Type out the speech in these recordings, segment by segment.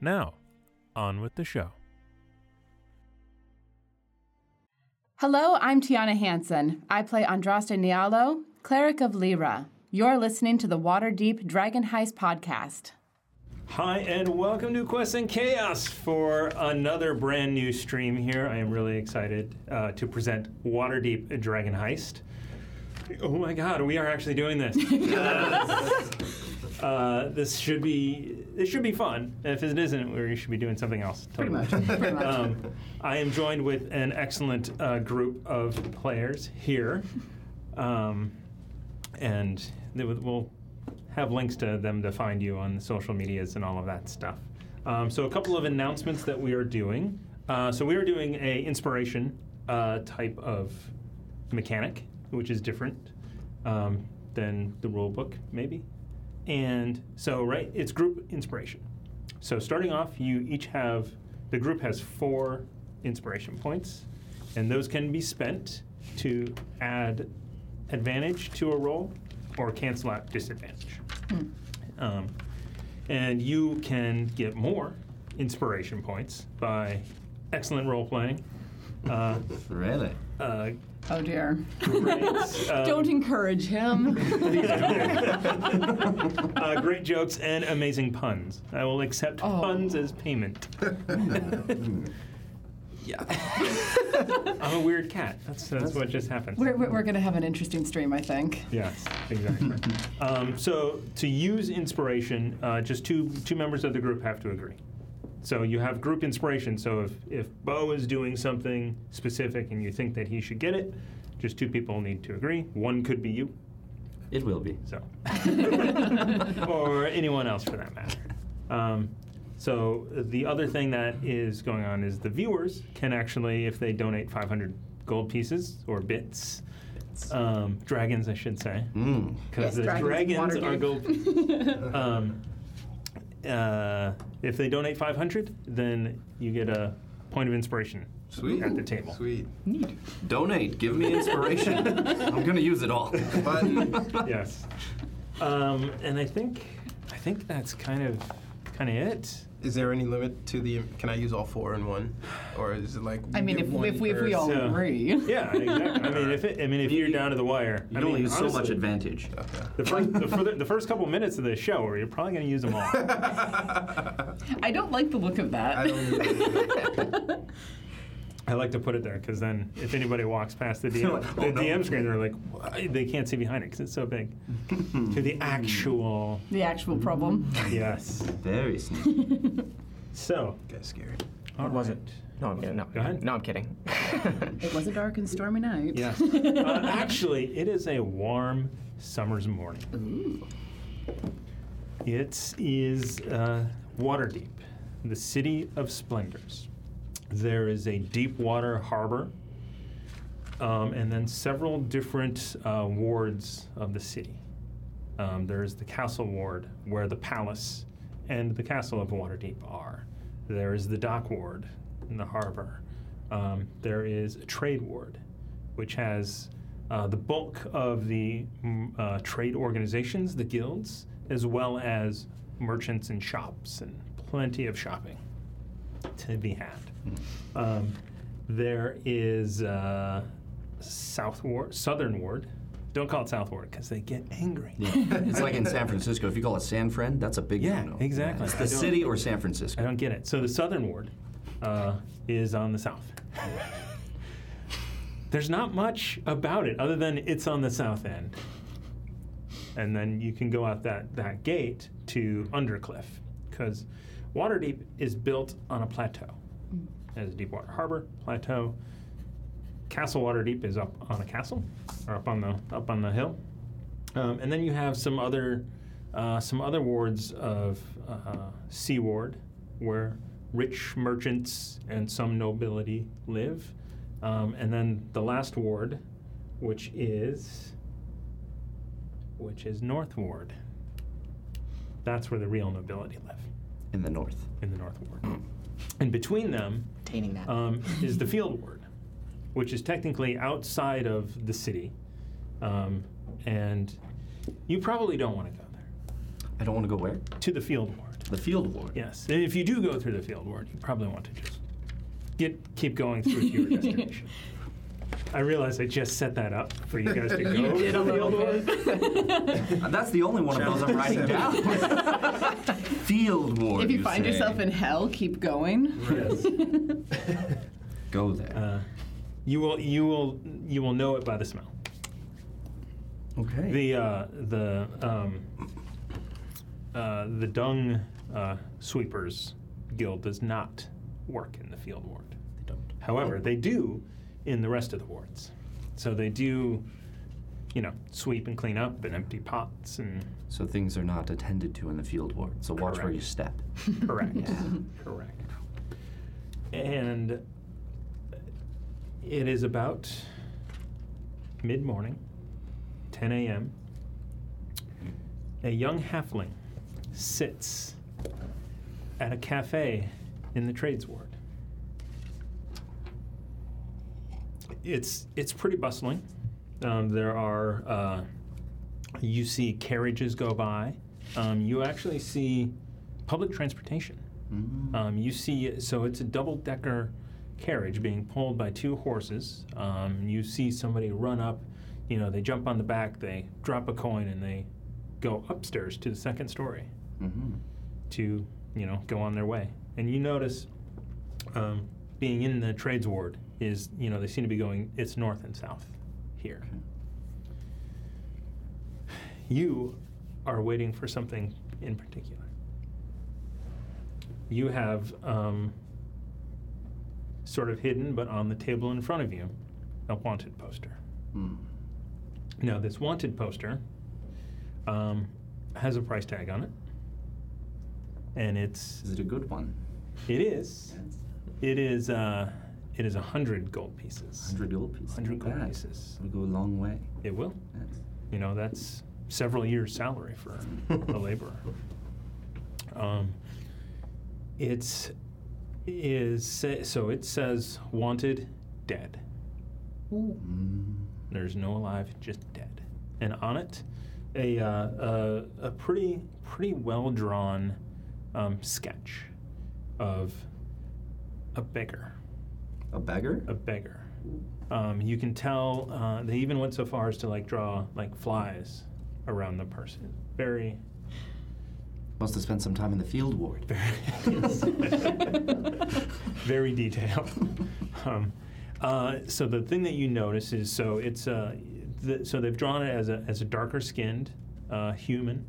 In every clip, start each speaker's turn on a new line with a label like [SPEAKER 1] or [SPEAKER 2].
[SPEAKER 1] Now, on with the show.
[SPEAKER 2] Hello, I'm Tiana Hansen. I play Andraste Nialo, cleric of Lyra. You're listening to the Waterdeep Dragon Heist podcast.
[SPEAKER 1] Hi, and welcome to Quest and Chaos for another brand new stream here. I am really excited uh, to present Waterdeep Dragon Heist. Oh my god, we are actually doing this. uh, this should be this should be fun. If it isn't, we should be doing something else. Pretty much. um, I am joined with an excellent uh, group of players here, um, and they will- we'll have links to them to find you on social medias and all of that stuff. Um, so, a couple of announcements that we are doing. Uh, so, we are doing a inspiration uh, type of mechanic, which is different um, than the rule book, maybe. And so, right, it's group inspiration. So, starting off, you each have the group has four inspiration points, and those can be spent to add advantage to a roll or cancel out disadvantage. Um, and you can get more inspiration points by excellent role playing. Uh,
[SPEAKER 3] Really?
[SPEAKER 1] uh,
[SPEAKER 2] Oh dear.
[SPEAKER 1] great, uh,
[SPEAKER 4] Don't encourage him.
[SPEAKER 1] uh, great jokes and amazing puns. I will accept
[SPEAKER 2] Oh.
[SPEAKER 1] puns as payment. yeah. I'm a weird cat. That's, that's what just happened.
[SPEAKER 2] We're, we're, we're going to have an interesting stream, I think.
[SPEAKER 1] Yes, exactly. um, so to use inspiration, uh, just two two members of the group have to agree. So you have group inspiration. So if if Bo is doing something specific and you think that he should get it, just two people need to agree. One could be you,
[SPEAKER 3] It will be.
[SPEAKER 1] so or anyone else for that matter. Um, so the other thing that is going on is the viewers can actually, if they donate 500 gold pieces or bits, um, dragons, I should say,
[SPEAKER 3] Mm.
[SPEAKER 1] because
[SPEAKER 2] Yes,
[SPEAKER 1] the dragons,
[SPEAKER 2] dragons,
[SPEAKER 1] are
[SPEAKER 2] Waterdeep.
[SPEAKER 1] gold. um, uh, if they donate 500, then you get a point of inspiration
[SPEAKER 5] Sweet.
[SPEAKER 1] at the table.
[SPEAKER 5] Sweet.
[SPEAKER 3] Donate. Give me inspiration. I'm gonna use it all.
[SPEAKER 5] Button.
[SPEAKER 1] Yes. Um, and I think I think that's kind of kind of it.
[SPEAKER 5] Is there any limit to the? Can I use all four in one, or is it like?
[SPEAKER 2] I mean,
[SPEAKER 5] you
[SPEAKER 2] if,
[SPEAKER 5] get one
[SPEAKER 2] if, we, if we
[SPEAKER 5] per-
[SPEAKER 2] all
[SPEAKER 1] So-
[SPEAKER 2] agree.
[SPEAKER 1] Yeah, exactly. I mean, if it, I mean, if you're down to the
[SPEAKER 3] Oh,
[SPEAKER 1] wire,
[SPEAKER 3] You
[SPEAKER 1] I
[SPEAKER 3] can only
[SPEAKER 1] mean,
[SPEAKER 3] use so much
[SPEAKER 1] honestly,
[SPEAKER 3] advantage.
[SPEAKER 5] Okay.
[SPEAKER 1] The first, the, further, the first couple minutes of the show, where you're probably going to use them all.
[SPEAKER 2] I don't like the look of that.
[SPEAKER 5] I don't. Really
[SPEAKER 1] I like to put it there because then if anybody walks past the DM,
[SPEAKER 3] like,
[SPEAKER 1] the
[SPEAKER 3] "Oh, no."
[SPEAKER 1] DM screen, they're like, "Why?" they can't see behind it because it's so big.
[SPEAKER 3] Mm.
[SPEAKER 1] to the actual,
[SPEAKER 2] the actual problem.
[SPEAKER 1] yes.
[SPEAKER 3] Very sneaky.
[SPEAKER 1] So,
[SPEAKER 5] Got scared.
[SPEAKER 1] all
[SPEAKER 6] was
[SPEAKER 1] right.
[SPEAKER 6] it? No, I'm kidding. No,
[SPEAKER 1] Go ahead.
[SPEAKER 6] no, I'm kidding.
[SPEAKER 2] It was a dark and stormy night.
[SPEAKER 1] Yes. Uh, actually, it is a warm summer's morning. It is uh, Waterdeep, the city of splendors. There is a deep water harbor, um, and then several different uh, wards of the city. Um, there is the castle ward, where the palace and the castle of Waterdeep are. There is the dock ward in the harbor. Um, there is a trade ward, which has uh, the bulk of the mm, uh, trade organizations, the guilds, as well as merchants and shops, and plenty of shopping to be had. Um, there is uh, South Ward, Southern Ward. Don't call it South Ward because they get angry.
[SPEAKER 3] Yeah. It's like in San Francisco. If you call it San Fran, that's a big
[SPEAKER 1] Yeah,
[SPEAKER 3] no.
[SPEAKER 1] exactly.
[SPEAKER 3] It's
[SPEAKER 1] I
[SPEAKER 3] the
[SPEAKER 1] don't-
[SPEAKER 3] city or San
[SPEAKER 1] I
[SPEAKER 3] Francisco.
[SPEAKER 1] don't get it. So the Southern Ward uh, is on the south. There's not much about it other than it's on the south end. And then you can go out that, that gate to Undercliff because Waterdeep is built on a plateau. As a deep water harbor, plateau. Castle Waterdeep is up on a castle or up on the up on the hill. Um, and then you have some other uh, some other wards of uh, Sea Ward, where rich merchants and some nobility live. Um, and then the last ward, which is which is North Ward. That's where the real nobility live
[SPEAKER 4] in the north.
[SPEAKER 1] in the North Ward. And between them
[SPEAKER 6] Obtaining that.
[SPEAKER 1] um, is the Field Ward, which is technically outside of the city. Um, and you probably don't want to go there.
[SPEAKER 4] I don't want to go where?
[SPEAKER 1] To the Field Ward.
[SPEAKER 4] The field ward.
[SPEAKER 1] Yes. And if you do go through the field ward, you probably want to just get keep going through to your destination. I realize I just set that up for you guys to go
[SPEAKER 6] you
[SPEAKER 1] to
[SPEAKER 6] did a
[SPEAKER 1] the
[SPEAKER 6] little
[SPEAKER 1] field ward.
[SPEAKER 6] bit.
[SPEAKER 4] Uh, That's the only one of those I'm writing down. field ward.
[SPEAKER 2] If you find
[SPEAKER 4] say.
[SPEAKER 2] yourself in hell, keep going.
[SPEAKER 1] Yes.
[SPEAKER 4] go there.
[SPEAKER 1] Uh, you will you will you will know it by the smell.
[SPEAKER 4] okay.
[SPEAKER 1] The uh, the um, uh, the dung uh, sweepers guild does not work in the field ward.
[SPEAKER 4] they don't.
[SPEAKER 1] However, they do in the rest of the wards. So they do, you know, sweep and clean up and empty pots and
[SPEAKER 4] So things are not attended to in the field ward. So watch where
[SPEAKER 1] Correct.
[SPEAKER 4] you step.
[SPEAKER 1] correct.
[SPEAKER 4] Yeah.
[SPEAKER 1] correct. And it is about mid morning, 10 a.m. A young halfling sits at a cafe in the trades ward. It's it's pretty bustling. Um, there are uh, you see carriages go by. Um, you actually see public transportation.
[SPEAKER 4] Mm-hmm.
[SPEAKER 1] Um, you see so it's a double decker carriage being pulled by two horses. Um, you see somebody run up. You know they jump on the back. They drop a coin and they go upstairs to the second story
[SPEAKER 4] Mm-hmm.
[SPEAKER 1] to you know go on their way. And you notice um, being in the trades ward is you know they seem to be going it's north and south here. You are waiting for something in particular. You have um, sort of hidden but on the table in front of you a wanted poster.
[SPEAKER 4] Hmm.
[SPEAKER 1] Now this wanted poster um, has a price tag on it, and it's
[SPEAKER 4] Is it a good one?
[SPEAKER 1] it is. It is. Uh, it is a hundred gold pieces.
[SPEAKER 4] 100 gold pieces.
[SPEAKER 1] 100
[SPEAKER 4] Not
[SPEAKER 1] gold
[SPEAKER 4] bad.
[SPEAKER 1] pieces.
[SPEAKER 4] It'll go a long way.
[SPEAKER 1] It will.
[SPEAKER 4] Yes.
[SPEAKER 1] You know, that's several years' salary for a laborer. Um, it's is sa- so it says wanted dead.
[SPEAKER 4] Hmm.
[SPEAKER 1] There's no alive, just dead. And on it, a uh, a, a pretty pretty well drawn um, sketch of a beggar
[SPEAKER 4] A beggar?
[SPEAKER 1] a beggar. Um, you can tell uh, they even went so far as to like draw like flies around the person. Very,
[SPEAKER 4] Must have spent some time in the field ward.
[SPEAKER 1] very detailed. um, uh, so the thing that you notice is so it's uh, the, so they've drawn it as a as a darker skinned uh, human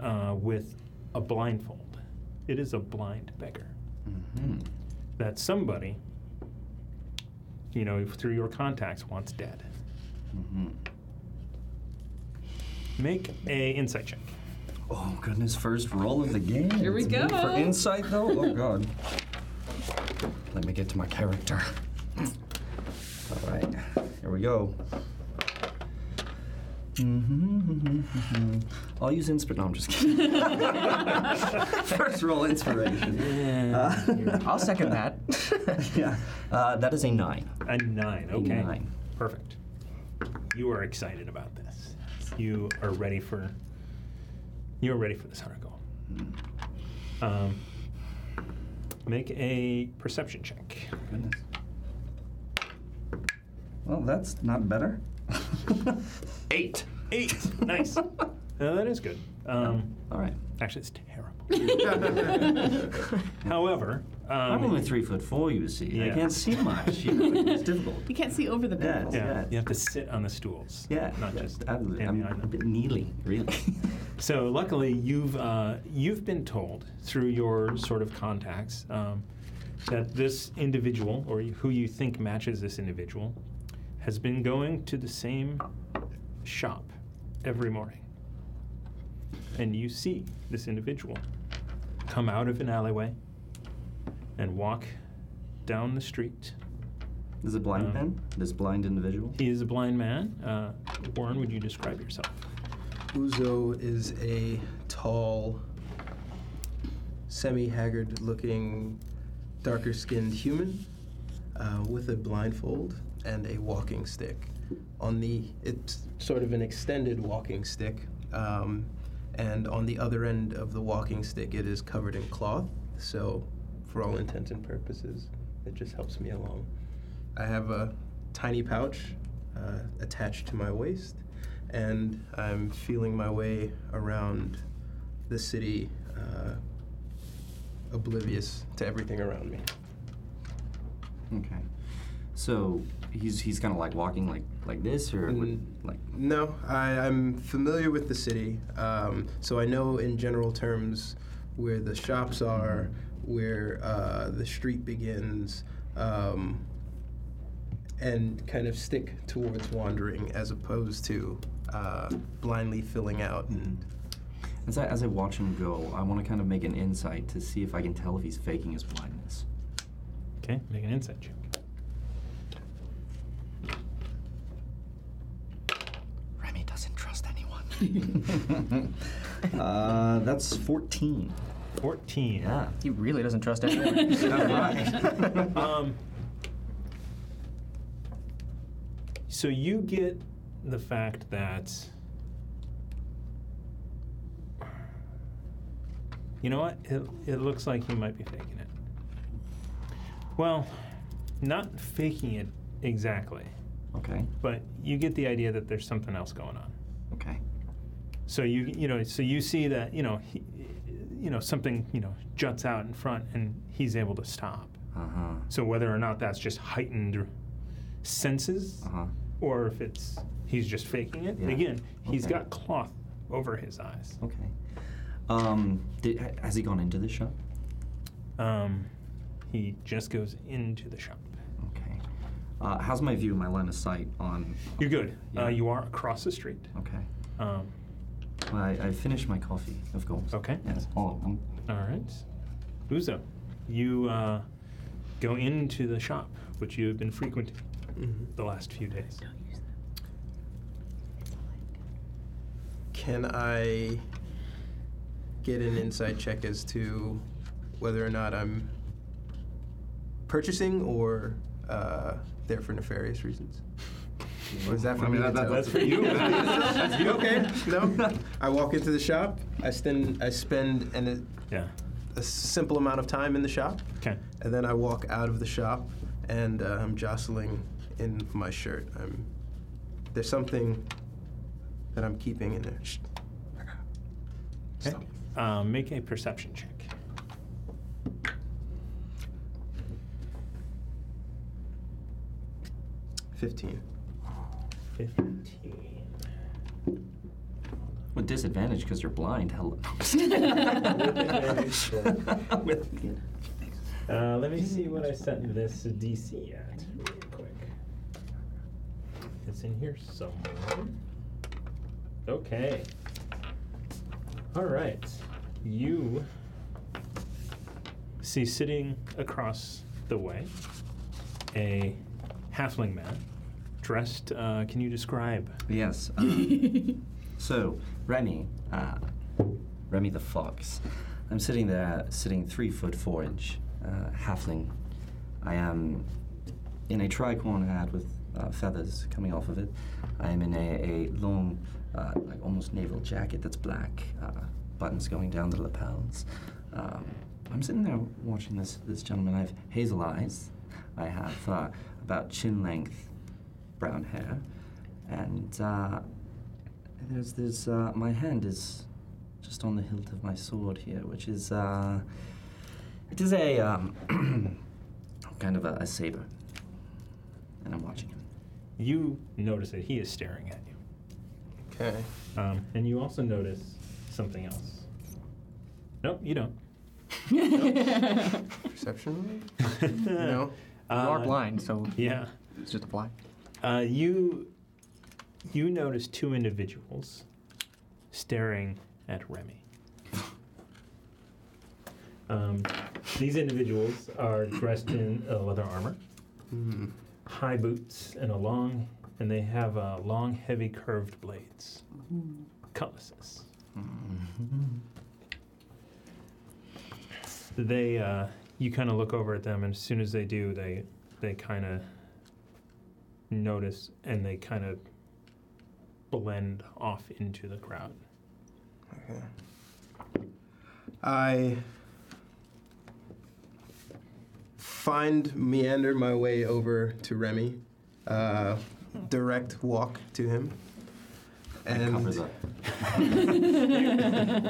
[SPEAKER 1] uh, with a blindfold. It is a blind beggar.
[SPEAKER 4] Mm-hmm.
[SPEAKER 1] that somebody, you know, through your contacts wants dead.
[SPEAKER 4] Mm-hmm.
[SPEAKER 1] Make a insight check.
[SPEAKER 4] Oh goodness! First roll of the game.
[SPEAKER 6] Here we
[SPEAKER 4] It's meant
[SPEAKER 6] go.
[SPEAKER 4] For insight, though. Oh god. Let me get to my character. All right, here we go. Mm-hmm. I'll use insp. No, I'm just kidding. First roll inspiration. Uh, I'll second that. yeah. Uh, that is a nine.
[SPEAKER 1] A nine. Okay.
[SPEAKER 4] nine.
[SPEAKER 1] Perfect. You are excited about this. You are ready for. You are ready for this hundred goal. Um, make a perception check.
[SPEAKER 4] Goodness. Well, that's not better. Eight.
[SPEAKER 1] Eight. nice. Uh, that is good. Um,
[SPEAKER 4] All right.
[SPEAKER 1] actually, it's terrible. However, um,
[SPEAKER 4] I'm only three foot four, you see. I
[SPEAKER 1] Yeah.
[SPEAKER 4] can't see much. You know, it's difficult.
[SPEAKER 2] You can't see over the
[SPEAKER 4] Yeah,
[SPEAKER 2] people.
[SPEAKER 1] yeah,
[SPEAKER 4] yeah.
[SPEAKER 1] you have to sit on the stools.
[SPEAKER 4] Yeah,
[SPEAKER 1] Not
[SPEAKER 4] yeah,
[SPEAKER 1] just
[SPEAKER 4] absolutely.
[SPEAKER 1] stand
[SPEAKER 4] I'm
[SPEAKER 1] behind
[SPEAKER 4] a
[SPEAKER 1] them.
[SPEAKER 4] bit kneeling, really.
[SPEAKER 1] So luckily, you've uh, you've been told through your sort of contacts um, that this individual, or who you think matches this individual, has been going to the same shop every morning, and you see this individual come out of an alleyway, and walk down the street.
[SPEAKER 4] Is it blind
[SPEAKER 1] Um,
[SPEAKER 4] man? This blind individual?
[SPEAKER 1] He is a blind man. Uh, Warren, would you describe yourself?
[SPEAKER 5] Uzo is a tall, semi haggard looking, darker skinned human uh, with a blindfold and a walking stick. On the, it's sort of an extended walking stick, um, and on the other end of the walking stick, it is covered in cloth, so for all intents and purposes, it just helps me along. I have a tiny pouch uh, attached to my waist, and I'm feeling my way around the city, uh, oblivious to everything around me.
[SPEAKER 4] Okay. So he's he's kind of like walking like like this or with,
[SPEAKER 5] Mm.
[SPEAKER 4] like
[SPEAKER 5] No, I, I'm familiar with the city, um, so I know in general terms where the shops are, where uh, the street begins, um, and kind of stick towards wandering as opposed to uh, blindly filling out
[SPEAKER 4] Mm-hmm.
[SPEAKER 5] and
[SPEAKER 4] as I as I watch him go, I want to kind of make an insight to see if I can tell if he's faking his blindness.
[SPEAKER 1] Okay, make an insight check.
[SPEAKER 4] Remy doesn't trust anyone. uh, that's fourteen.
[SPEAKER 1] 14.
[SPEAKER 4] Yeah.
[SPEAKER 6] He really doesn't trust anyone.
[SPEAKER 4] Alright.
[SPEAKER 1] Um, so you get the fact that. You know what? It, it looks like he might be faking it. Well, not faking it exactly,
[SPEAKER 4] okay.
[SPEAKER 1] but you get the idea that there's something else going on.
[SPEAKER 4] Okay.
[SPEAKER 1] So you you know so you see that you know he, you know something you know juts out in front and he's able to stop.
[SPEAKER 4] Uh huh.
[SPEAKER 1] So whether or not that's just heightened senses
[SPEAKER 4] Uh huh.
[SPEAKER 1] or if it's he's just faking it.
[SPEAKER 4] Yeah.
[SPEAKER 1] Again, he's
[SPEAKER 4] Okay.
[SPEAKER 1] got cloth over his eyes.
[SPEAKER 4] Okay. Um, did, ha- has he gone into the shop?
[SPEAKER 1] Um, he just goes into the shop.
[SPEAKER 4] Okay. Uh, how's my view, my line of sight on?
[SPEAKER 1] You're good.
[SPEAKER 4] Yeah.
[SPEAKER 1] Uh, you are across the street.
[SPEAKER 4] Okay.
[SPEAKER 1] Um,
[SPEAKER 4] Well, I, I finished my coffee, of course.
[SPEAKER 1] Okay.
[SPEAKER 4] Yes, all of them.
[SPEAKER 1] all right, Uzo, you uh, go into the shop which you have been frequenting the last few days.
[SPEAKER 5] Can I get an insight check as to whether or not I'm purchasing or uh, there for nefarious reasons? Or is that for
[SPEAKER 4] I
[SPEAKER 5] me?
[SPEAKER 4] mean,
[SPEAKER 5] to
[SPEAKER 4] that- that-
[SPEAKER 5] tell?
[SPEAKER 4] that's for you.
[SPEAKER 5] That's you. Okay. No. I walk into the shop. I spend I spend an,
[SPEAKER 1] Yeah.
[SPEAKER 5] a simple amount of time in the shop,
[SPEAKER 1] Okay.
[SPEAKER 5] and then I walk out of the shop, and uh, I'm jostling in my shirt. I'm there's something that I'm keeping in there. Shh.
[SPEAKER 1] Okay. Uh, make a perception check.
[SPEAKER 5] Fifteen.
[SPEAKER 1] 15.
[SPEAKER 4] With disadvantage because you're blind. Hello.
[SPEAKER 1] Uh, let me see what I sent this DC at real quick. It's in here somewhere. Okay. All right. You see sitting across the way a halfling man dressed. Uh, can you describe?
[SPEAKER 4] yes. uh, so, Remy, uh, Remy the fox. I'm sitting there, sitting three foot four inch, uh, halfling. I am in a tricorn hat with uh, feathers coming off of it. I am in a, a long, uh, like almost naval jacket that's black, uh, buttons going down the lapels. Um, I'm sitting there watching this this gentleman. I have hazel eyes. I have uh, about chin length brown hair, and uh, there's this. Uh, my hand is just on the hilt of my sword here, which is uh, it is a um, kind of a, a saber, and I'm watching him.
[SPEAKER 1] You notice that he is staring at you.
[SPEAKER 5] Okay.
[SPEAKER 1] Um, and you also notice something else. Nope, you don't.
[SPEAKER 5] Perception roll? no.
[SPEAKER 6] you are
[SPEAKER 1] Uh,
[SPEAKER 6] blind, so
[SPEAKER 1] Yeah.
[SPEAKER 6] it's just a blind.
[SPEAKER 1] Uh, you you notice two individuals staring at Remy. Um, these individuals are dressed in uh, leather armor,
[SPEAKER 5] Mm-hmm.
[SPEAKER 1] high boots, and a long, and they have uh, long, heavy, curved blades, cutlasses. They, uh, you kind of look over at them, and as soon as they do, they, they kind of notice, and they kind of blend off into the crowd.
[SPEAKER 5] I find meander my way over to Remy, uh, direct walk to him, and
[SPEAKER 4] Covers up.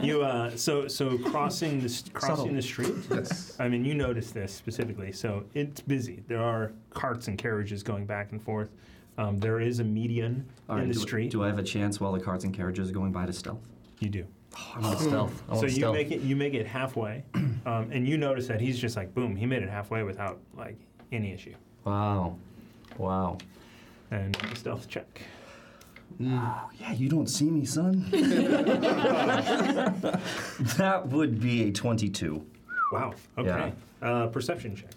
[SPEAKER 1] You uh, so so crossing the st- crossing
[SPEAKER 6] Subtle.
[SPEAKER 1] the street.
[SPEAKER 5] yes,
[SPEAKER 1] I mean, you noticed this specifically. So it's busy. There are carts and carriages going back and forth. Um, there is a median
[SPEAKER 4] All
[SPEAKER 1] in
[SPEAKER 4] right,
[SPEAKER 1] the
[SPEAKER 4] do,
[SPEAKER 1] street.
[SPEAKER 4] do I have a chance while the carts and carriages are going by to stealth?
[SPEAKER 1] you do.
[SPEAKER 6] I want stealth. I
[SPEAKER 1] So
[SPEAKER 6] want
[SPEAKER 1] you
[SPEAKER 6] stealth.
[SPEAKER 1] make it you make it halfway, um, and you notice that he's just like boom. He made it halfway without like any issue.
[SPEAKER 4] Wow. Wow.
[SPEAKER 1] And stealth check.
[SPEAKER 4] Yeah, you don't see me, son. that would be a 22.
[SPEAKER 1] Wow. Okay. Uh, perception check.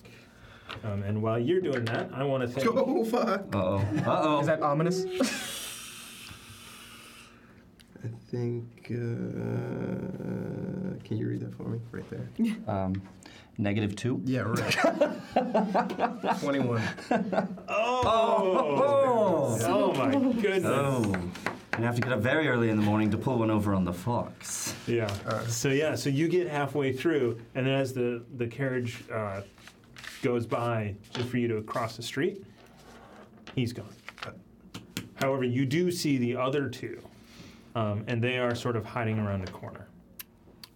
[SPEAKER 1] Um, and while you're doing that, I want to thank.
[SPEAKER 5] oh fuck!
[SPEAKER 4] Uh oh. Uh oh.
[SPEAKER 6] Is that ominous?
[SPEAKER 5] I think. Uh, can you read that for me, right there?
[SPEAKER 4] um, negative two?
[SPEAKER 5] Yeah, right. Twenty-one.
[SPEAKER 1] Oh, oh my goodness.
[SPEAKER 4] Oh. And I have to get up very early in the morning to pull one over on the fox.
[SPEAKER 1] Yeah. Uh, So yeah, so you get halfway through, and then as the the carriage uh, goes by, just for you to cross the street, he's gone. However, you do see the other two, um, and they are sort of hiding around the corner.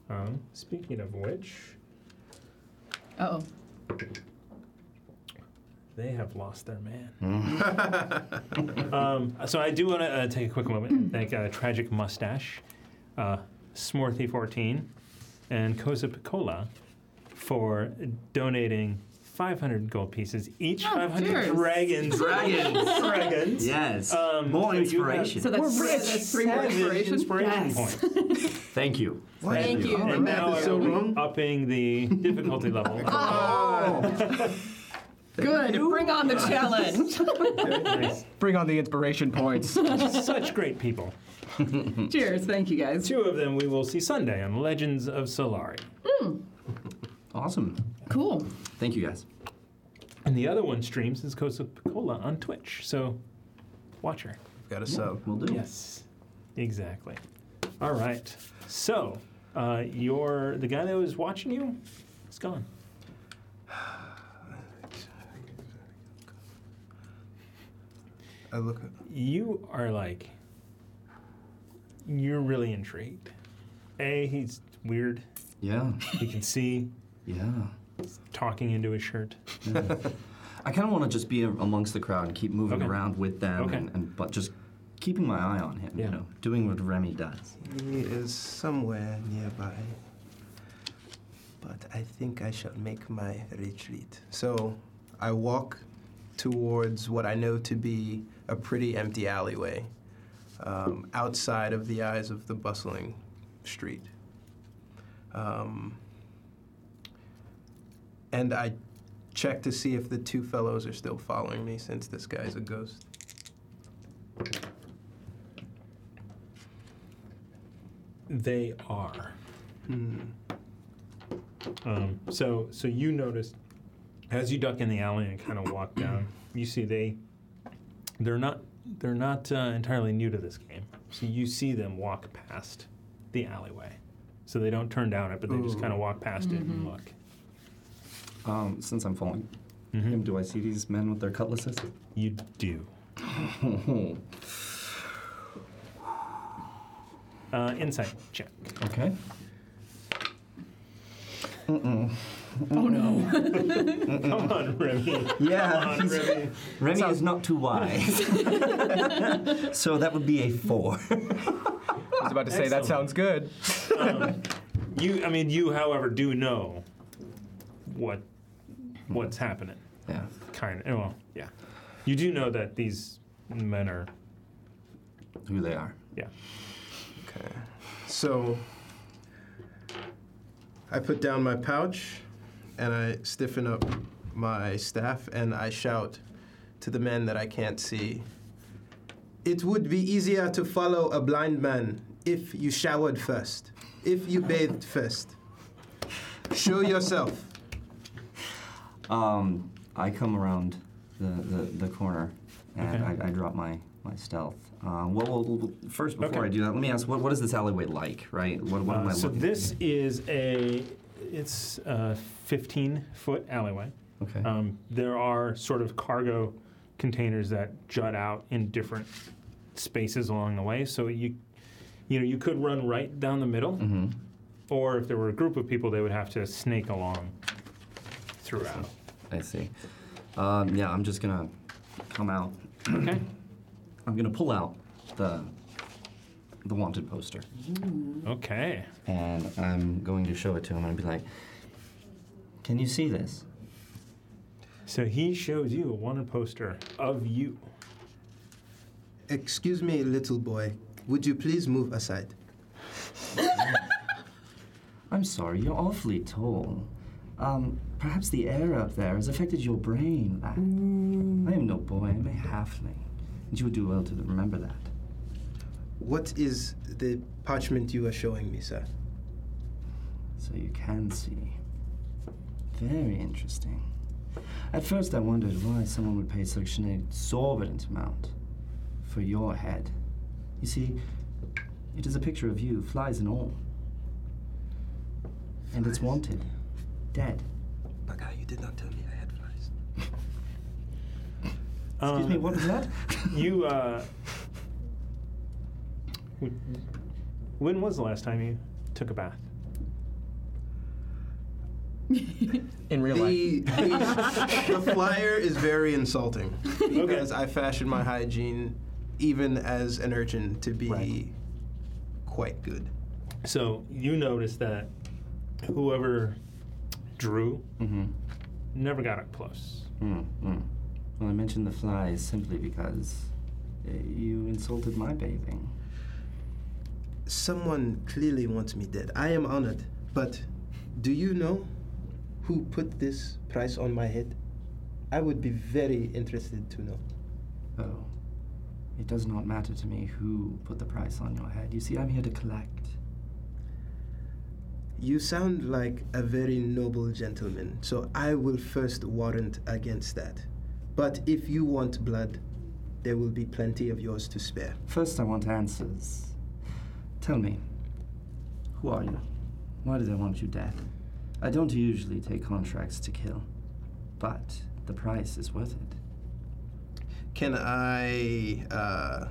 [SPEAKER 1] Um, speaking of which,
[SPEAKER 2] Oh,
[SPEAKER 1] they have lost their man.
[SPEAKER 5] Mm.
[SPEAKER 1] um, so I do want to uh, take a quick moment and thank uh, Tragic Mustache, uh, Smorthy14, and Cosa Piccola for donating 500 gold pieces each.
[SPEAKER 2] Oh,
[SPEAKER 1] 500
[SPEAKER 2] cheers.
[SPEAKER 1] dragons.
[SPEAKER 4] Dragons.
[SPEAKER 1] dragons.
[SPEAKER 4] yes.
[SPEAKER 1] Um,
[SPEAKER 4] More
[SPEAKER 1] so you have-
[SPEAKER 4] inspiration.
[SPEAKER 2] so that's,
[SPEAKER 1] rich.
[SPEAKER 2] that's three more
[SPEAKER 1] Seven
[SPEAKER 2] inspiration.
[SPEAKER 1] inspiration
[SPEAKER 2] Yes.
[SPEAKER 1] points.
[SPEAKER 4] Thank you.
[SPEAKER 2] Thank you.
[SPEAKER 5] Oh,
[SPEAKER 1] And now
[SPEAKER 5] math is so
[SPEAKER 1] I'm
[SPEAKER 5] wrong.
[SPEAKER 1] upping the difficulty level.
[SPEAKER 2] Oh. Good. Bring on the challenge.
[SPEAKER 1] Nice.
[SPEAKER 6] Bring on the inspiration points.
[SPEAKER 1] Such great people.
[SPEAKER 2] Cheers. Thank you guys.
[SPEAKER 1] Two of them we will see Sunday on Legends of Solari.
[SPEAKER 4] Awesome.
[SPEAKER 2] Cool.
[SPEAKER 4] Thank you, guys.
[SPEAKER 1] And the other one streams is Costa Picola on Twitch. So watch her.
[SPEAKER 5] Got a sub.
[SPEAKER 4] We'll do.
[SPEAKER 1] Yes. Exactly. All right. So uh, your the guy that was watching you is gone.
[SPEAKER 5] I look. At,
[SPEAKER 1] You are like you're really intrigued. A, he's weird.
[SPEAKER 4] Yeah.
[SPEAKER 1] You can see
[SPEAKER 4] Yeah.
[SPEAKER 1] talking into his shirt.
[SPEAKER 4] I kind of want to just be a- amongst the crowd and keep moving
[SPEAKER 1] Okay.
[SPEAKER 4] around with them,
[SPEAKER 1] Okay.
[SPEAKER 4] and, and but just keeping my eye on him.
[SPEAKER 1] Yeah.
[SPEAKER 4] You know, doing what Remy does.
[SPEAKER 5] He is somewhere nearby. But I think I shall make my retreat. So I walk towards what I know to be a pretty empty alleyway um, outside of the eyes of the bustling street. Um, and I check to see if the two fellows are still following me since this guy's a ghost.
[SPEAKER 1] They are. Um, so, so you notice as you duck in the alley and kind of walk down, you see they they're not they're not uh, entirely new to this game. So you see them walk past the alleyway. So they don't turn down it, but they just kind of walk past it and look.
[SPEAKER 4] Um, since I'm following him, do I see these men with their cutlasses?
[SPEAKER 1] You do.
[SPEAKER 4] Hmm.
[SPEAKER 1] Uh, insight check.
[SPEAKER 4] Okay.
[SPEAKER 1] Come on, Remy. Come
[SPEAKER 4] Yeah.
[SPEAKER 1] on,
[SPEAKER 4] he's-
[SPEAKER 1] Remy.
[SPEAKER 4] Remy is not too wise. so that would be a four.
[SPEAKER 6] I was about to say
[SPEAKER 1] Excellent.
[SPEAKER 6] that sounds good.
[SPEAKER 1] You, I mean, you, however, do know what what's happening.
[SPEAKER 4] yeah.
[SPEAKER 1] Kind of. oh,
[SPEAKER 4] Mm-hmm.
[SPEAKER 1] Well, yeah. You do know that these men are.
[SPEAKER 4] Who they are.
[SPEAKER 1] Yeah.
[SPEAKER 5] Okay. So I put down my pouch and I stiffen up my staff and I shout to the men that I can't see. It would be easier to follow a blind man if you showered first, if you bathed first. Show yourself.
[SPEAKER 4] Um, I come around the, the, the corner and
[SPEAKER 1] Okay.
[SPEAKER 4] I, I drop my, my stealth. Uh, well, well, well, first, before
[SPEAKER 1] Okay.
[SPEAKER 4] I do that, let me ask what, what is this alleyway like, right? What, what am
[SPEAKER 1] Uh,
[SPEAKER 4] I
[SPEAKER 1] so
[SPEAKER 4] looking
[SPEAKER 1] this is a it's a 15 foot alleyway.
[SPEAKER 4] Okay.
[SPEAKER 1] Um, there are sort of cargo containers that jut out in different spaces along the way. So you you know you could run right down the middle,
[SPEAKER 4] Mm-hmm.
[SPEAKER 1] or if there were a group of people, they would have to snake along throughout.
[SPEAKER 4] I see. Um, yeah, I'm just gonna come out.
[SPEAKER 1] Okay.
[SPEAKER 4] I'm gonna pull out the the wanted poster,
[SPEAKER 1] Okay.
[SPEAKER 4] and I'm going to show it to him and be like, "Can you see this?"
[SPEAKER 1] So he shows you a wanted poster of you.
[SPEAKER 5] Excuse me, little boy. Would you please move aside?
[SPEAKER 4] I'm sorry, you're awfully tall. Um, perhaps the air up there has affected your brain. lad. I am no boy, I'm a halfling. And you would do well to remember that.
[SPEAKER 5] What is the parchment you are showing me, sir?
[SPEAKER 4] So you can see. Very interesting. At first, I wondered why someone would pay such an exorbitant amount for your head. You see, it is a picture of you, flies and all. And it's wanted. Dead.
[SPEAKER 5] Baga, you did not tell me I had flies.
[SPEAKER 4] Excuse
[SPEAKER 1] Um,
[SPEAKER 4] me, what was that?
[SPEAKER 1] You, uh. w- When was the last time you took a bath?
[SPEAKER 6] In real
[SPEAKER 5] The, the, the flyer is very insulting because I fashion my hygiene, even as an urchin, to be
[SPEAKER 4] Right.
[SPEAKER 5] quite good.
[SPEAKER 1] So you notice that whoever drew
[SPEAKER 4] mm-hmm.
[SPEAKER 1] never got up close.
[SPEAKER 4] Mm, mm. Well, I mentioned the flies simply because uh, you insulted my bathing.
[SPEAKER 5] Someone clearly wants me dead. I am honored, but do you know who put this price on my head? I would be very interested to know.
[SPEAKER 4] Oh, it does not matter to me who put the price on your head. You see, I'm here to collect.
[SPEAKER 5] You sound like a very noble gentleman, so I will first warrant against that. But if you want blood, there will be plenty of yours to spare.
[SPEAKER 4] First, I want answers. Tell me, who are you? Why do they want you dead? I don't usually take contracts to kill, but the price is worth it.
[SPEAKER 5] Can I uh,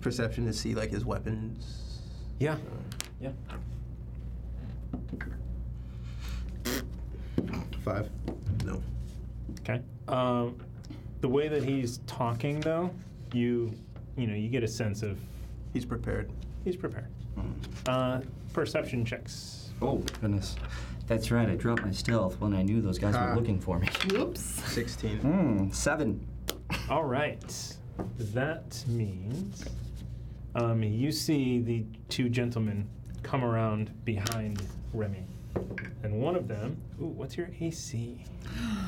[SPEAKER 5] perception to see like his weapons?
[SPEAKER 1] Yeah. Yeah.
[SPEAKER 5] Five. No.
[SPEAKER 1] Okay. Um, the way that he's talking, though, you, you know, you get a sense of
[SPEAKER 5] He's prepared.
[SPEAKER 1] he's prepared. Uh, perception checks.
[SPEAKER 4] Oh, goodness. That's right, I dropped my stealth when I knew those guys
[SPEAKER 5] Ah.
[SPEAKER 4] were looking for me.
[SPEAKER 2] Oops.
[SPEAKER 5] Sixteen.
[SPEAKER 4] Hmm, seven.
[SPEAKER 1] All right. That means um, you see the two gentlemen come around behind Remy. And one of them, ooh, what's your AC?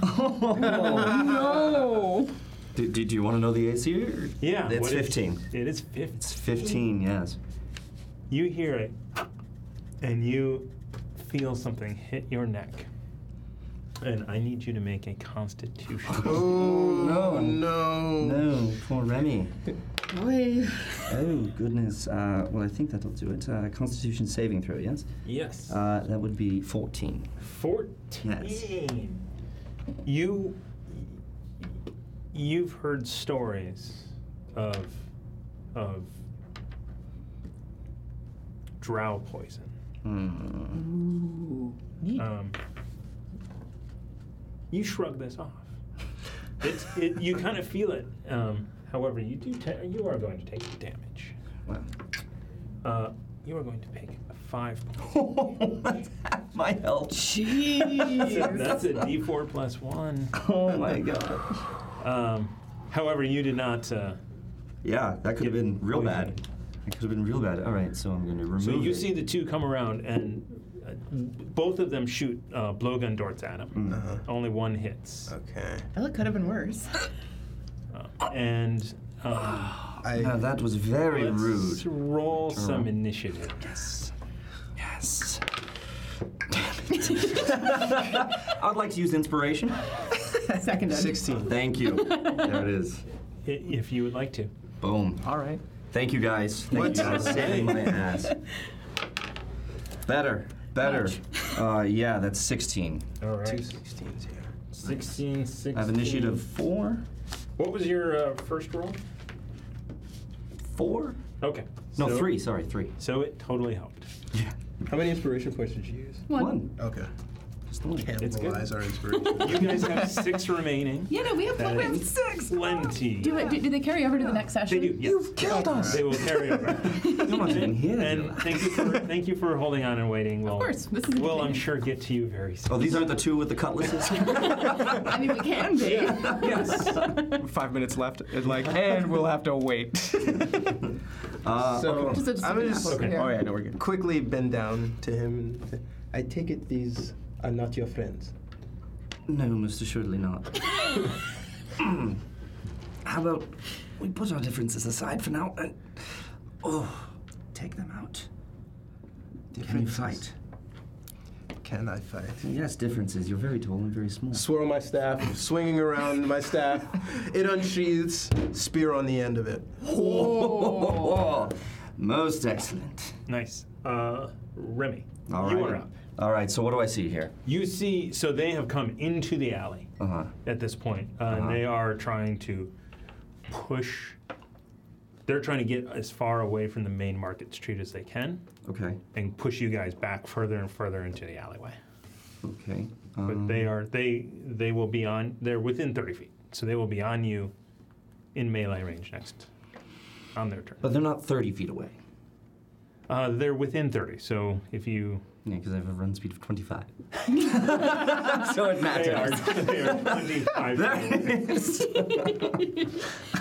[SPEAKER 2] No.
[SPEAKER 4] Do, do, do you want to know the AC? Or?
[SPEAKER 1] Yeah.
[SPEAKER 4] It's
[SPEAKER 1] what is-
[SPEAKER 4] 15.
[SPEAKER 1] it is 15.
[SPEAKER 4] It's 15, yes.
[SPEAKER 1] You hear it, and you feel something hit your neck. And I need you to make a constitution.
[SPEAKER 5] Oh
[SPEAKER 4] No.
[SPEAKER 5] no.
[SPEAKER 4] No, poor Remy.
[SPEAKER 2] Boy.
[SPEAKER 4] Oh, goodness. Uh, well, I think that'll do it. Uh, Constitution saving throw, yes?
[SPEAKER 1] yes.
[SPEAKER 4] Uh, that would be 14.
[SPEAKER 1] 14. You you've heard stories of of drow poison.
[SPEAKER 4] Hmm.
[SPEAKER 1] Um, you shrug this off. It's, it, you kind of feel it. Um, however, you do ta- you are going to take damage.
[SPEAKER 4] Wow.
[SPEAKER 1] Uh, you are going to take five points.
[SPEAKER 4] That's half my health.
[SPEAKER 2] Jeez.
[SPEAKER 1] That's a D4 plus one.
[SPEAKER 4] Oh my god.
[SPEAKER 1] Um, however, you did not. Uh,
[SPEAKER 4] Yeah, that could have been real
[SPEAKER 1] Poison.
[SPEAKER 4] bad. That could have been real bad. All right, so I'm going to remove
[SPEAKER 1] so you
[SPEAKER 4] it.
[SPEAKER 1] see the two come around, and uh, both of them shoot uh, blowgun darts at him.
[SPEAKER 4] Mm.
[SPEAKER 5] Uh-huh.
[SPEAKER 1] Only one hits,
[SPEAKER 5] Okay.
[SPEAKER 7] Well, it could have been worse.
[SPEAKER 1] Uh, and um,
[SPEAKER 5] I,
[SPEAKER 4] Now, that was very
[SPEAKER 1] let's
[SPEAKER 4] rude.
[SPEAKER 1] roll some initiative. Yes.
[SPEAKER 4] Yes. I'd like to use inspiration.
[SPEAKER 7] Seconded.
[SPEAKER 5] 16.
[SPEAKER 4] Thank you. There it is.
[SPEAKER 1] If you would like to.
[SPEAKER 4] Boom.
[SPEAKER 6] All right.
[SPEAKER 4] Thank you guys. Thank
[SPEAKER 5] What's
[SPEAKER 4] you guys
[SPEAKER 5] up?
[SPEAKER 4] saving my ass. Better. Better. Uh, yeah, that's 16.
[SPEAKER 1] All
[SPEAKER 5] Two
[SPEAKER 1] right.
[SPEAKER 5] 16s here.
[SPEAKER 1] 16, 16.
[SPEAKER 4] I have initiative four.
[SPEAKER 1] What was your uh, first roll?
[SPEAKER 4] Four?
[SPEAKER 1] Okay.
[SPEAKER 4] No,
[SPEAKER 1] so-
[SPEAKER 4] three. Sorry, three.
[SPEAKER 1] So it totally helped.
[SPEAKER 4] Yeah.
[SPEAKER 5] How many inspiration points did you use?
[SPEAKER 4] One.
[SPEAKER 5] Okay.
[SPEAKER 4] Just the one.
[SPEAKER 1] It's good.
[SPEAKER 5] Cannibalize our inspiration.
[SPEAKER 1] You guys have six remaining.
[SPEAKER 2] Yeah, no, we have
[SPEAKER 1] That
[SPEAKER 2] plenty.
[SPEAKER 1] is
[SPEAKER 7] Six.
[SPEAKER 1] Plenty.
[SPEAKER 2] Do, it, do, do they carry over to the next session?
[SPEAKER 1] They do. Yes.
[SPEAKER 4] You've killed us.
[SPEAKER 1] They will carry over.
[SPEAKER 4] No one's even here.
[SPEAKER 1] And thank you for thank you for holding on and waiting. We'll,
[SPEAKER 2] course, this is
[SPEAKER 1] we'll I'm
[SPEAKER 2] entertaining.
[SPEAKER 1] sure get to you very soon.
[SPEAKER 4] Oh, these aren't the two with the cutlasses?
[SPEAKER 7] I mean, we can be.
[SPEAKER 1] yes.
[SPEAKER 6] Five minutes left. It's like, and we'll have to wait.
[SPEAKER 4] Uh,
[SPEAKER 5] so
[SPEAKER 7] Just a- just
[SPEAKER 5] I'm
[SPEAKER 7] an
[SPEAKER 5] gonna just
[SPEAKER 7] apple
[SPEAKER 1] Okay.
[SPEAKER 7] here.
[SPEAKER 6] oh, yeah, no, we're good.
[SPEAKER 5] quickly bend down to him. And say, I take it these are not your friends.
[SPEAKER 4] No, most assuredly not. Mm. How about we put our differences aside for now and oh, take them out. Can you fight?
[SPEAKER 5] Can I fight?
[SPEAKER 4] Yes, differences. You're very tall and very small.
[SPEAKER 5] Swirl my staff, swinging around my staff. It unsheathes, spear on the end of it.
[SPEAKER 4] Most excellent.
[SPEAKER 1] Nice. Uh, Remy,
[SPEAKER 4] All right.
[SPEAKER 1] you are up.
[SPEAKER 4] All right. So what do I see here?
[SPEAKER 1] You see, so they have come into the alley
[SPEAKER 4] Uh huh.
[SPEAKER 1] at this point, uh, and
[SPEAKER 4] Uh-huh.
[SPEAKER 1] they are trying to push. They're trying to get as far away from the main market street as they can,
[SPEAKER 4] Okay.
[SPEAKER 1] and push you guys back further and further into the alleyway.
[SPEAKER 4] Okay.
[SPEAKER 1] But
[SPEAKER 4] Um,
[SPEAKER 1] they are they they will be on. They're within thirty feet, so they will be on you in melee range next on their turn.
[SPEAKER 4] but they're not 30 feet away.
[SPEAKER 1] Uh, they're within 30, so if you.
[SPEAKER 4] Yeah, because I have a run speed of 25. so it matters.
[SPEAKER 1] they are 25.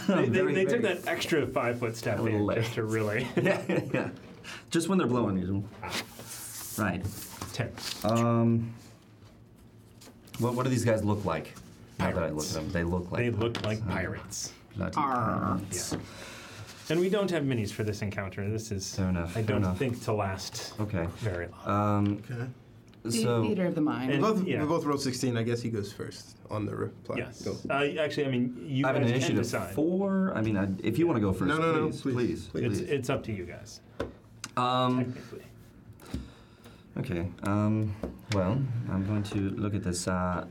[SPEAKER 1] they they, they took that extra five foot step
[SPEAKER 4] little
[SPEAKER 1] in
[SPEAKER 4] late.
[SPEAKER 1] just to really.
[SPEAKER 4] yeah. Just when they're blowing you. Right.
[SPEAKER 1] 10.
[SPEAKER 4] Um. What, what do these guys look like? Now that I look
[SPEAKER 1] Pirates.
[SPEAKER 4] at them, they look like
[SPEAKER 1] They look
[SPEAKER 4] Mm-hmm.
[SPEAKER 1] like pirates.
[SPEAKER 4] bloody pirates.
[SPEAKER 1] And we don't have minis for this encounter. This is.
[SPEAKER 4] Fair enough,
[SPEAKER 1] I
[SPEAKER 4] fair
[SPEAKER 1] don't
[SPEAKER 4] enough.
[SPEAKER 1] think to last
[SPEAKER 4] Okay.
[SPEAKER 1] very long.
[SPEAKER 4] Um.
[SPEAKER 5] Okay.
[SPEAKER 2] The
[SPEAKER 4] So
[SPEAKER 2] theater of the mind.
[SPEAKER 5] We
[SPEAKER 1] And-
[SPEAKER 5] both,
[SPEAKER 1] yeah.
[SPEAKER 5] we both rolled 16. I guess he goes first on the reply.
[SPEAKER 1] yes.
[SPEAKER 5] Go.
[SPEAKER 1] Uh, actually, I mean, you
[SPEAKER 4] I have an
[SPEAKER 1] guys can
[SPEAKER 4] initiative
[SPEAKER 1] decide.
[SPEAKER 4] four. I mean, I, if you want to go first,
[SPEAKER 5] No, no, no,
[SPEAKER 4] please,
[SPEAKER 5] please,
[SPEAKER 4] please,
[SPEAKER 1] It's,
[SPEAKER 4] please.
[SPEAKER 1] it's up to you guys,
[SPEAKER 4] um.
[SPEAKER 1] technically.
[SPEAKER 4] Okay. Um. Well, I'm going to look at this. Uh,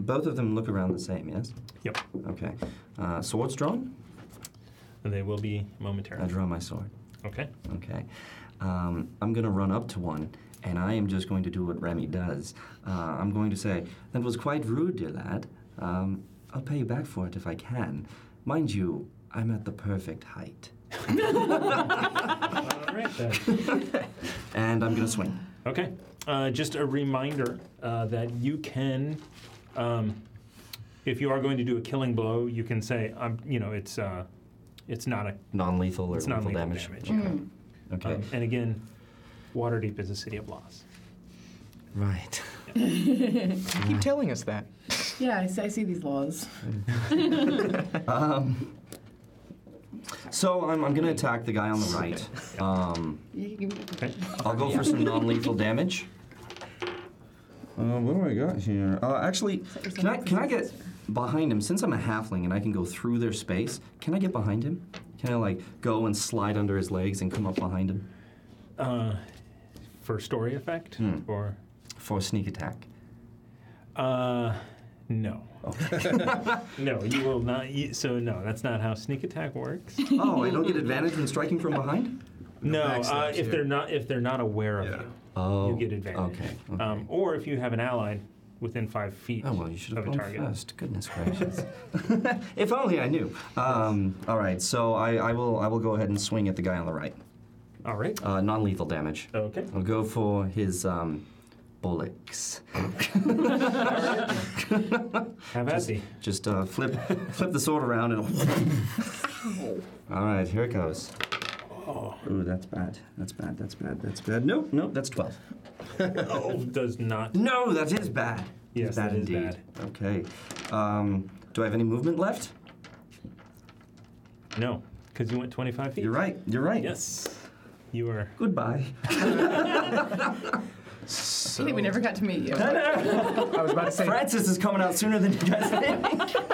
[SPEAKER 4] both of them look around the same. Yes.
[SPEAKER 1] Yep.
[SPEAKER 4] Okay. Uh, swords drawn.
[SPEAKER 1] And they will be
[SPEAKER 4] I
[SPEAKER 1] momentarily.
[SPEAKER 4] draw my sword.
[SPEAKER 1] Okay.
[SPEAKER 4] Okay. Um, I'm going to run up to one, and I am just going to do what Remy does. Uh, I'm going to say, That was quite rude, dear lad. Um, I'll pay you back for it if I can. Mind you, I'm at the perfect height.
[SPEAKER 1] All right then.
[SPEAKER 4] And I'm going to swing.
[SPEAKER 1] Okay. Uh, just a reminder uh, that you can, um, if you are going to do a killing blow, you can say, um, you know, it's uh, it's not a
[SPEAKER 4] Non lethal or
[SPEAKER 1] it's not
[SPEAKER 4] lethal
[SPEAKER 1] lethal
[SPEAKER 4] damage.
[SPEAKER 1] damage.
[SPEAKER 4] Okay.
[SPEAKER 1] Um, and again, Waterdeep is a city of laws.
[SPEAKER 4] right.
[SPEAKER 6] Keep telling us that.
[SPEAKER 2] yeah, I see, I see these laws.
[SPEAKER 4] So I'm, I'm going to attack the guy on the right. Um,
[SPEAKER 2] You- you-
[SPEAKER 1] Okay.
[SPEAKER 4] I'll go for some non-lethal damage. Uh, what do I got here? Uh, actually, can I can I get behind him? Since I'm a halfling and I can go through their space, can I get behind him? Can I like go and slide under his legs and come up behind him
[SPEAKER 1] Uh, for story effect, or
[SPEAKER 4] for a sneak attack?
[SPEAKER 1] uh, no. no, you will not. You, so no, that's not how sneak attack works.
[SPEAKER 4] Oh, I don't get advantage when striking from behind.
[SPEAKER 1] No, uh,
[SPEAKER 5] backstabs
[SPEAKER 1] if
[SPEAKER 5] you.
[SPEAKER 1] they're not if they're not aware of
[SPEAKER 5] Yeah.
[SPEAKER 1] you,
[SPEAKER 4] Oh,
[SPEAKER 1] you get advantage.
[SPEAKER 4] okay, okay.
[SPEAKER 1] Um, or if you have an ally within five feet
[SPEAKER 4] Oh well, you should have
[SPEAKER 1] of a
[SPEAKER 4] gone
[SPEAKER 1] target.
[SPEAKER 4] first. Goodness gracious! if only I knew. Um, all right, so I, I will I will go ahead and swing at the guy on the right.
[SPEAKER 1] All right.
[SPEAKER 4] Uh, non-lethal damage.
[SPEAKER 1] Okay.
[SPEAKER 4] I'll go for his um, bullocks.
[SPEAKER 1] Have at thee.
[SPEAKER 4] Just uh, flip, flip the sword around and. All right, here it goes.
[SPEAKER 1] Oh,
[SPEAKER 4] Ooh, that's bad. That's bad. That's bad. That's bad. No, no, that's 12.
[SPEAKER 1] oh, does not.
[SPEAKER 4] No, that is bad.
[SPEAKER 1] Yes,
[SPEAKER 4] It's bad
[SPEAKER 1] that is
[SPEAKER 4] indeed. Okay. Um, do I have any movement left?
[SPEAKER 1] No, because you went 25 feet.
[SPEAKER 4] You're right. You're right.
[SPEAKER 1] Yes. You were.
[SPEAKER 4] Goodbye.
[SPEAKER 7] I
[SPEAKER 5] So,
[SPEAKER 7] think we never got to meet you.
[SPEAKER 6] I was about to say.
[SPEAKER 4] Francis is coming out sooner than you guys think.
[SPEAKER 7] well,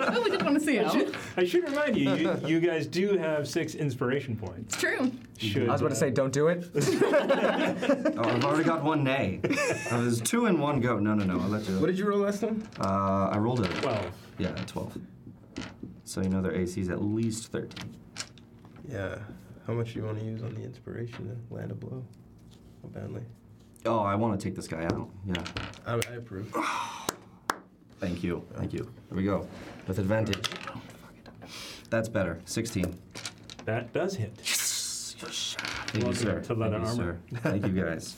[SPEAKER 7] Oh, we didn't want to see you.
[SPEAKER 1] I should remind you, you, you guys do have six inspiration points.
[SPEAKER 7] It's true.
[SPEAKER 1] Should
[SPEAKER 6] I was about to say, don't do it.
[SPEAKER 4] oh, I've already got one nay. Oh, there's two in one go. No, no, no. I'll let you.
[SPEAKER 5] what did you roll last time?
[SPEAKER 4] Uh, I rolled a
[SPEAKER 1] 12.
[SPEAKER 4] Yeah, a 12. So you know their AC is at least 13.
[SPEAKER 5] Yeah. How much do you want to use on the inspiration to land a blow? Apparently.
[SPEAKER 4] Oh, I want to take this guy out. Yeah.
[SPEAKER 5] I, I approve.
[SPEAKER 4] Thank you. Thank you. There we go. With advantage. That's better. 16.
[SPEAKER 1] That does hit.
[SPEAKER 4] Thank
[SPEAKER 1] Welcome
[SPEAKER 4] you, sir.
[SPEAKER 1] to leather
[SPEAKER 4] Thank you,
[SPEAKER 1] armor.
[SPEAKER 4] sir. Thank you, guys.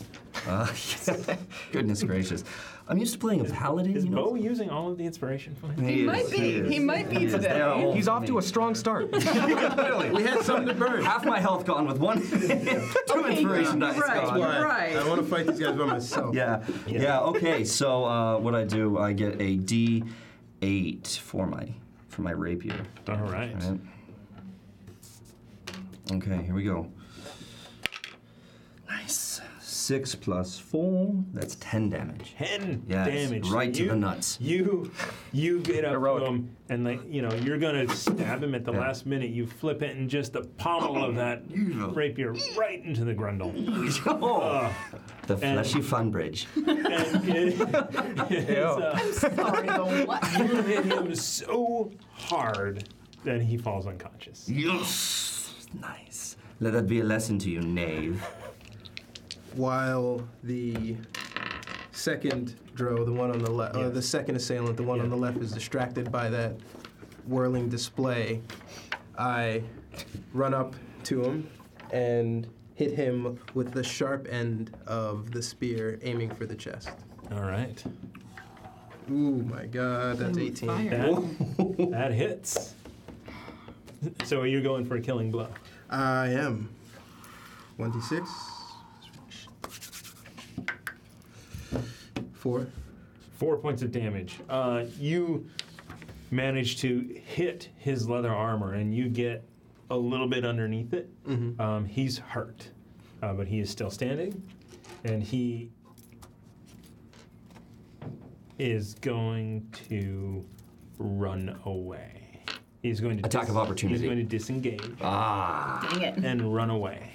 [SPEAKER 4] Uh, goodness gracious. I'm used to playing a paladin.
[SPEAKER 1] Is
[SPEAKER 4] you know?
[SPEAKER 1] Bo using all of the inspiration points?
[SPEAKER 7] He might
[SPEAKER 4] is,
[SPEAKER 7] be. He
[SPEAKER 4] is.
[SPEAKER 7] might be
[SPEAKER 4] is.
[SPEAKER 7] today.
[SPEAKER 4] They are all
[SPEAKER 6] He's off to a
[SPEAKER 4] me.
[SPEAKER 6] strong start.
[SPEAKER 4] Really?
[SPEAKER 5] we had something to burn.
[SPEAKER 4] Half my health gone with one. Two inspiration
[SPEAKER 7] you're
[SPEAKER 4] dice
[SPEAKER 7] right,
[SPEAKER 4] gone.
[SPEAKER 7] you're Right.
[SPEAKER 5] I want to fight these guys by myself.
[SPEAKER 4] Yeah. Yeah. okay. So uh, what I do, I get a D eight for my for my rapier.
[SPEAKER 1] All right.
[SPEAKER 4] All right. Okay. Here we go. Nice. Six plus four. That's ten damage.
[SPEAKER 1] 10
[SPEAKER 4] Yes,
[SPEAKER 1] damage.
[SPEAKER 4] right to the nuts.
[SPEAKER 1] You you get up
[SPEAKER 6] Heroic.
[SPEAKER 1] to him and like you know you're gonna stab him at the last minute. You flip it and just the pommel of that rapier right into the grundle.
[SPEAKER 4] Oh, the fleshy fun bridge.
[SPEAKER 1] And it, it's, uh,
[SPEAKER 7] Sorry, the what?
[SPEAKER 1] you hit him so hard that he falls unconscious.
[SPEAKER 4] Yes. Nice. Let that be a lesson to you, knave.
[SPEAKER 5] While the second dro, the one on the left, or the second assailant, the one on the left, is distracted by that whirling display, I run up to him and hit him with the sharp end of the spear, aiming for the chest.
[SPEAKER 1] All right.
[SPEAKER 5] Ooh my god, that's 18.
[SPEAKER 7] Fire.
[SPEAKER 1] That, that hits. So are you going for a killing blow?
[SPEAKER 5] I am. 1d6. 4.
[SPEAKER 1] Four points of damage. Uh, you manage to hit his leather armor, and you get a little bit underneath it.
[SPEAKER 4] Mm-hmm.
[SPEAKER 1] Um, he's hurt, uh, but he is still standing, and he is going to run away. He's going to
[SPEAKER 4] Attack of opportunity.
[SPEAKER 1] He's going to disengage
[SPEAKER 4] Ah,
[SPEAKER 7] Dang it.
[SPEAKER 1] and run away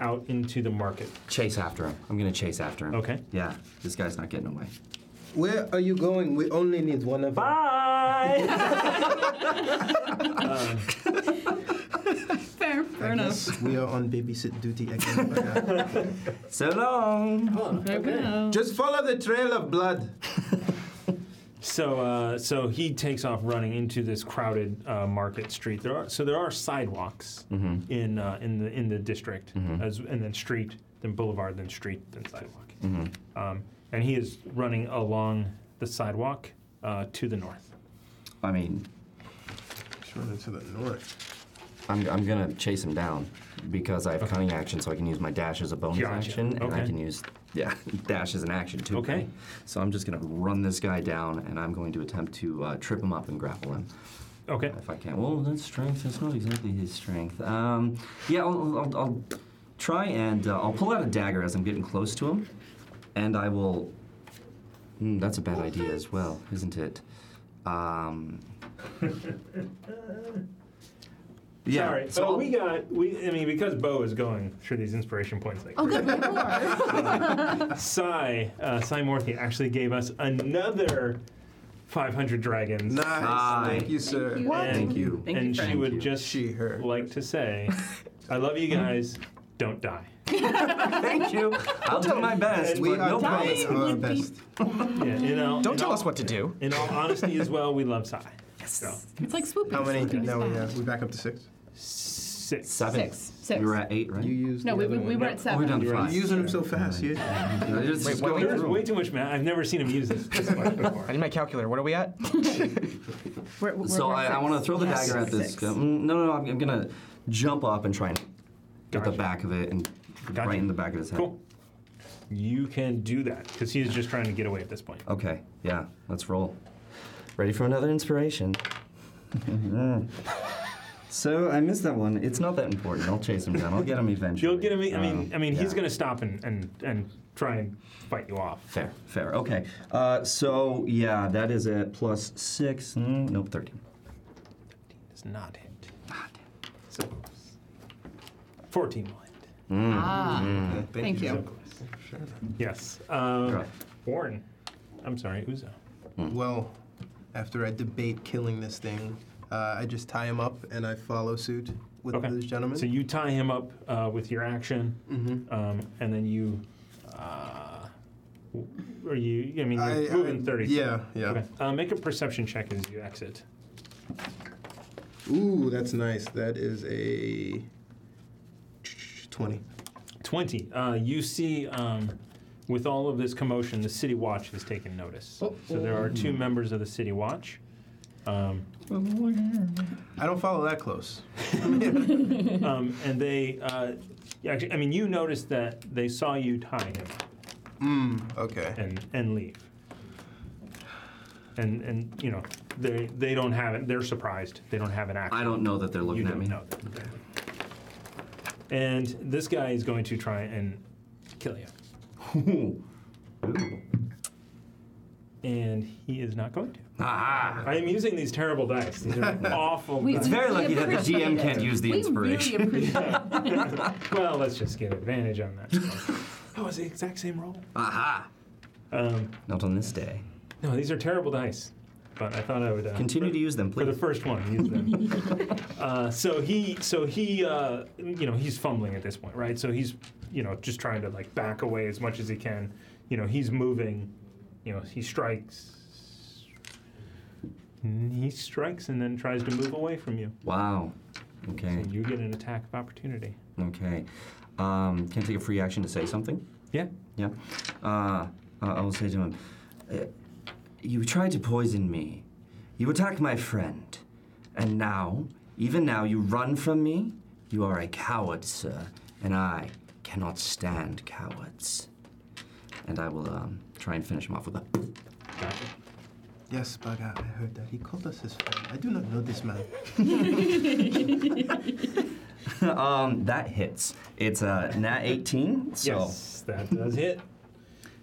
[SPEAKER 1] out into the market.
[SPEAKER 4] chase after him. I'm gonna chase after him.
[SPEAKER 1] Okay.
[SPEAKER 4] Yeah, this guy's not getting away.
[SPEAKER 5] Where are you going? We only need one of them.
[SPEAKER 1] Bye.
[SPEAKER 7] Fair, fair enough.
[SPEAKER 5] Yes, we are on babysit duty again. uh,
[SPEAKER 4] So long.
[SPEAKER 7] Fair enough.
[SPEAKER 5] Just follow the trail of blood.
[SPEAKER 1] So, uh, so he takes off running into this crowded uh, market street. There are so there are sidewalks in uh, in the in the district, as, and then street, then boulevard, then street, then sidewalk. Um, and he is running along the sidewalk uh, to the north.
[SPEAKER 4] I mean,
[SPEAKER 5] Just running to the north.
[SPEAKER 4] I'm, I'm gonna chase him down because I have cunning action, so I can use my dash as a bonus
[SPEAKER 1] Gotcha.
[SPEAKER 4] action, and I
[SPEAKER 1] Okay.
[SPEAKER 4] can use yeah dash as an action too.
[SPEAKER 1] Okay.
[SPEAKER 4] So I'm just gonna run this guy down, and I'm going to attempt to uh, trip him up and grapple him
[SPEAKER 1] Okay.
[SPEAKER 4] if I can. Well, that's strength. That's not exactly his strength. Um, yeah, I'll, I'll, I'll try and uh, I'll pull out a dagger as I'm getting close to him, and I will. Mm, that's a bad idea as well, isn't it? Um, yeah.
[SPEAKER 1] Sorry.
[SPEAKER 4] so
[SPEAKER 1] So
[SPEAKER 4] I'll-
[SPEAKER 1] we got we. I mean, because Bo is going through these inspiration points like.
[SPEAKER 7] Oh, good lord.
[SPEAKER 1] Cy, uh, Cy Morthy actually gave us another 500 dragons.
[SPEAKER 5] Nice.
[SPEAKER 4] Hi.
[SPEAKER 5] Thank you, sir.
[SPEAKER 7] you. What?
[SPEAKER 1] Thank
[SPEAKER 4] uh, you.
[SPEAKER 7] Thank you,
[SPEAKER 1] and she
[SPEAKER 7] Frank.
[SPEAKER 1] would
[SPEAKER 4] you.
[SPEAKER 1] just
[SPEAKER 5] She, her.
[SPEAKER 1] like to say, I love you guys, don't die.
[SPEAKER 4] Thank you. I'll do my best.
[SPEAKER 5] We
[SPEAKER 4] but
[SPEAKER 5] are
[SPEAKER 4] no promise.
[SPEAKER 5] trying our
[SPEAKER 7] would be-
[SPEAKER 5] best.
[SPEAKER 1] Yeah, you know,
[SPEAKER 6] Don't
[SPEAKER 1] in
[SPEAKER 6] tell
[SPEAKER 1] all-
[SPEAKER 6] us what to do.
[SPEAKER 1] In all honesty, as well, we love Psy. So,
[SPEAKER 7] It's like swooping.
[SPEAKER 5] How many?
[SPEAKER 7] Swooping is
[SPEAKER 5] Now we
[SPEAKER 7] bad.
[SPEAKER 5] have. We back up to six.
[SPEAKER 1] six.
[SPEAKER 4] Seven.
[SPEAKER 7] Six. Six.
[SPEAKER 4] You were at eight, right? Oh,
[SPEAKER 5] You used.
[SPEAKER 7] No,
[SPEAKER 5] the
[SPEAKER 7] we,
[SPEAKER 5] other
[SPEAKER 7] we, we
[SPEAKER 5] one.
[SPEAKER 7] were at
[SPEAKER 4] We're
[SPEAKER 7] seven.
[SPEAKER 4] down to
[SPEAKER 1] You're
[SPEAKER 5] You're
[SPEAKER 4] five.
[SPEAKER 5] using them so fast. Yeah.
[SPEAKER 4] They're just
[SPEAKER 6] Wait, what
[SPEAKER 4] going
[SPEAKER 6] were
[SPEAKER 1] There's
[SPEAKER 4] through.
[SPEAKER 1] way too much math. I've never seen him use this. this much before.
[SPEAKER 6] I need my calculator. What are we at?
[SPEAKER 7] We're, we're
[SPEAKER 4] So I, I want to throw the
[SPEAKER 7] Yes.
[SPEAKER 4] dagger at this.
[SPEAKER 7] Six.
[SPEAKER 4] guy. Mm, No, no, no. I'm, I'm gonna jump up and try and get the
[SPEAKER 1] Gotcha.
[SPEAKER 4] back of it and
[SPEAKER 1] Gotcha.
[SPEAKER 4] right in the back of his head.
[SPEAKER 1] Cool. You can do that because he is just trying to get away at this point.
[SPEAKER 4] Okay, yeah, let's roll. Ready for another inspiration? so I missed that one. It's not that important. I'll chase him down. I'll get him eventually.
[SPEAKER 1] You'll get him. e, I mean,
[SPEAKER 4] Um,
[SPEAKER 1] I mean, he's
[SPEAKER 4] yeah.
[SPEAKER 1] going to stop and, and and try and fight you off.
[SPEAKER 4] Fair, fair. Okay. Uh, so yeah, that is a plus six. Mm, nope, thirteen.
[SPEAKER 1] Does not hit. So
[SPEAKER 5] Mm.
[SPEAKER 1] fourteen will hit.
[SPEAKER 4] Mm,
[SPEAKER 7] Ah, thank
[SPEAKER 1] So
[SPEAKER 7] you.
[SPEAKER 1] close. Yes. Um,
[SPEAKER 4] Right.
[SPEAKER 1] Warren. I'm sorry, Uzo.
[SPEAKER 5] Mm. Well, after I debate killing this thing, uh, I just tie him up and I follow suit with
[SPEAKER 1] Okay.
[SPEAKER 5] this gentleman.
[SPEAKER 1] So you tie him up uh, with your action,
[SPEAKER 5] Mm-hmm.
[SPEAKER 1] um, and then you. Uh, w- are you? I mean, you're
[SPEAKER 5] I- I-
[SPEAKER 1] moving thirty.
[SPEAKER 5] Yeah, yeah.
[SPEAKER 1] Okay. Uh, make a perception check as you exit.
[SPEAKER 5] Ooh, that's nice. That is a 20.
[SPEAKER 1] 20. Uh, you see, um, with all of this commotion, the City Watch has taken notice. So there are
[SPEAKER 5] oh.
[SPEAKER 1] two members of the City Watch. Um,
[SPEAKER 5] I don't follow that close.
[SPEAKER 1] um, and they, uh, actually, I mean, you noticed that they saw you tie him
[SPEAKER 5] Mm, okay.
[SPEAKER 1] and, and leave. And, and you know, they, they don't have it. They're surprised. They don't have an action.
[SPEAKER 4] I don't know that they're looking
[SPEAKER 1] you
[SPEAKER 4] at me.
[SPEAKER 1] don't know that. And this guy is going to try and kill you.
[SPEAKER 4] Ooh. Ooh.
[SPEAKER 1] And he is not going to.
[SPEAKER 4] Ah,
[SPEAKER 1] I am using these terrible dice. These are awful
[SPEAKER 7] We-
[SPEAKER 1] dice.
[SPEAKER 4] it's very
[SPEAKER 7] We
[SPEAKER 4] lucky that the
[SPEAKER 7] appreciate
[SPEAKER 4] GM
[SPEAKER 7] it.
[SPEAKER 4] can't use the
[SPEAKER 7] we
[SPEAKER 4] inspiration.
[SPEAKER 7] Really appreciate it.
[SPEAKER 1] Well, let's just get advantage on that. that was the exact same roll.
[SPEAKER 4] Uh. aha!
[SPEAKER 1] Um,
[SPEAKER 4] Not on this day.
[SPEAKER 1] no, these are terrible dice, but I thought I would uh,
[SPEAKER 4] Continue to use them,
[SPEAKER 1] for the
[SPEAKER 4] please.
[SPEAKER 1] first one. Use them. uh, so he, so he, uh, you know, he's fumbling at this point, right? So he's, you know, just trying to like back away as much as he can. You know, he's moving. You know, he strikes. He strikes and then tries to move away from you.
[SPEAKER 4] Wow. Okay.
[SPEAKER 1] So you get an attack of opportunity.
[SPEAKER 4] Okay. Um, can I take a free action to say something?
[SPEAKER 1] Yeah.
[SPEAKER 4] Yeah. Uh, uh, I will say to him, uh, You tried to poison me. You attacked my friend. And now, even now, you run from me? You are a coward, sir. And I cannot stand cowards. And I will um, try and finish him off with a.
[SPEAKER 1] Gotcha.
[SPEAKER 5] Yes, Baga, I heard that. He called us his friend. I do not know this man.
[SPEAKER 4] um, that hits. It's a nat 18, so.
[SPEAKER 1] Yes, that does hit.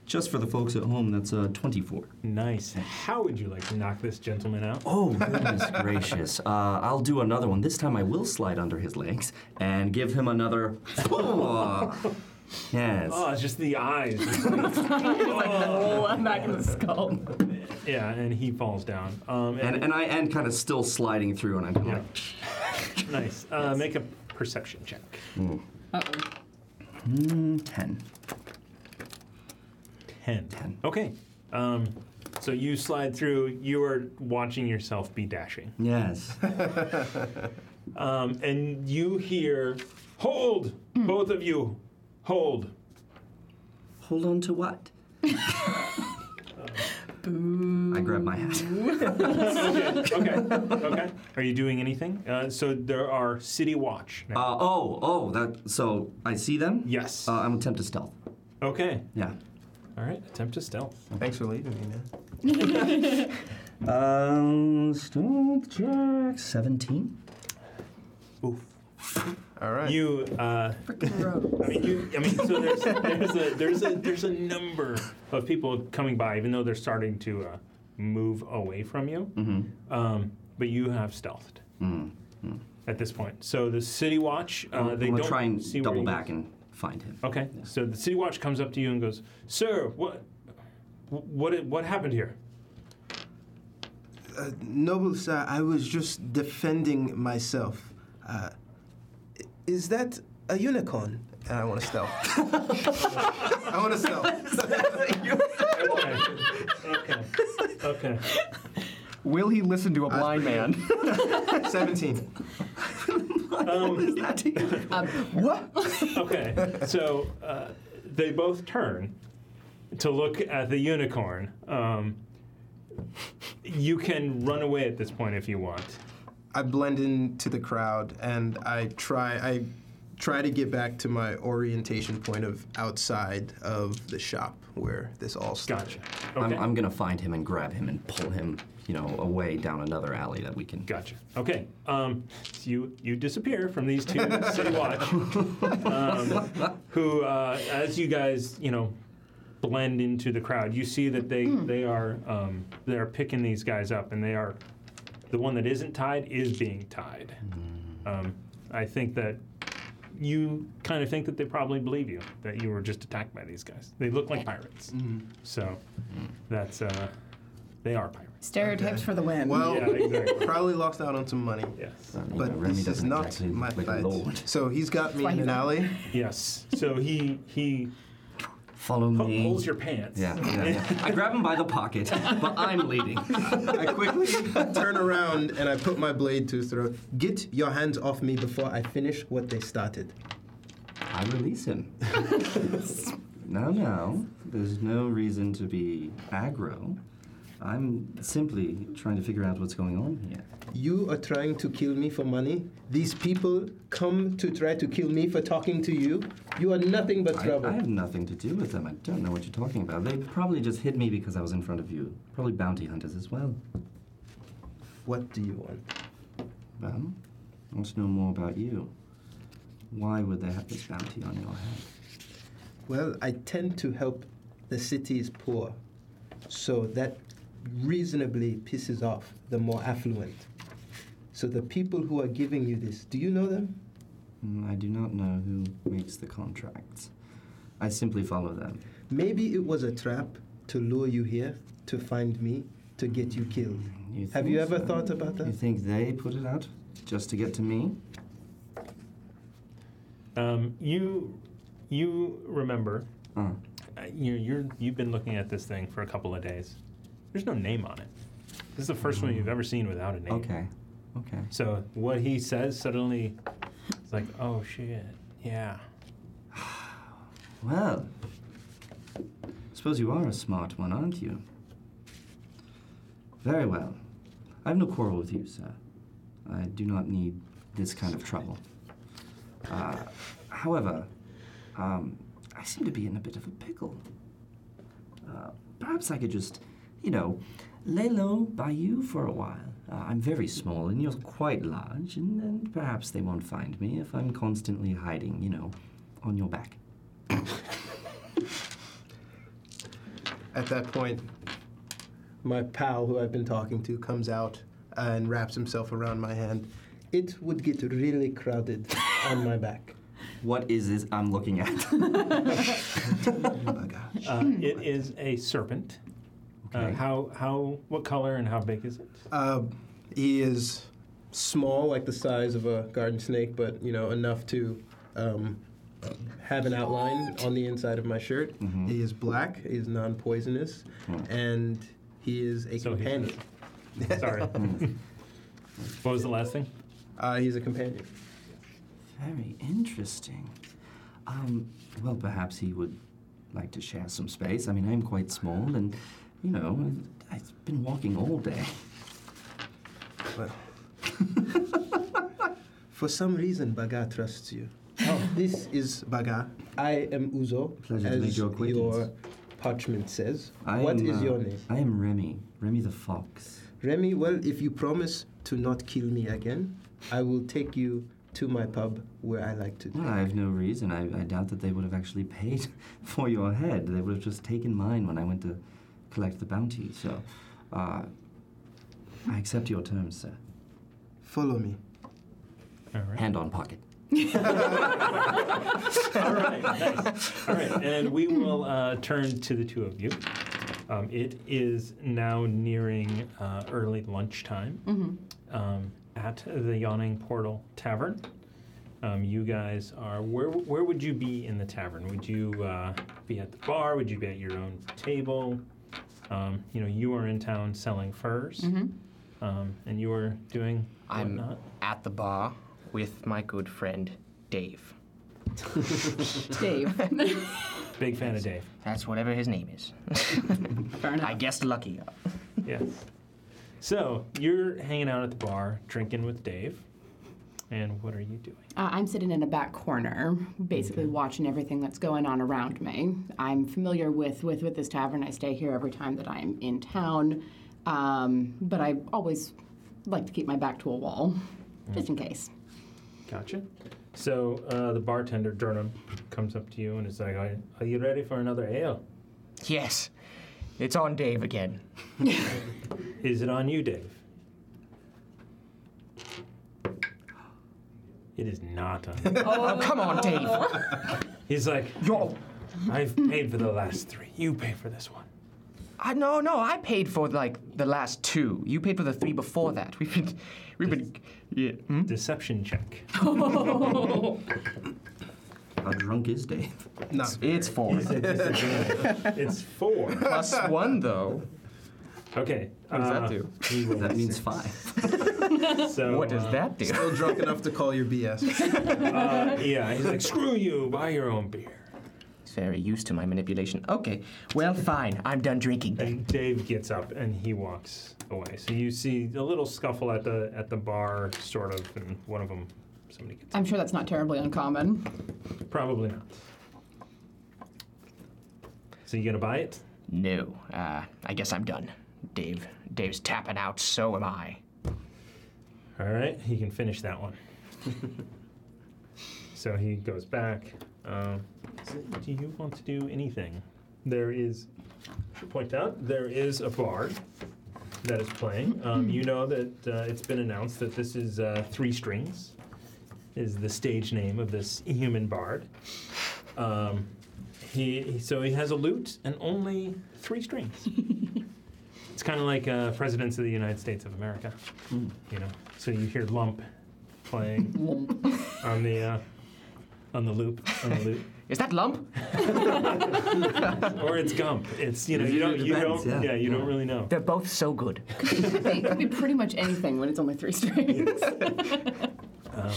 [SPEAKER 4] Just for the folks at home, that's uh, 24.
[SPEAKER 1] Nice. How would you like to knock this gentleman out?
[SPEAKER 4] Oh, goodness gracious. Uh, I'll do another one. This time I will slide under his legs and give him another. yes.
[SPEAKER 1] Oh, it's just the eyes.
[SPEAKER 7] I'm back in the skull.
[SPEAKER 1] yeah, and he falls down. Um,
[SPEAKER 4] And,
[SPEAKER 1] and,
[SPEAKER 4] and I end kind of still sliding through, and I'm kind of
[SPEAKER 1] yeah.
[SPEAKER 4] like,
[SPEAKER 1] nice. Uh, Make a perception check.
[SPEAKER 7] Uh-oh.
[SPEAKER 4] mm, 10.
[SPEAKER 1] Ten.
[SPEAKER 4] Ten.
[SPEAKER 1] Okay. Um, so you slide through. You are watching yourself be dashing,
[SPEAKER 4] Yes.
[SPEAKER 1] um, and you hear, "Hold, both of you, hold."
[SPEAKER 4] Hold on to what? I grab my hat.
[SPEAKER 1] Okay. okay. Are you doing anything? Uh, so there are city watch. Now.
[SPEAKER 4] Uh, oh, oh, that. So I see them?
[SPEAKER 1] yes.
[SPEAKER 4] Uh, I'm attempting stealth.
[SPEAKER 1] okay.
[SPEAKER 4] Yeah.
[SPEAKER 1] All right. Attempt to stealth.
[SPEAKER 5] Thanks for leaving me, man.
[SPEAKER 4] Um, stealth check. 17?
[SPEAKER 5] All right.
[SPEAKER 1] You, uh, I mean, you, I mean, so there's, there's a there's a there's a number of people coming by, even though they're starting to uh, move away from you.
[SPEAKER 4] Mm-hmm.
[SPEAKER 1] Um, but you have stealthed at this point. So the city watch, uh,
[SPEAKER 4] I'm
[SPEAKER 1] they
[SPEAKER 4] Mm-hmm. gonna
[SPEAKER 1] don't
[SPEAKER 4] try and
[SPEAKER 1] see where
[SPEAKER 4] double
[SPEAKER 1] you-
[SPEAKER 4] back and find him.
[SPEAKER 1] Okay, so the city watch comes up to you and goes, "Sir, what, what, what happened here?"
[SPEAKER 5] Noble sir, I was just defending myself. Uh, i- is that a unicorn? And I want to stealth. I want to stealth.
[SPEAKER 1] Okay, okay, okay.
[SPEAKER 6] Will he listen to a blind man?
[SPEAKER 5] 17.
[SPEAKER 1] Okay, so uh, they both turn to look at the unicorn. Um, you can run away at this point if you want.
[SPEAKER 5] I blend into the crowd and I try I try to get back to my orientation point of outside of the shop where this all started.
[SPEAKER 1] Gotcha.
[SPEAKER 4] I'm,
[SPEAKER 1] Okay.
[SPEAKER 4] I'm gonna find him and grab him and pull him, you know, away down another alley that we can.
[SPEAKER 1] Gotcha. Okay. Um, so you you disappear from these two city watch, um, who uh, as you guys you know blend into the crowd, you see that they they are um, they are picking these guys up, and they are the one that isn't tied is being tied. Um, I think that you kind of think that they probably believe you that you were just attacked by these guys. They look like pirates, so that's uh, they are pirates.
[SPEAKER 2] Stereotypes for the win.
[SPEAKER 5] Well,
[SPEAKER 1] Yeah, exactly.
[SPEAKER 5] probably lost out on some money.
[SPEAKER 1] Yes.
[SPEAKER 4] I mean,
[SPEAKER 5] But
[SPEAKER 4] uh, Remy
[SPEAKER 5] this is
[SPEAKER 4] doesn't
[SPEAKER 5] not
[SPEAKER 4] exactly
[SPEAKER 5] my
[SPEAKER 4] look like
[SPEAKER 5] fight.
[SPEAKER 4] a lord.
[SPEAKER 5] So he's got me
[SPEAKER 2] Why
[SPEAKER 5] in
[SPEAKER 2] he's
[SPEAKER 5] an
[SPEAKER 2] not?
[SPEAKER 5] alley.
[SPEAKER 1] Yes. So he he
[SPEAKER 4] Follow
[SPEAKER 1] pu-
[SPEAKER 4] me.
[SPEAKER 1] pulls your pants.
[SPEAKER 4] Yeah, yeah, yeah. I grab him by the pocket, but I'm leading.
[SPEAKER 5] I quickly turn around and I put my blade to his throat. Get your hands off me before I finish what they started.
[SPEAKER 4] I release him. no, no. There's no reason to be aggro. I'm simply trying to figure out what's going on here.
[SPEAKER 5] You are trying to kill me for money. These people come to try to kill me for talking to you. You are nothing but
[SPEAKER 4] I,
[SPEAKER 5] trouble.
[SPEAKER 4] I have nothing to do with them. I don't know what you're talking about. They probably just hit me because I was in front of you. Probably bounty hunters as well.
[SPEAKER 5] What do you want?
[SPEAKER 4] Well, I want to know more about you. Why would they have this bounty on your head?
[SPEAKER 5] Well, I tend to help the city's poor, so that reasonably pisses off the more affluent. So the people who are giving you this, do you know them?
[SPEAKER 4] Mm, I do not know who makes the contracts. I simply follow them.
[SPEAKER 5] Maybe it was a trap to lure you here, to find me, to get you killed.
[SPEAKER 4] You
[SPEAKER 5] Have
[SPEAKER 4] think
[SPEAKER 5] you ever
[SPEAKER 4] so?
[SPEAKER 5] thought about
[SPEAKER 4] You
[SPEAKER 5] that?
[SPEAKER 4] think they put it out just to get to me?
[SPEAKER 1] Um, you you remember
[SPEAKER 4] Uh,
[SPEAKER 1] uh, you you're you've been looking at this thing for a couple of days. There's no name on it. This is the first one you've ever seen without a name.
[SPEAKER 4] Mm. okay. Okay.
[SPEAKER 1] So what he says suddenly, it's like, oh shit, yeah.
[SPEAKER 4] Well, suppose you are a smart one, aren't you? Very well. I have no quarrel with you, sir. I do not need this kind of trouble. Uh, however, um, I seem to be in a bit of a pickle. Uh, perhaps I could just, you know, lay low by you for a while. Uh, I'm very small and you're quite large, and then perhaps they won't find me if I'm constantly hiding, you know, on your back.
[SPEAKER 5] At that point, my pal who I've been talking to comes out and wraps himself around my hand. It would get really crowded on my back.
[SPEAKER 4] What is this I'm looking at?
[SPEAKER 5] Oh
[SPEAKER 1] Uh, it is a serpent. Uh,
[SPEAKER 4] Okay.
[SPEAKER 1] how how what color and how big is it?
[SPEAKER 5] Uh, he is small, like the size of a garden snake, but you know enough to um, have an outline on the inside of my shirt.
[SPEAKER 4] Mm-hmm.
[SPEAKER 5] He is black. He is non-poisonous,
[SPEAKER 4] Hmm.
[SPEAKER 5] and he is a
[SPEAKER 1] So he's-
[SPEAKER 5] companion.
[SPEAKER 1] Sorry.
[SPEAKER 4] Mm.
[SPEAKER 1] what was the last thing?
[SPEAKER 5] Uh, he's a companion.
[SPEAKER 4] Very interesting. Um, well, perhaps he would like to share some space. I mean, I'm quite small, and you know, I've been walking all day.
[SPEAKER 5] But for some reason, Baga trusts you. This is Baga. I am Uzo,
[SPEAKER 4] Oh. Pleasure to
[SPEAKER 5] as
[SPEAKER 4] make your acquaintance.
[SPEAKER 5] your parchment says.
[SPEAKER 4] I
[SPEAKER 5] what
[SPEAKER 4] am,
[SPEAKER 5] is
[SPEAKER 4] uh,
[SPEAKER 5] your name?
[SPEAKER 4] I am Remy. Remy the fox.
[SPEAKER 5] Remy, well, if you promise to not kill me again, I will take you to my pub where I like to
[SPEAKER 4] Well,
[SPEAKER 5] drink.
[SPEAKER 4] I have no reason. I, I doubt that they would have actually paid for your head. They would have just taken mine when I went to collect the bounty. So, uh, I accept your terms, sir.
[SPEAKER 5] Follow me.
[SPEAKER 1] All right.
[SPEAKER 4] Hand on pocket.
[SPEAKER 1] All right, nice. All right, and we will uh, turn to the two of you. Um, it is now nearing uh, early lunchtime um, at the Yawning Portal Tavern. Um, you guys are where? Where would you be in the tavern? Would you uh, be at the bar? Would you be at your own table? Um, you know, you are in town selling furs, um, and you are doing
[SPEAKER 7] I'm
[SPEAKER 1] whatnot.
[SPEAKER 8] at the bar with my good friend Dave.
[SPEAKER 2] Dave.
[SPEAKER 1] Big fan of Dave.
[SPEAKER 8] That's whatever his name is.
[SPEAKER 2] Fair enough.
[SPEAKER 8] I guessed lucky.
[SPEAKER 1] Yes. So you're hanging out at the bar, drinking with Dave. And what are you doing?
[SPEAKER 2] Uh, I'm sitting in a back corner, basically watching everything that's going on around me. I'm familiar with, with, with this tavern. I stay here every time that I'm in town, um, but I always like to keep my back to a wall, just in case.
[SPEAKER 1] Gotcha. So uh, the bartender Durham comes up to you and is like, "Are are you ready for another ale?
[SPEAKER 8] Yes, it's on Dave again.
[SPEAKER 1] Is it on you, Dave?" It is not on. you.
[SPEAKER 8] Oh, come on, Dave.
[SPEAKER 1] He's like,
[SPEAKER 8] Yo,
[SPEAKER 1] "I've paid for the last three. You pay for this one."
[SPEAKER 8] I, no, no, I paid for like the last two. You paid for the three before that. We've been, we've been, yeah. hmm?
[SPEAKER 1] Deception check.
[SPEAKER 4] How drunk is Dave?
[SPEAKER 5] Not
[SPEAKER 8] It's four
[SPEAKER 1] it's four.
[SPEAKER 8] plus one though.
[SPEAKER 1] Okay.
[SPEAKER 6] What does that do?
[SPEAKER 4] That means five.
[SPEAKER 1] So,
[SPEAKER 8] What does
[SPEAKER 1] uh,
[SPEAKER 8] that do?
[SPEAKER 5] still drunk enough to call your BS.
[SPEAKER 1] Uh, yeah, he's like, "Screw you. Buy your own beer."
[SPEAKER 8] He's very used to my manipulation. Okay, well, fine. I'm done drinking then.
[SPEAKER 1] And Dave gets up and he walks away. So you see a little scuffle at the at the bar, sort of, and one of them, somebody gets
[SPEAKER 2] I'm sure that's not terribly uncommon.
[SPEAKER 1] probably not. So you gonna buy it?
[SPEAKER 8] No, uh, I guess I'm done. Dave, Dave's tapping out. So am I.
[SPEAKER 1] All right, he can finish that one. so he goes back. Um, so do you want to do anything? There is, I should point out, there is a bar that is playing. Um, you know that uh, it's been announced that this is uh, Three Strings, is the stage name of this human bard. Um, he so he has a lute and only three strings. it's kind of like uh, presidents of the United States of America you know. So you hear lump playing on the uh, on the loop, on the loop,
[SPEAKER 8] Is that lump?
[SPEAKER 1] or it's gump. It's you know
[SPEAKER 4] It
[SPEAKER 1] you don't you
[SPEAKER 4] depends,
[SPEAKER 1] don't
[SPEAKER 4] yeah.
[SPEAKER 1] yeah you don't really know.
[SPEAKER 8] They're both so good.
[SPEAKER 2] it could be pretty much anything when it's only three strings.
[SPEAKER 1] Um,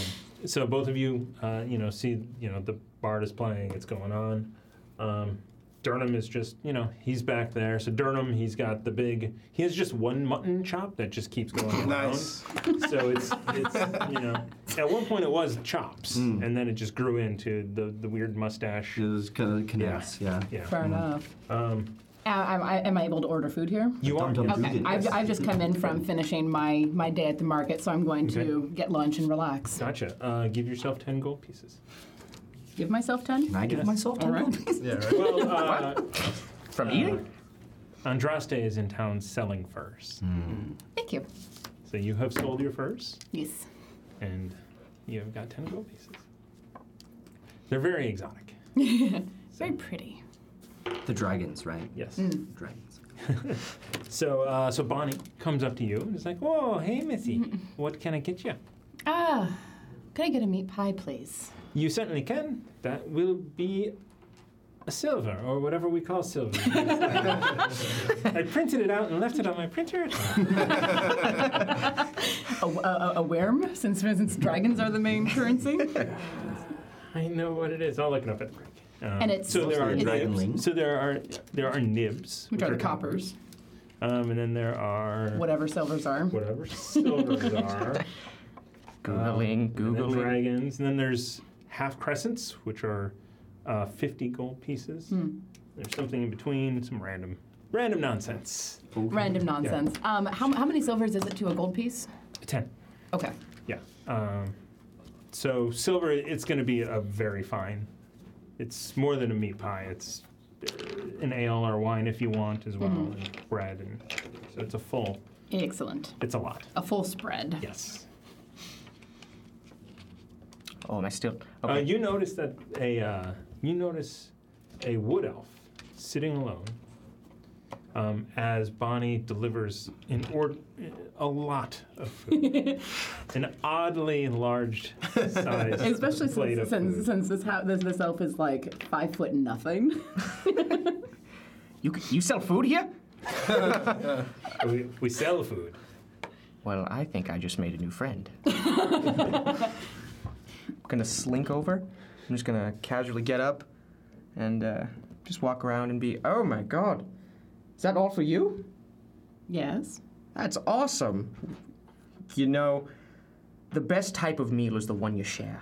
[SPEAKER 1] so both of you uh, you know see you know the bard is playing. It's going on. Um, Durnham is just you know he's back there. So Durnham he's got the big he has just one mutton chop that just keeps going around.
[SPEAKER 5] nice.
[SPEAKER 1] So it's, it's you know at one point it was chops
[SPEAKER 4] Hmm.
[SPEAKER 1] and then it just grew into the the weird mustache.
[SPEAKER 4] It was kind of connects, yeah.
[SPEAKER 1] Yeah.
[SPEAKER 2] Fair enough.
[SPEAKER 1] Um,
[SPEAKER 2] Uh, am, I, am I able to order food here?
[SPEAKER 1] You are.
[SPEAKER 4] Dum-dum.
[SPEAKER 2] Okay,
[SPEAKER 4] Food,
[SPEAKER 2] I've,
[SPEAKER 4] yes.
[SPEAKER 2] I've just come in from finishing my, my day at the market, so I'm going to get lunch and relax.
[SPEAKER 1] Gotcha. Uh, give yourself 10 gold pieces.
[SPEAKER 2] Give myself 10?
[SPEAKER 4] Can I give
[SPEAKER 1] Yes.
[SPEAKER 4] myself ten
[SPEAKER 2] Alright.
[SPEAKER 4] gold?
[SPEAKER 5] Yeah, right.
[SPEAKER 1] Well, uh,
[SPEAKER 8] From eating?
[SPEAKER 1] Andraste is in town selling furs.
[SPEAKER 8] Hmm.
[SPEAKER 2] Thank you.
[SPEAKER 1] So you have sold your furs,
[SPEAKER 2] Yes.
[SPEAKER 1] and you have got 10 gold pieces. They're very exotic.
[SPEAKER 2] Very pretty.
[SPEAKER 4] The dragons, right?
[SPEAKER 1] Yes.
[SPEAKER 4] Dragons.
[SPEAKER 1] So, uh, so Bonnie comes up to you and is like, "Oh, hey, Missy, what can I get you?"
[SPEAKER 2] Ah, could I get a meat pie, please?
[SPEAKER 1] You certainly can. That will be a silver, or whatever we call silver. I printed it out and left it on my printer.
[SPEAKER 2] A, a, a worm, since, since dragons are the main currency?
[SPEAKER 1] I know what it is. I'll look it up at the break. Um,
[SPEAKER 2] And it's-
[SPEAKER 1] so there are
[SPEAKER 4] Mostly dragon link.
[SPEAKER 1] nibs. So there are there are nibs,
[SPEAKER 2] Which are the coppers,
[SPEAKER 1] Um, and then there are
[SPEAKER 2] whatever silvers are.
[SPEAKER 1] whatever silvers are.
[SPEAKER 8] Googling,
[SPEAKER 1] And then
[SPEAKER 8] googling.
[SPEAKER 1] dragons. And then there's half crescents, which are uh, 50 gold pieces.
[SPEAKER 2] Hmm.
[SPEAKER 1] There's something in between. Some random random nonsense.
[SPEAKER 2] Random nonsense. Um, how, how many silvers is it to a gold piece?
[SPEAKER 1] Ten.
[SPEAKER 2] Okay.
[SPEAKER 1] Yeah. Um, so silver, it's going to be a very fine. It's more than a meat pie. It's uh, an ale or wine if you want as well,
[SPEAKER 2] Mm-hmm.
[SPEAKER 1] and bread, and so it's a full.
[SPEAKER 2] Excellent.
[SPEAKER 1] It's a lot.
[SPEAKER 2] A full spread.
[SPEAKER 1] Yes.
[SPEAKER 8] Oh, am I still?
[SPEAKER 1] Uh,
[SPEAKER 8] Okay.
[SPEAKER 1] you notice that a uh, you notice a wood elf sitting alone um, as Bonnie delivers an or a lot of food, an oddly enlarged size,
[SPEAKER 2] Especially
[SPEAKER 1] plate
[SPEAKER 2] since,
[SPEAKER 1] of
[SPEAKER 2] since,
[SPEAKER 1] food.
[SPEAKER 2] since this, ha- this, this elf is like five foot nothing.
[SPEAKER 8] you c- you sell food here?
[SPEAKER 1] we, we sell food.
[SPEAKER 8] Well, I think I just made a new friend. I'm gonna slink over. I'm just gonna casually get up and uh, just walk around and be, oh my god, is that all for you?
[SPEAKER 2] yes.
[SPEAKER 8] That's awesome. You know, the best type of meal is the one you share.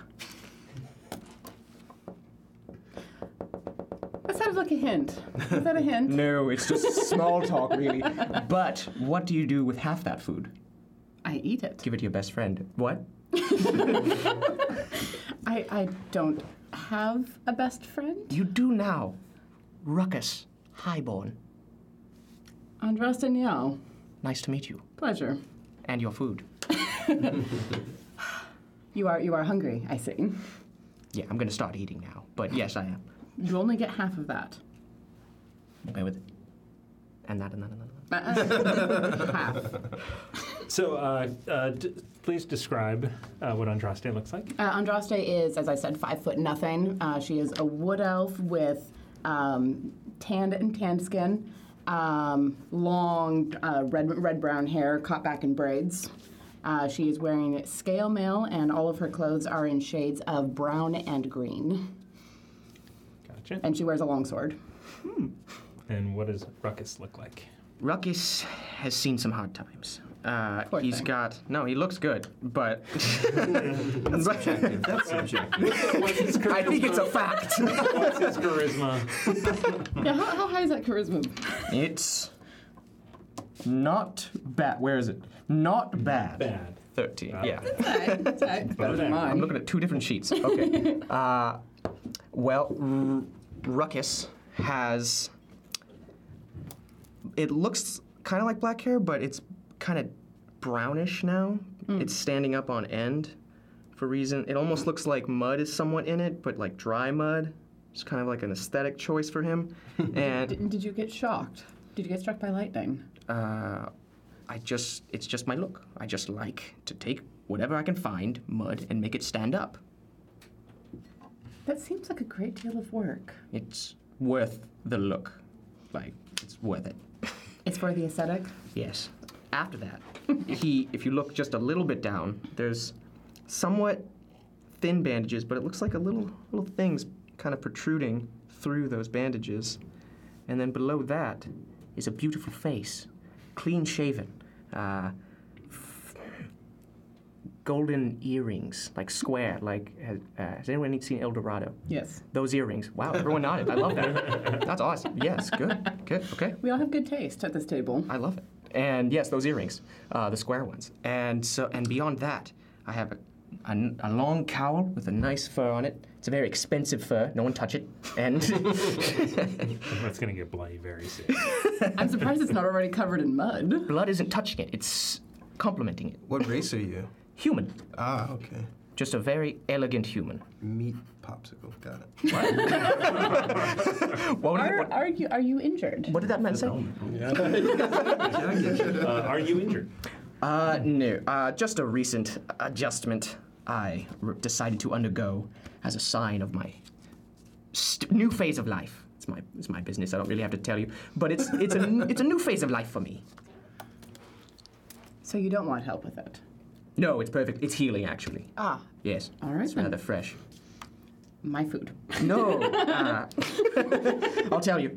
[SPEAKER 2] That sounds like a hint. Is that a hint?
[SPEAKER 8] No, it's just small talk, really. But what do you do with half that food?
[SPEAKER 2] I eat it.
[SPEAKER 8] Give it to your best friend. What?
[SPEAKER 2] I, I don't have a best friend.
[SPEAKER 8] You do now. Ruckus, highborn.
[SPEAKER 2] Andras Danielle,
[SPEAKER 8] Nice to meet you.
[SPEAKER 2] pleasure.
[SPEAKER 8] And your food.
[SPEAKER 2] You are you are hungry, I see.
[SPEAKER 8] Yeah, I'm gonna start eating now. But yes, I am.
[SPEAKER 2] You only get half of that.
[SPEAKER 8] Away with it. And that, and that, and that. And that.
[SPEAKER 2] Uh, half. Uh,
[SPEAKER 1] So uh, uh, d- please describe uh, what Andraste looks like.
[SPEAKER 2] Uh, Andraste is, as I said, five foot nothing. Uh, she is a wood elf with um, tanned and tanned skin, um, long uh, red red brown hair caught back in braids. Uh, she is wearing scale mail, and all of her clothes are in shades of brown and green.
[SPEAKER 1] Gotcha.
[SPEAKER 2] And she wears a long sword.
[SPEAKER 1] And what does Ruckus look like?
[SPEAKER 8] Ruckus has seen some hard times. Uh,
[SPEAKER 2] Poor
[SPEAKER 8] he's
[SPEAKER 2] thing.
[SPEAKER 8] got no. He looks good, but
[SPEAKER 3] That's subjective.
[SPEAKER 1] What's his
[SPEAKER 8] I
[SPEAKER 1] charisma?
[SPEAKER 8] think it's a fact.
[SPEAKER 1] What's his charisma?
[SPEAKER 2] Yeah, how, how high is that charisma?
[SPEAKER 8] It's not bad. Where is it? Not bad.
[SPEAKER 1] Bad.
[SPEAKER 8] 13, yeah.
[SPEAKER 1] Better than
[SPEAKER 8] I'm looking at two different sheets. Okay. uh, well, R- Ruckus has. It looks kind of like black hair, but it's kind of brownish now. It's standing up on end for reason. It almost looks like mud is somewhat in it, but like dry mud. It's kind of like an aesthetic choice for him. and
[SPEAKER 2] Did you get shocked? Did you get struck by lightning?
[SPEAKER 8] uh, I just, it's just my look. I just like to take whatever I can find, mud, and make it stand up.
[SPEAKER 2] That seems like a great deal of work.
[SPEAKER 8] It's worth the look. Like, it's worth it.
[SPEAKER 2] It's for the aesthetic.
[SPEAKER 8] Yes. After that, he, if you look just a little bit down, there's somewhat thin bandages, but it looks like a little, little things kind of protruding through those bandages. And then below that is a beautiful face, clean shaven, uh, f- golden earrings, like square, like, has, uh, has anyone seen El Dorado?
[SPEAKER 2] Yes.
[SPEAKER 8] Those earrings. Wow, everyone nodded. I love that. That's awesome. Yes, good. Good. Okay.
[SPEAKER 2] We all have good taste at this table.
[SPEAKER 8] I love it. And yes, those earrings, uh, the square ones. And so, and beyond that, I have a, a n- a long cowl with a nice fur on it. It's a very expensive fur. No one touch it. And
[SPEAKER 1] That's gonna get bloody very soon.
[SPEAKER 2] I'm surprised it's not already covered in mud.
[SPEAKER 8] blood isn't touching it. It's complimenting it.
[SPEAKER 5] What race are you?
[SPEAKER 8] Human.
[SPEAKER 5] Ah, okay.
[SPEAKER 8] Just a very elegant human.
[SPEAKER 5] Meat popsicle. Got it.
[SPEAKER 8] What, did-
[SPEAKER 2] Are,
[SPEAKER 8] what,
[SPEAKER 2] are you are you injured?
[SPEAKER 8] what did that man say?
[SPEAKER 1] Uh, are you injured?
[SPEAKER 8] Uh, no. Uh, just a recent adjustment I r- decided to undergo as a sign of my st- new phase of life. It's my it's my business. I don't really have to tell you, but it's it's a n- it's a new phase of life for me.
[SPEAKER 2] So you don't want help with it.
[SPEAKER 8] No, it's perfect. It's healing actually.
[SPEAKER 2] Ah,
[SPEAKER 8] Yes.
[SPEAKER 2] All right
[SPEAKER 8] It's
[SPEAKER 2] then.
[SPEAKER 8] rather fresh.
[SPEAKER 2] my food.
[SPEAKER 8] No. uh, I'll tell you.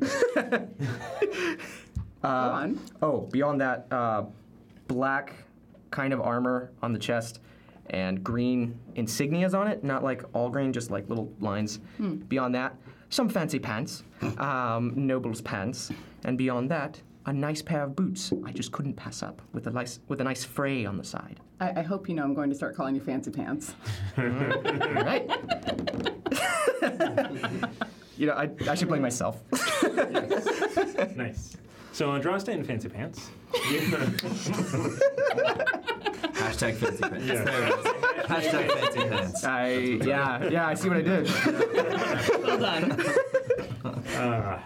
[SPEAKER 2] Go on.
[SPEAKER 8] Oh, beyond that, uh, black kind of armor on the chest and green insignias on it. Not like all green, just like little lines. Beyond that, some fancy pants, um, noble's pants. And beyond that, a nice pair of boots I just couldn't pass up with a nice, with a nice fray on the side.
[SPEAKER 2] I, I hope you know I'm going to start calling you fancy pants.
[SPEAKER 8] All right. you know, I, I should blame myself.
[SPEAKER 1] Nice. So Andraste in fancy pants.
[SPEAKER 3] Hashtag fancy pants.
[SPEAKER 1] Yeah.
[SPEAKER 3] There it is. Hashtag fancy pants.
[SPEAKER 8] I yeah yeah I see what I did.
[SPEAKER 7] Well done.
[SPEAKER 1] Uh,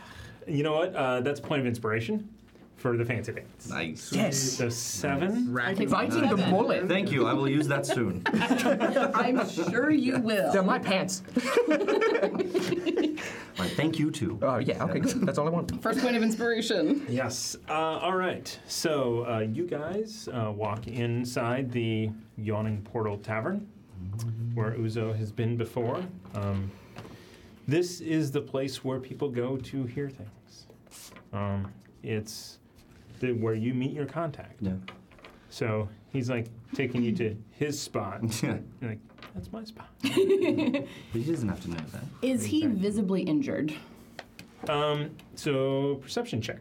[SPEAKER 1] you know what? Uh, that's a point of inspiration for the fancy pants.
[SPEAKER 3] Nice.
[SPEAKER 8] yes.
[SPEAKER 1] So seven.
[SPEAKER 8] Biting the
[SPEAKER 7] Seven.
[SPEAKER 8] bullet.
[SPEAKER 3] Thank you. I will use that soon.
[SPEAKER 2] I'm sure you will.
[SPEAKER 8] They're my pants.
[SPEAKER 3] My thank you too.
[SPEAKER 8] Oh yeah, okay, good. That's all I want.
[SPEAKER 2] First point of inspiration.
[SPEAKER 1] Yes. Uh, all right. So uh, you guys uh, walk inside the yawning portal tavern, where Uzo has been before. Um, this is the place where people go to hear things. Um, it's the, where you meet your contact.
[SPEAKER 3] Yeah.
[SPEAKER 1] So he's like taking you to his spot.
[SPEAKER 4] Yeah.
[SPEAKER 1] You're like, that's my spot.
[SPEAKER 4] But he doesn't have to know that.
[SPEAKER 2] Is he visibly injured?
[SPEAKER 1] Um, so perception check.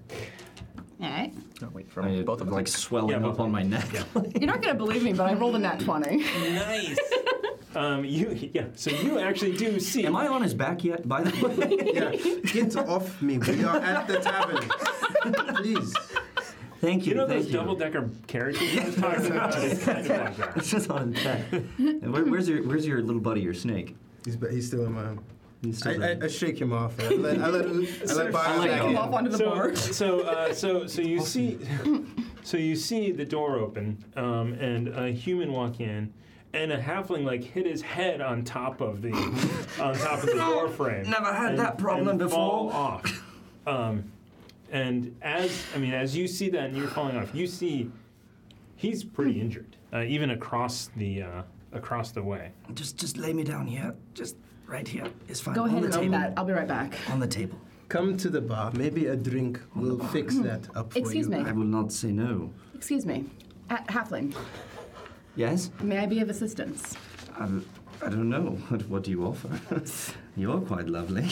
[SPEAKER 2] All right.
[SPEAKER 8] Oh, wait,
[SPEAKER 4] I
[SPEAKER 8] from
[SPEAKER 4] mean,
[SPEAKER 8] both of us.
[SPEAKER 4] like swelling
[SPEAKER 1] Yeah, both
[SPEAKER 4] up on my neck.
[SPEAKER 2] You're not going to believe me, but I rolled a nat 20.
[SPEAKER 1] Nice. um, you yeah. So you actually do see.
[SPEAKER 4] Am I on his back yet? By the way,
[SPEAKER 5] Yeah, get off me. We are at the tavern. Please.
[SPEAKER 4] thank you.
[SPEAKER 1] You know
[SPEAKER 4] thank
[SPEAKER 1] those
[SPEAKER 4] you.
[SPEAKER 1] double decker carriages I was talking about? It's kind of like that.
[SPEAKER 4] It's just on his back. And Where, where's your Where's your little buddy, your snake?
[SPEAKER 5] He's, but he's still in my.
[SPEAKER 4] He's still
[SPEAKER 5] I, I,
[SPEAKER 4] there.
[SPEAKER 5] I shake him off. I let, I let, I let Byron
[SPEAKER 4] like
[SPEAKER 5] back
[SPEAKER 4] him
[SPEAKER 5] in.
[SPEAKER 4] off
[SPEAKER 2] onto the
[SPEAKER 1] so,
[SPEAKER 2] bar.
[SPEAKER 1] So, uh, so, so you see, so you see the door open, um, and a human walk in, and a halfling like hit his head on top of the, on top of the door frame.
[SPEAKER 4] never had
[SPEAKER 1] and-
[SPEAKER 4] that problem
[SPEAKER 1] and Fall
[SPEAKER 4] before.
[SPEAKER 1] off. Um, and as I mean, as you see that and you're falling off, you see, he's pretty injured, uh, even across the uh, across the way.
[SPEAKER 4] Just Just lay me down here. Just right here. It's fine.
[SPEAKER 2] Go
[SPEAKER 4] on
[SPEAKER 2] ahead and
[SPEAKER 4] the
[SPEAKER 2] do
[SPEAKER 4] table.
[SPEAKER 2] that. I'll be right back.
[SPEAKER 4] On the table.
[SPEAKER 5] Come to the bar. Maybe a drink will fix that up for
[SPEAKER 2] Excuse
[SPEAKER 5] you.
[SPEAKER 2] me.
[SPEAKER 4] I will not say no.
[SPEAKER 2] Excuse me. Uh, Halfling,
[SPEAKER 4] Yes?
[SPEAKER 2] may I be of assistance?
[SPEAKER 4] I, I don't know. What, what do you offer? You're quite lovely.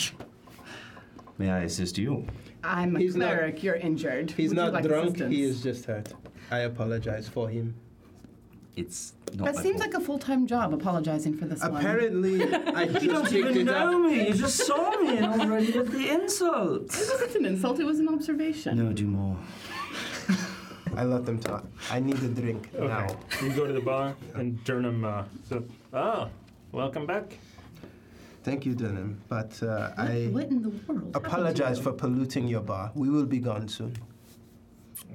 [SPEAKER 4] May I assist you?
[SPEAKER 2] I'm a
[SPEAKER 5] He's not-
[SPEAKER 2] cleric. You're injured.
[SPEAKER 5] He's
[SPEAKER 2] Would you
[SPEAKER 5] not
[SPEAKER 2] like
[SPEAKER 5] drunk.
[SPEAKER 2] assistance?
[SPEAKER 5] He is just hurt. I apologize for him.
[SPEAKER 4] It's not.
[SPEAKER 2] That
[SPEAKER 4] my
[SPEAKER 2] seems
[SPEAKER 4] fault.
[SPEAKER 2] like a full-time job. Apologizing for this one.
[SPEAKER 5] Apparently, I just picked it up.
[SPEAKER 4] me. You just saw me and already did the
[SPEAKER 2] It
[SPEAKER 4] insults.
[SPEAKER 2] wasn't an insult. It was an observation.
[SPEAKER 4] No, do more.
[SPEAKER 5] I let them talk. I need a drink
[SPEAKER 1] Okay.
[SPEAKER 5] now.
[SPEAKER 1] You go to the bar, and Durham. Uh, so, ah, welcome back.
[SPEAKER 5] Thank you, Dunham. But uh, I
[SPEAKER 2] What in the world? happened to
[SPEAKER 5] apologize
[SPEAKER 2] you?
[SPEAKER 5] for polluting your bar. We will be gone soon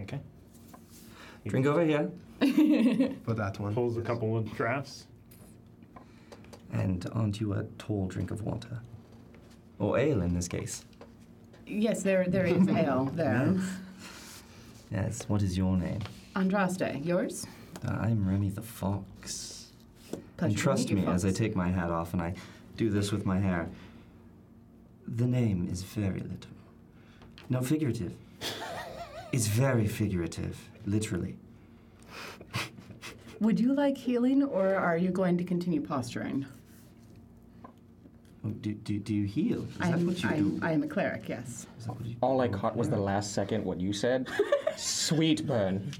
[SPEAKER 1] Okay.
[SPEAKER 4] Drink over here.
[SPEAKER 5] for that one.
[SPEAKER 1] Pulls a couple of drafts.
[SPEAKER 4] And aren't you a tall drink of water? Or ale in this case?
[SPEAKER 2] Yes, there, there is ale there.
[SPEAKER 4] Yes. What is your name?
[SPEAKER 2] Andraste, yours?
[SPEAKER 4] Uh, I'm Remy the Fox.
[SPEAKER 2] Pleasure
[SPEAKER 4] and
[SPEAKER 2] to
[SPEAKER 4] trust
[SPEAKER 2] meet you,
[SPEAKER 4] me as I
[SPEAKER 2] Fox.
[SPEAKER 4] take my hat off and I do this with my hair. The name is very little. No, figurative. it's very figurative, literally.
[SPEAKER 2] Would you like healing, or are you going to continue posturing?
[SPEAKER 4] Oh, Do, do, do you heal? Is that
[SPEAKER 2] I'm-
[SPEAKER 4] what you
[SPEAKER 2] I'm-
[SPEAKER 4] do?
[SPEAKER 2] I am a cleric, yes.
[SPEAKER 4] Is that what you-
[SPEAKER 9] All I caught was the last second what you said. Sweet burn.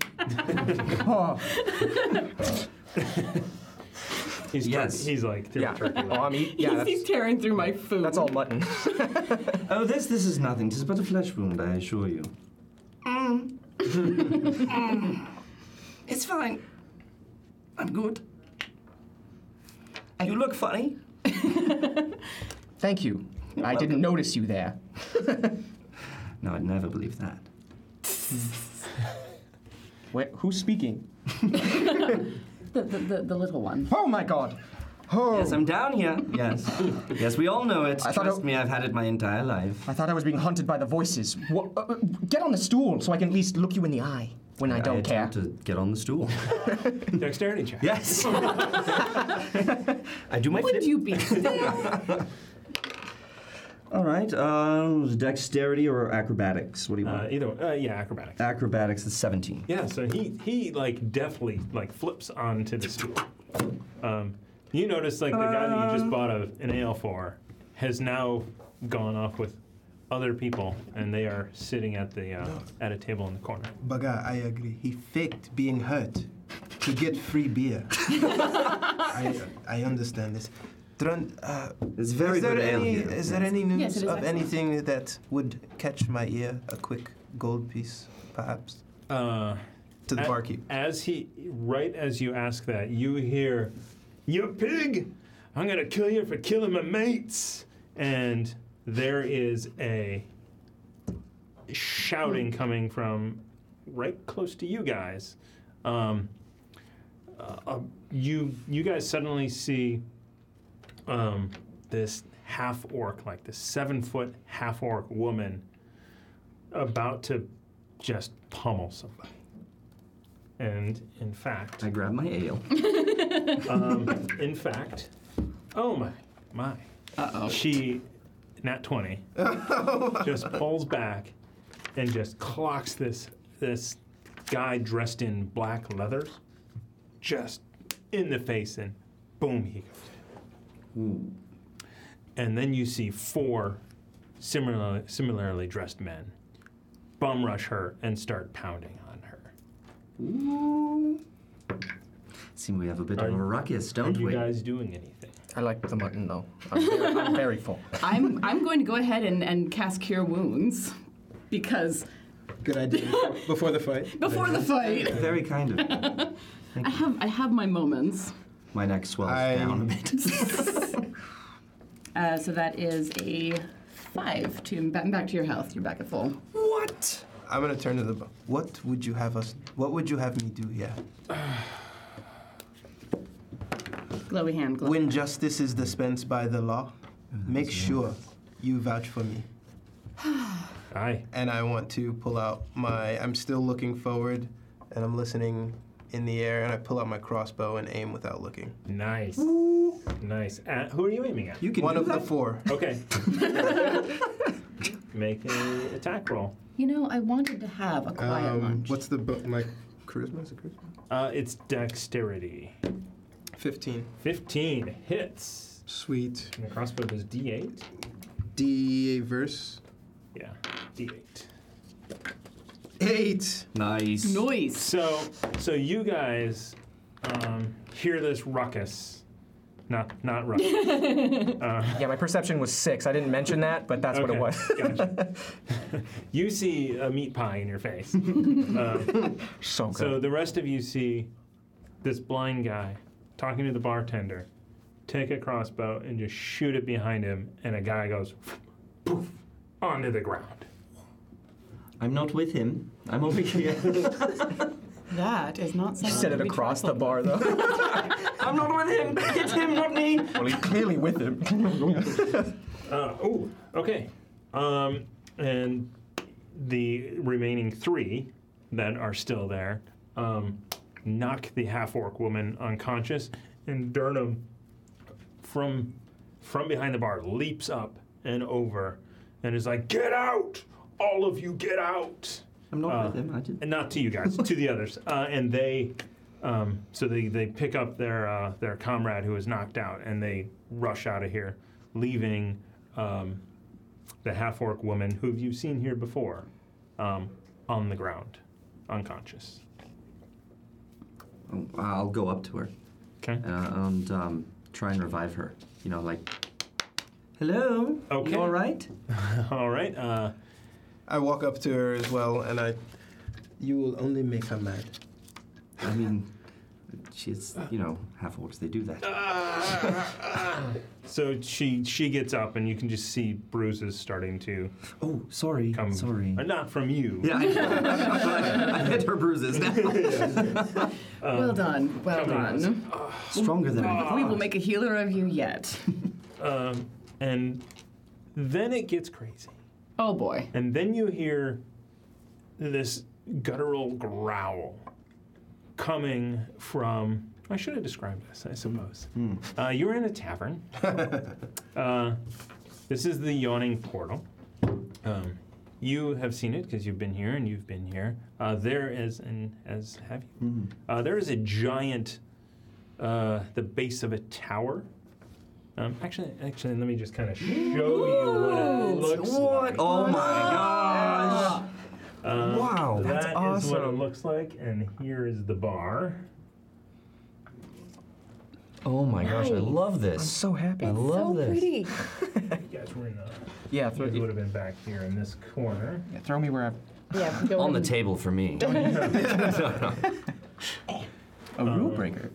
[SPEAKER 1] He's
[SPEAKER 4] Yes.
[SPEAKER 1] turkey- He's like
[SPEAKER 8] Yeah.
[SPEAKER 1] turkey
[SPEAKER 8] Oh,
[SPEAKER 1] leg.
[SPEAKER 8] I'm eat- yeah, that's,
[SPEAKER 2] tearing through my food.
[SPEAKER 8] that's all mutton.
[SPEAKER 4] Oh, this this is nothing. Tis but a flesh wound, I assure you. Um. it's fine. I'm good. You look funny.
[SPEAKER 8] Thank you. I didn't notice you there.
[SPEAKER 4] No, I'd never believe that.
[SPEAKER 9] Wait, who's speaking?
[SPEAKER 2] The, the, the, the little one.
[SPEAKER 8] Oh my god. Oh.
[SPEAKER 4] Yes, I'm down here. Yes, yes, we all know it.
[SPEAKER 8] I thought
[SPEAKER 4] Trust
[SPEAKER 8] it-
[SPEAKER 4] me, I've had it my entire life.
[SPEAKER 8] I thought I was being hunted by the voices. Wha uh, uh, get on the stool so I can at least look you in the eye when I don't care.
[SPEAKER 4] attempt to get on the stool.
[SPEAKER 1] Dexterity check.
[SPEAKER 4] yes. I do my.
[SPEAKER 2] Would
[SPEAKER 4] flip.
[SPEAKER 2] you be still?
[SPEAKER 4] All right. Uh, dexterity or acrobatics? What do you
[SPEAKER 1] Uh,
[SPEAKER 4] want?
[SPEAKER 1] either one. Uh, yeah, acrobatics.
[SPEAKER 4] acrobatics is 17.
[SPEAKER 1] Yeah, so he he like deftly like flips onto the stool. Um, you notice like the guy that you just bought a, an ale for has now gone off with other people, and they are sitting at the uh, at a table in the corner.
[SPEAKER 5] Baga, I agree. He faked being hurt to get free beer. I, I understand this. Drun, uh,
[SPEAKER 4] It's very
[SPEAKER 5] is there
[SPEAKER 4] good ale
[SPEAKER 5] any,
[SPEAKER 4] here.
[SPEAKER 5] Is there any news
[SPEAKER 2] Yes, it is
[SPEAKER 5] of
[SPEAKER 2] excellent.
[SPEAKER 5] anything that would catch my ear? A quick gold piece, perhaps,
[SPEAKER 1] Uh,
[SPEAKER 5] to the
[SPEAKER 1] a-
[SPEAKER 5] barkeep.
[SPEAKER 1] As he right as you ask that, you hear, "You pig! I'm gonna kill you for killing my mates!" And there is a shouting coming from right close to you guys. Um, uh, uh, you you guys suddenly see um, this half orc, like this seven foot half orc woman, about to just pummel somebody. And in fact,
[SPEAKER 4] I grab my ale.
[SPEAKER 1] um, in fact, oh my, my. Uh-oh. She, nat 20, just pulls back and just clocks this, this guy dressed in black leather, just in the face, and boom, he goes. And then you see four similarly, similarly dressed men bum rush her and start pounding on her.
[SPEAKER 4] Seem we have a bit of
[SPEAKER 1] Are-
[SPEAKER 4] a ruckus,
[SPEAKER 1] Are
[SPEAKER 4] don't
[SPEAKER 1] you
[SPEAKER 4] we?
[SPEAKER 1] guys doing anything?
[SPEAKER 8] I like the mutton though. I'm very, I'm very full.
[SPEAKER 2] I'm I'm going to go ahead and, and cast Cure Wounds because
[SPEAKER 5] Good idea. Before the fight.
[SPEAKER 2] before the fight,
[SPEAKER 4] Very kind of you.
[SPEAKER 2] I have I have my moments.
[SPEAKER 4] My neck swells down a bit.
[SPEAKER 2] Uh, so that is a five to back, back to your health. You're back at full.
[SPEAKER 5] What? I'm gonna turn to the. bu- What would you have us? What would you have me do? Yeah.
[SPEAKER 2] Glowy hand. Glowy.
[SPEAKER 5] When justice is dispensed by the law, make sure you vouch for me.
[SPEAKER 1] Aye.
[SPEAKER 5] And I want to pull out my. I'm still looking forward, and I'm listening in the air, and I pull out my crossbow and aim without looking.
[SPEAKER 1] Nice. Nice. Uh, who are you aiming at?
[SPEAKER 4] You can
[SPEAKER 5] One
[SPEAKER 4] do
[SPEAKER 5] of the
[SPEAKER 4] that.
[SPEAKER 5] four.
[SPEAKER 1] Okay. Make a attack roll.
[SPEAKER 2] You know, I wanted to have a quiet lunch.
[SPEAKER 5] Um, what's the bo- my charisma? Is it charisma?
[SPEAKER 1] Uh, it's dexterity.
[SPEAKER 5] Fifteen.
[SPEAKER 1] 15 hits.
[SPEAKER 5] Sweet.
[SPEAKER 1] And the crossbow does d8.
[SPEAKER 5] D verse.
[SPEAKER 1] Yeah, d8.
[SPEAKER 5] Eight.
[SPEAKER 4] Nice.
[SPEAKER 2] Noise.
[SPEAKER 1] So, so you guys um, hear this ruckus. Not, not ruckus.
[SPEAKER 8] Yeah, my perception was six. I didn't mention that, but that's what
[SPEAKER 1] Okay,
[SPEAKER 8] it was.
[SPEAKER 1] gotcha. you see a meat pie in your face.
[SPEAKER 8] so good.
[SPEAKER 1] So the rest of you see this blind guy talking to the bartender, take a crossbow and just shoot it behind him, and a guy goes poof onto the ground.
[SPEAKER 4] I'm not with him. I'm over here.
[SPEAKER 2] That is not.
[SPEAKER 8] she said it across the bar though.
[SPEAKER 4] I'm not with him. Get him, not me.
[SPEAKER 8] well, he's clearly with him.
[SPEAKER 1] Uh, oh, okay. Um, and the remaining three that are still there um, knock the half orc woman unconscious, and Durham from from behind the bar leaps up and over and is like, "Get out! All of you, get out!"
[SPEAKER 4] I'm not
[SPEAKER 1] Uh,
[SPEAKER 4] with him. I did.
[SPEAKER 1] and not to you guys, to the others. Uh, and they, um, so they, they pick up their uh, their comrade who is knocked out, and they rush out of here, leaving um, the half orc woman who you've seen here before um, on the ground, unconscious.
[SPEAKER 4] Oh, I'll go up to her
[SPEAKER 1] Okay.
[SPEAKER 4] uh, and um, try and revive her. You know, like, hello.
[SPEAKER 1] Okay.
[SPEAKER 4] You all right?
[SPEAKER 1] All right. Uh,
[SPEAKER 5] I walk up to her as well, and I. You will only make her mad.
[SPEAKER 4] I mean, she's you know half orcs. They do that.
[SPEAKER 1] Uh, so she she gets up, and you can just see bruises starting to
[SPEAKER 4] Oh, sorry.
[SPEAKER 1] come.
[SPEAKER 4] Sorry.
[SPEAKER 1] Uh, not from you.
[SPEAKER 4] Yeah, I, I hit her bruises now.
[SPEAKER 2] well done. Well
[SPEAKER 1] Coming.
[SPEAKER 2] done.
[SPEAKER 4] Stronger than I
[SPEAKER 2] We
[SPEAKER 4] thought.
[SPEAKER 2] will make a healer of you yet.
[SPEAKER 1] Um, and then it gets crazy.
[SPEAKER 2] Oh boy.
[SPEAKER 1] And then you hear this guttural growl coming from. I should have described this, I suppose. Uh, you're in a tavern. uh, this is the yawning portal. Um, you have seen it because you've been here and you've been here. Uh, there is, and as have you, uh, there is a giant, uh, the base of a tower. Um, actually, actually, let me just kind of show you what it looks like.
[SPEAKER 4] Oh my gosh!
[SPEAKER 1] Um,
[SPEAKER 8] Wow, that's
[SPEAKER 1] that is what it
[SPEAKER 8] awesome.
[SPEAKER 1] looks like, and here is the bar.
[SPEAKER 4] Oh my gosh! I love this.
[SPEAKER 8] I'm so happy.
[SPEAKER 4] I love
[SPEAKER 7] so
[SPEAKER 4] this.
[SPEAKER 7] pretty.
[SPEAKER 1] You guys were in the.
[SPEAKER 8] Yeah, throw,
[SPEAKER 1] You would have been back here in this corner.
[SPEAKER 8] yeah, throw me where I.
[SPEAKER 7] Yeah, go
[SPEAKER 4] On the
[SPEAKER 7] ahead.
[SPEAKER 4] table for me.
[SPEAKER 8] A rule breaker.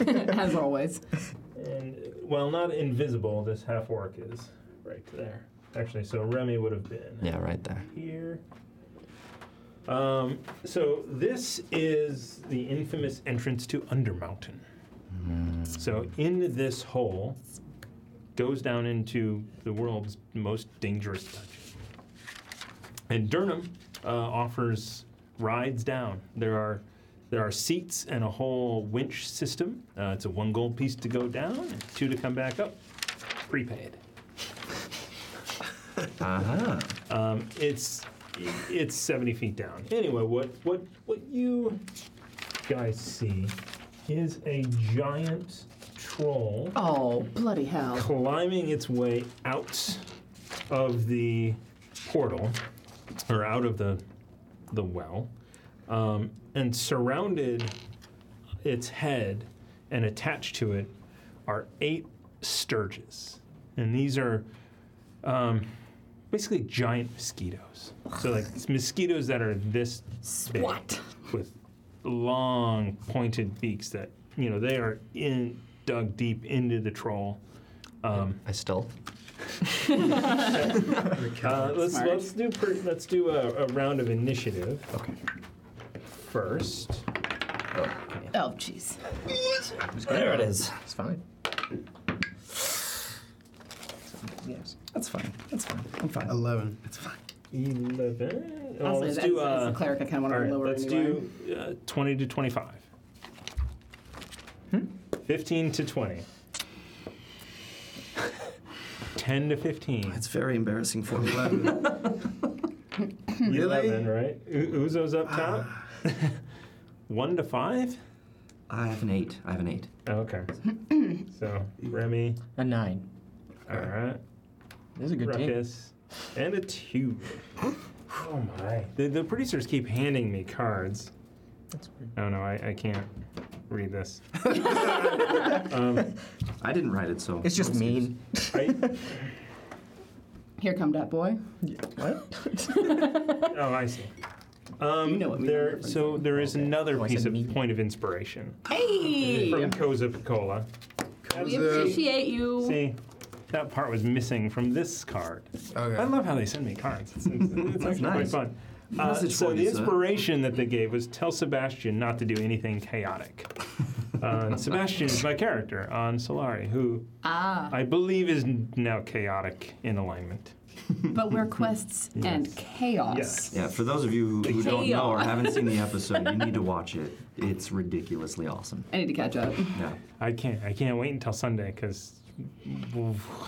[SPEAKER 2] As always.
[SPEAKER 1] And uh, while not invisible, this half orc is right there. Actually, so Remy would have been
[SPEAKER 4] yeah, right there.
[SPEAKER 1] here. Um, so this is the infamous entrance to Undermountain. So in this hole goes down into the world's most dangerous dungeon. And Durham uh, offers rides down. There are there are seats and a whole winch system. Uh, it's a one gold piece to go down, and two to come back up, prepaid.
[SPEAKER 4] Uh huh.
[SPEAKER 1] Um, it's it's 70 feet down. Anyway, what what what you guys see is a giant troll.
[SPEAKER 2] Oh, bloody hell!
[SPEAKER 1] Climbing its way out of the portal, or out of the the well, um, and surrounded its head and attached to it are eight sturges, and these are. Um, basically giant mosquitoes. So like it's mosquitoes that are this big
[SPEAKER 7] Swat.
[SPEAKER 1] with long pointed beaks that you know they are in dug deep into the troll. Um,
[SPEAKER 4] I still.
[SPEAKER 1] uh, let's let's do per, let's do a, a round of initiative. Okay. First.
[SPEAKER 2] Oh, jeez.
[SPEAKER 4] There it is.
[SPEAKER 8] It's fine. Yes.
[SPEAKER 4] That's fine. That's fine. I'm fine.
[SPEAKER 5] 11.
[SPEAKER 4] It's fine.
[SPEAKER 1] Eleven.
[SPEAKER 2] I'll say
[SPEAKER 1] let's
[SPEAKER 2] that
[SPEAKER 1] do.
[SPEAKER 2] as- as a
[SPEAKER 1] uh,
[SPEAKER 2] cleric, I kinda wanna
[SPEAKER 1] all right,
[SPEAKER 2] lower
[SPEAKER 1] Let's
[SPEAKER 2] anyway.
[SPEAKER 1] do uh, twenty to twenty-five.
[SPEAKER 2] Hmm?
[SPEAKER 1] Fifteen to twenty. Ten to fifteen.
[SPEAKER 4] It's very embarrassing for me.
[SPEAKER 1] really? Ah. Eleven, right? U- Uzo's up top. One to five.
[SPEAKER 4] I have an eight. I have an eight.
[SPEAKER 1] Okay. so Remy.
[SPEAKER 9] A nine.
[SPEAKER 1] All right.
[SPEAKER 9] This is a good team.
[SPEAKER 1] Ruckus. And a two. oh my. The, the producers keep handing me cards.
[SPEAKER 8] That's weird.
[SPEAKER 1] Oh no, I, I can't read this.
[SPEAKER 4] I didn't write it, so
[SPEAKER 8] It's just mean.
[SPEAKER 1] I,
[SPEAKER 2] Here come that boy.
[SPEAKER 8] What?
[SPEAKER 1] oh, I see. Um,
[SPEAKER 2] You know what we
[SPEAKER 1] there,
[SPEAKER 2] mean.
[SPEAKER 1] so there is another
[SPEAKER 8] I
[SPEAKER 1] piece
[SPEAKER 8] said
[SPEAKER 1] of
[SPEAKER 8] me.
[SPEAKER 1] point of inspiration
[SPEAKER 2] Hey,
[SPEAKER 1] from Koza Picola.
[SPEAKER 2] we appreciate you.
[SPEAKER 1] See, that part was missing from this card.
[SPEAKER 5] Okay.
[SPEAKER 1] I love how they send me cards. It's, it's, it's actually
[SPEAKER 4] nice.
[SPEAKER 1] quite fun. Uh,
[SPEAKER 4] Message
[SPEAKER 1] so
[SPEAKER 4] for
[SPEAKER 1] the
[SPEAKER 4] you, sir.
[SPEAKER 1] inspiration that they gave was tell Sebastian not to do anything chaotic. Uh, and Sebastian is my character on Solari, who
[SPEAKER 2] Ah,
[SPEAKER 1] I believe is now chaotic in alignment.
[SPEAKER 2] but we're quests and chaos.
[SPEAKER 1] Yes.
[SPEAKER 4] Yeah, for those of you who, who don't know or
[SPEAKER 2] Chaos.
[SPEAKER 4] haven't seen the episode, you need to watch it. It's ridiculously awesome.
[SPEAKER 2] I need to catch up.
[SPEAKER 4] Yeah.
[SPEAKER 1] I can't. I can't wait until Sunday because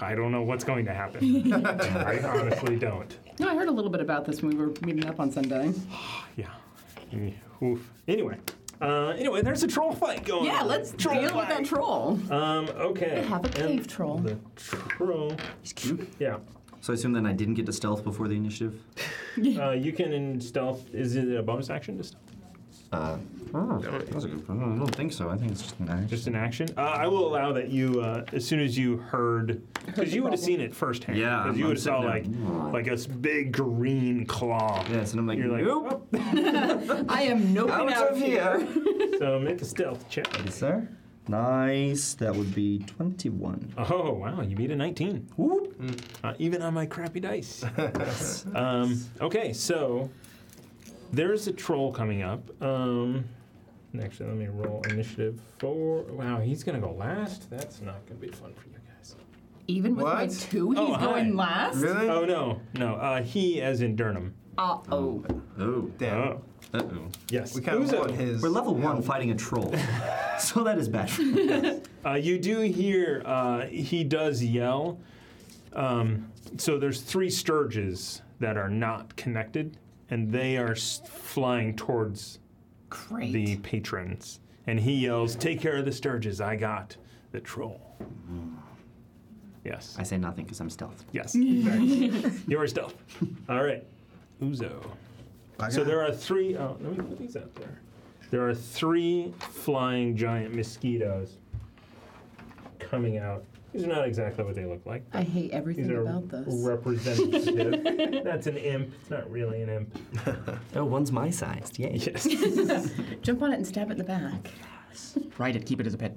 [SPEAKER 1] I don't know what's going to happen. I honestly don't.
[SPEAKER 2] No, I heard a little bit about this when we were meeting up on Sunday.
[SPEAKER 1] Yeah. Mm, Oof. Anyway. Uh, anyway, there's a troll fight going on.
[SPEAKER 2] Yeah, let's
[SPEAKER 1] troll
[SPEAKER 2] deal with
[SPEAKER 1] fight.
[SPEAKER 2] that troll.
[SPEAKER 1] Um, okay.
[SPEAKER 2] They have a
[SPEAKER 1] And
[SPEAKER 2] cave troll.
[SPEAKER 1] The troll. He's cute. Yeah.
[SPEAKER 4] So I assume then I didn't get to stealth before the initiative?
[SPEAKER 1] Uh, you can in stealth. Is it a bonus action to stealth?
[SPEAKER 4] Uh, oh, that's a good I don't think so. I think it's just an action.
[SPEAKER 1] Just an action? Uh, I will allow that you, uh, as soon as you heard, because you would have seen it firsthand.
[SPEAKER 4] Yeah,
[SPEAKER 1] Because you
[SPEAKER 4] I'm
[SPEAKER 1] would have saw like
[SPEAKER 4] sitting there.
[SPEAKER 1] like a s- big green claw.
[SPEAKER 4] Yes, and I'm like,
[SPEAKER 1] You're like,
[SPEAKER 4] nope.
[SPEAKER 1] oh.
[SPEAKER 2] I am noping
[SPEAKER 4] Out
[SPEAKER 2] out,
[SPEAKER 4] of
[SPEAKER 2] here.
[SPEAKER 1] so make a stealth check.
[SPEAKER 4] Yes, sir. Nice. That would be 21.
[SPEAKER 1] Oh wow, you beat a 19.
[SPEAKER 4] Whoop.
[SPEAKER 1] Uh, even on my crappy dice. um, okay, so there is a troll coming up. Um, and actually, let me roll initiative for. Wow, he's gonna go last. That's not gonna be fun for you guys.
[SPEAKER 2] Even with my
[SPEAKER 5] What?
[SPEAKER 2] two, he's
[SPEAKER 1] Oh, hi.
[SPEAKER 2] going last.
[SPEAKER 5] Really?
[SPEAKER 1] Oh no, no. Uh, he, as in Durham.
[SPEAKER 2] Uh oh.
[SPEAKER 4] Oh.
[SPEAKER 5] Damn.
[SPEAKER 1] Oh,
[SPEAKER 4] Uh-oh.
[SPEAKER 1] yes.
[SPEAKER 5] We kind of
[SPEAKER 1] Uzo.
[SPEAKER 5] want his.
[SPEAKER 4] We're level one fighting a troll. so that is bad.
[SPEAKER 1] Uh, you do hear uh, he does yell. Um, so there's three sturges that are not connected, and they are s- flying towards
[SPEAKER 2] Great.
[SPEAKER 1] the patrons. And he yells, "Take care of the sturges! I got the troll." Yes.
[SPEAKER 4] I say nothing because I'm stealth.
[SPEAKER 1] Yes. You're stealth. All right. Uzo. So there are three. Oh, let me put these out there. There are three flying giant mosquitoes coming out. These are not exactly what they look like.
[SPEAKER 2] I hate
[SPEAKER 1] These
[SPEAKER 2] everything
[SPEAKER 1] are
[SPEAKER 2] about this.
[SPEAKER 1] representative. That's an imp. It's not really an imp.
[SPEAKER 4] Oh, one's my sized. Yay.
[SPEAKER 1] Yes.
[SPEAKER 2] Jump on it and stab it in the back.
[SPEAKER 9] Write it. Keep it as a pet.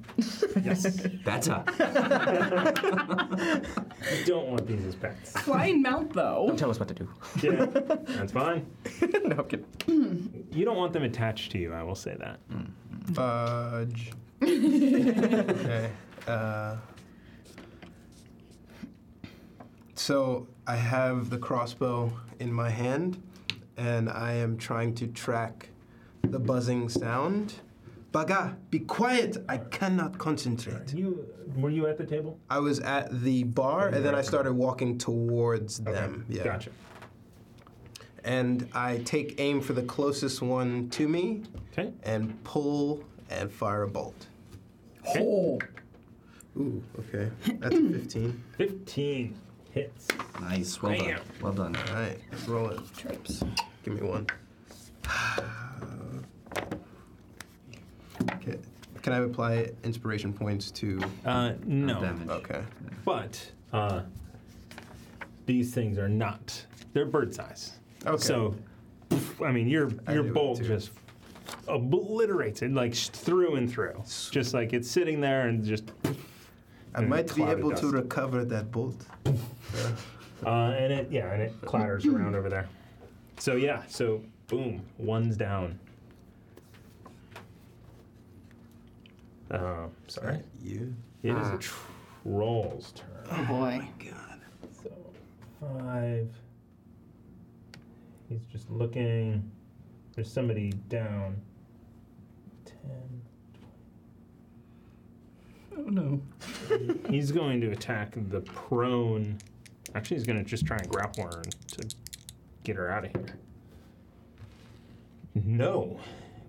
[SPEAKER 1] yes.
[SPEAKER 4] Better.
[SPEAKER 1] I don't want these as pets.
[SPEAKER 2] Flying mount though.
[SPEAKER 9] Tell us what to do.
[SPEAKER 1] Yeah. That's fine.
[SPEAKER 8] no, I'm kidding.
[SPEAKER 1] You don't want them attached to you. I will say that.
[SPEAKER 5] Fudge. okay. Uh, so I have the crossbow in my hand, and I am trying to track the buzzing sound. Baga, be quiet! I cannot concentrate.
[SPEAKER 1] You were you at the table?
[SPEAKER 5] I was
[SPEAKER 1] Um,
[SPEAKER 5] at the bar, and then I started walking towards them. Yeah.
[SPEAKER 1] Gotcha.
[SPEAKER 5] and I take aim for the closest one to me.
[SPEAKER 1] Okay.
[SPEAKER 5] And pull and fire a bolt.
[SPEAKER 1] Oh.
[SPEAKER 5] Ooh, okay. That's a 15.
[SPEAKER 1] 15 hits.
[SPEAKER 4] Nice. Well done.
[SPEAKER 1] Bam.
[SPEAKER 4] Well done.
[SPEAKER 5] All right, roll it.
[SPEAKER 2] Trips.
[SPEAKER 5] Give me one. Okay. Can I apply inspiration points to
[SPEAKER 1] Uh, no.
[SPEAKER 4] Damage.
[SPEAKER 5] Okay.
[SPEAKER 1] But uh, these things are not. They're bird size.
[SPEAKER 5] Okay.
[SPEAKER 1] So, poof, I mean, your
[SPEAKER 5] I
[SPEAKER 1] your
[SPEAKER 5] knew it
[SPEAKER 1] bolt
[SPEAKER 5] too.
[SPEAKER 1] just obliterates it, like sh- through and through. Just like it's sitting there and just. poof,
[SPEAKER 5] I
[SPEAKER 1] and
[SPEAKER 5] might be
[SPEAKER 1] cloud of
[SPEAKER 5] able to
[SPEAKER 1] dust.
[SPEAKER 5] recover that bolt.
[SPEAKER 1] Uh, and it yeah, and it clatters around over there. So yeah, so boom, one's down. Uh, sorry,
[SPEAKER 5] You.
[SPEAKER 1] it is
[SPEAKER 5] Ah.
[SPEAKER 1] a troll's turn.
[SPEAKER 2] Oh boy.
[SPEAKER 1] So five. He's just looking. There's somebody down. Ten.
[SPEAKER 7] Oh no.
[SPEAKER 1] He's going to attack the prone. Actually, he's going to just try and grapple her and to get her out of here. No.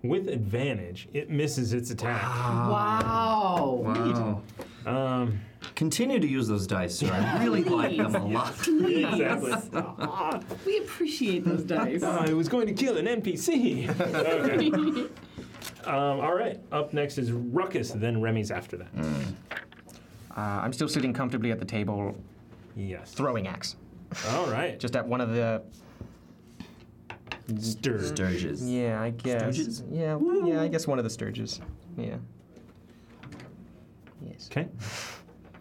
[SPEAKER 1] With advantage, it misses its attack.
[SPEAKER 2] Wow.
[SPEAKER 4] Wow.
[SPEAKER 1] Um,
[SPEAKER 4] Continue to use those dice, sir. I really like them a lot.
[SPEAKER 1] exactly.
[SPEAKER 2] We appreciate those dice.
[SPEAKER 1] I was going to kill an NPC. okay. Um, all right. Up next is Ruckus, then Remy's after that.
[SPEAKER 8] Mm. Uh, I'm still sitting comfortably at the table,
[SPEAKER 1] Yes.
[SPEAKER 8] throwing axe.
[SPEAKER 1] All right.
[SPEAKER 8] Just at one of the.
[SPEAKER 1] stir.
[SPEAKER 4] Sturges.
[SPEAKER 8] Yeah, I guess.
[SPEAKER 4] Sturges?
[SPEAKER 8] Yeah, yeah, I guess one of the Sturges. Yeah. Yes.
[SPEAKER 1] Okay.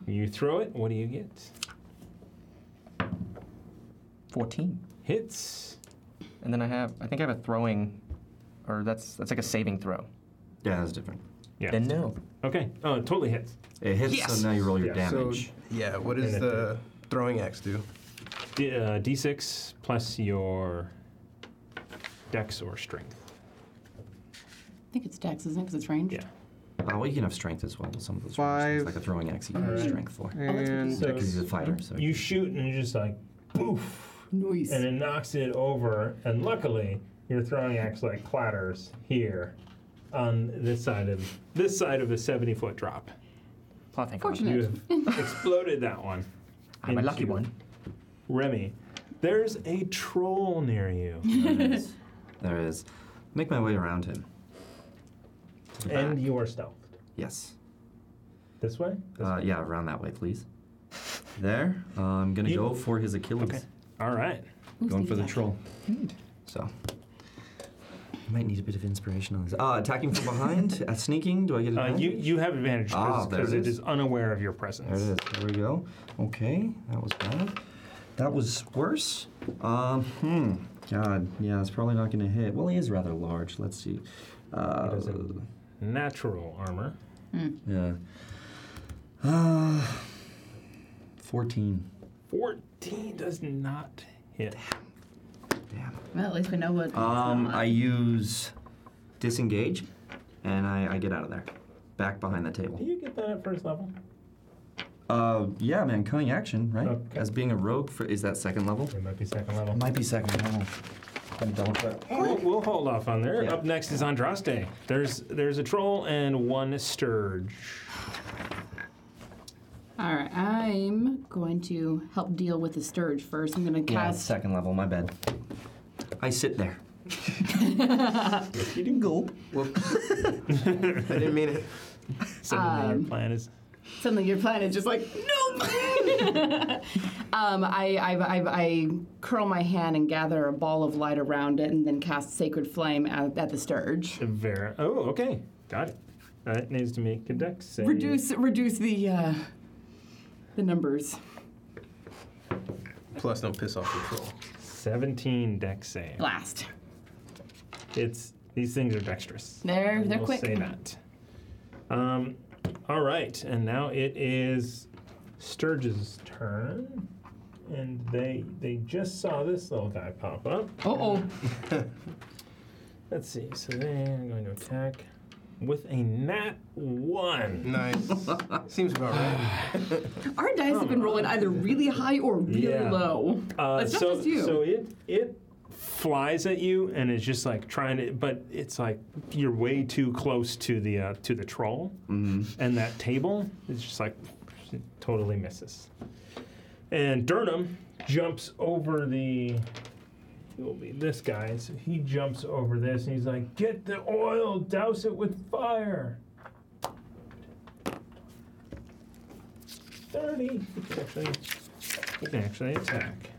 [SPEAKER 1] You throw it. What do you get?
[SPEAKER 8] 14.
[SPEAKER 1] Hits.
[SPEAKER 8] And then I have, I think I have a throwing, or that's that's like a saving throw.
[SPEAKER 4] Yeah, that's different.
[SPEAKER 1] Yeah.
[SPEAKER 8] Then no.
[SPEAKER 1] Okay. Oh, it totally hits.
[SPEAKER 4] It hits,
[SPEAKER 8] Yes.
[SPEAKER 4] so now you roll your
[SPEAKER 1] Yeah.
[SPEAKER 5] So,
[SPEAKER 4] damage.
[SPEAKER 5] yeah, what does
[SPEAKER 1] And it-
[SPEAKER 5] the throwing axe do?
[SPEAKER 1] D- uh, D6 plus your dex or strength.
[SPEAKER 2] I think it's Dex, isn't it? Because it's ranged.
[SPEAKER 1] Yeah.
[SPEAKER 4] oh, well, you can have strength as well. Some of those
[SPEAKER 8] Five.
[SPEAKER 4] things, like a throwing axe, you can have strength for.
[SPEAKER 2] Oh,
[SPEAKER 8] And
[SPEAKER 1] So
[SPEAKER 4] Because he's a fighter, so
[SPEAKER 1] you shoot and you're just like, poof,
[SPEAKER 2] Nice.
[SPEAKER 1] and it knocks it over. And luckily, your throwing axe like clatters here on this side of this side of a 70 foot drop.
[SPEAKER 8] Oh, thank God.
[SPEAKER 2] Fortunate.
[SPEAKER 1] You have exploded that one.
[SPEAKER 8] I'm a lucky
[SPEAKER 1] into-
[SPEAKER 8] one.
[SPEAKER 1] Remy, there's a troll near you.
[SPEAKER 4] there is. There is. Make my way around him. To the
[SPEAKER 1] and
[SPEAKER 4] back.
[SPEAKER 1] you are stealthed.
[SPEAKER 4] Yes.
[SPEAKER 1] This way? This
[SPEAKER 4] Uh,
[SPEAKER 1] way?
[SPEAKER 4] yeah, around that way, please. There. Uh, I'm gonna
[SPEAKER 1] You-
[SPEAKER 4] go for his Achilles.
[SPEAKER 1] Okay. All right.
[SPEAKER 4] Going for the troll. So. Might need a bit of inspiration on this. Uh, attacking from behind, uh, sneaking. Do I get
[SPEAKER 1] Uh,
[SPEAKER 4] advantage?
[SPEAKER 1] you, you have advantage
[SPEAKER 4] Ah, there
[SPEAKER 1] because
[SPEAKER 4] it
[SPEAKER 1] it
[SPEAKER 4] is.
[SPEAKER 1] is unaware of your
[SPEAKER 4] There it
[SPEAKER 1] presence.
[SPEAKER 4] is. There we go. Okay, that was bad. That was worse. Um, hmm. God, yeah, it's probably not gonna hit. Well, he is rather large. Let's see. Uh,
[SPEAKER 1] doesn't- Natural armor.
[SPEAKER 4] yeah. Uh, Fourteen.
[SPEAKER 1] 14 does not hit.
[SPEAKER 4] Damn.
[SPEAKER 2] Well, at least we know what.
[SPEAKER 4] Um, I use disengage, and I, I get out of there, back behind the table.
[SPEAKER 1] Do you get that at first level?
[SPEAKER 4] Uh, yeah, man, cunning action, right?
[SPEAKER 1] Okay.
[SPEAKER 4] As being a rogue for is that second level?
[SPEAKER 1] It might be second level.
[SPEAKER 4] Might be second level. Let me double check.
[SPEAKER 1] We'll, we'll hold off on there.
[SPEAKER 4] Yeah.
[SPEAKER 1] Up next is Andraste. There's there's a troll and one sturge.
[SPEAKER 2] All right, I'm going to help deal with the Sturge first. I'm going to
[SPEAKER 4] Yeah,
[SPEAKER 2] cast.
[SPEAKER 4] second level. My bad. I sit there. you didn't go.
[SPEAKER 5] I didn't mean it.
[SPEAKER 1] Suddenly
[SPEAKER 4] Um.
[SPEAKER 1] your plan is
[SPEAKER 2] Suddenly your planet just like, nope! um, I, I, I, I curl my hand and gather a ball of light around it and then cast Sacred Flame at, at the Sturge.
[SPEAKER 1] Vera. Oh, okay. Got it. Uh, it needs to make a dex save.
[SPEAKER 2] Reduce reduce the uh, the numbers.
[SPEAKER 5] Plus, don't piss off the troll.
[SPEAKER 1] 17 dex save.
[SPEAKER 2] Last.
[SPEAKER 1] It's these things are dexterous.
[SPEAKER 2] They're, they're
[SPEAKER 1] we'll
[SPEAKER 2] quick.
[SPEAKER 1] Say that. Um, all right, and now it is Sturge's turn, and they they just saw this little guy pop up.
[SPEAKER 2] Uh-oh.
[SPEAKER 1] Let's see. So they are going to attack with a nat one.
[SPEAKER 5] Nice. Seems about right.
[SPEAKER 2] Our dice have been rolling either really high or really
[SPEAKER 1] Yeah.
[SPEAKER 2] low.
[SPEAKER 1] Uh,
[SPEAKER 2] It's not
[SPEAKER 1] so
[SPEAKER 2] just you.
[SPEAKER 1] so it it flies at you and is just like trying to, but it's like you're way too close to the uh, to the troll, and that table is just like it totally misses. And Durham jumps over the. It will be this guy. So he jumps over this and he's like, "Get the oil, douse it with fire." Thirty. Actually, he can actually attack.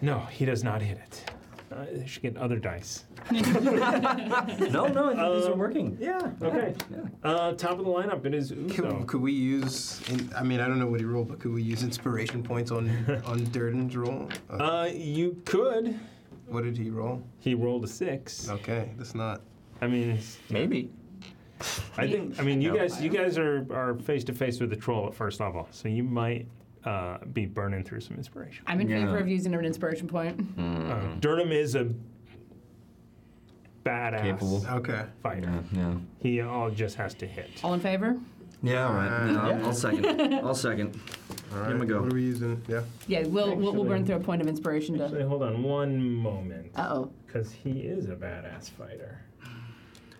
[SPEAKER 1] No, he does not hit it. Uh, they should get other dice.
[SPEAKER 4] No, no, I think these are
[SPEAKER 1] Um,
[SPEAKER 4] working.
[SPEAKER 1] Yeah. Okay. Uh, top of the lineup, it is
[SPEAKER 5] Could,
[SPEAKER 1] Uzo.
[SPEAKER 5] could we use? in- I mean, I don't know what he rolled, but could we use inspiration points on on Durden's roll? Uh,
[SPEAKER 1] Uh, you could.
[SPEAKER 5] what did he roll?
[SPEAKER 1] He rolled a six.
[SPEAKER 5] Okay, that's not.
[SPEAKER 1] I mean, it's,
[SPEAKER 8] Maybe.
[SPEAKER 1] I think. I mean, you
[SPEAKER 4] No.
[SPEAKER 1] guys, you guys are are face to face with the troll at first level, so you might uh, be burning through some inspiration.
[SPEAKER 2] I'm in
[SPEAKER 4] Yeah.
[SPEAKER 2] favor of using an inspiration point.
[SPEAKER 1] Uh, Durham is a badass
[SPEAKER 4] Capable.
[SPEAKER 5] Okay.
[SPEAKER 1] fighter.
[SPEAKER 4] Yeah.
[SPEAKER 1] He all just has to hit.
[SPEAKER 2] All in favor?
[SPEAKER 4] Yeah, all right. No,
[SPEAKER 8] Yeah.
[SPEAKER 4] I'll second. I'll second.
[SPEAKER 5] All right.
[SPEAKER 4] Here we go.
[SPEAKER 5] What are we using? Yeah.
[SPEAKER 2] Yeah, we'll we'll, we'll burn
[SPEAKER 1] Actually-
[SPEAKER 2] through a point of inspiration
[SPEAKER 1] Actually,
[SPEAKER 2] to.
[SPEAKER 1] hold on one moment,
[SPEAKER 2] Uh oh.
[SPEAKER 1] because he is a badass fighter.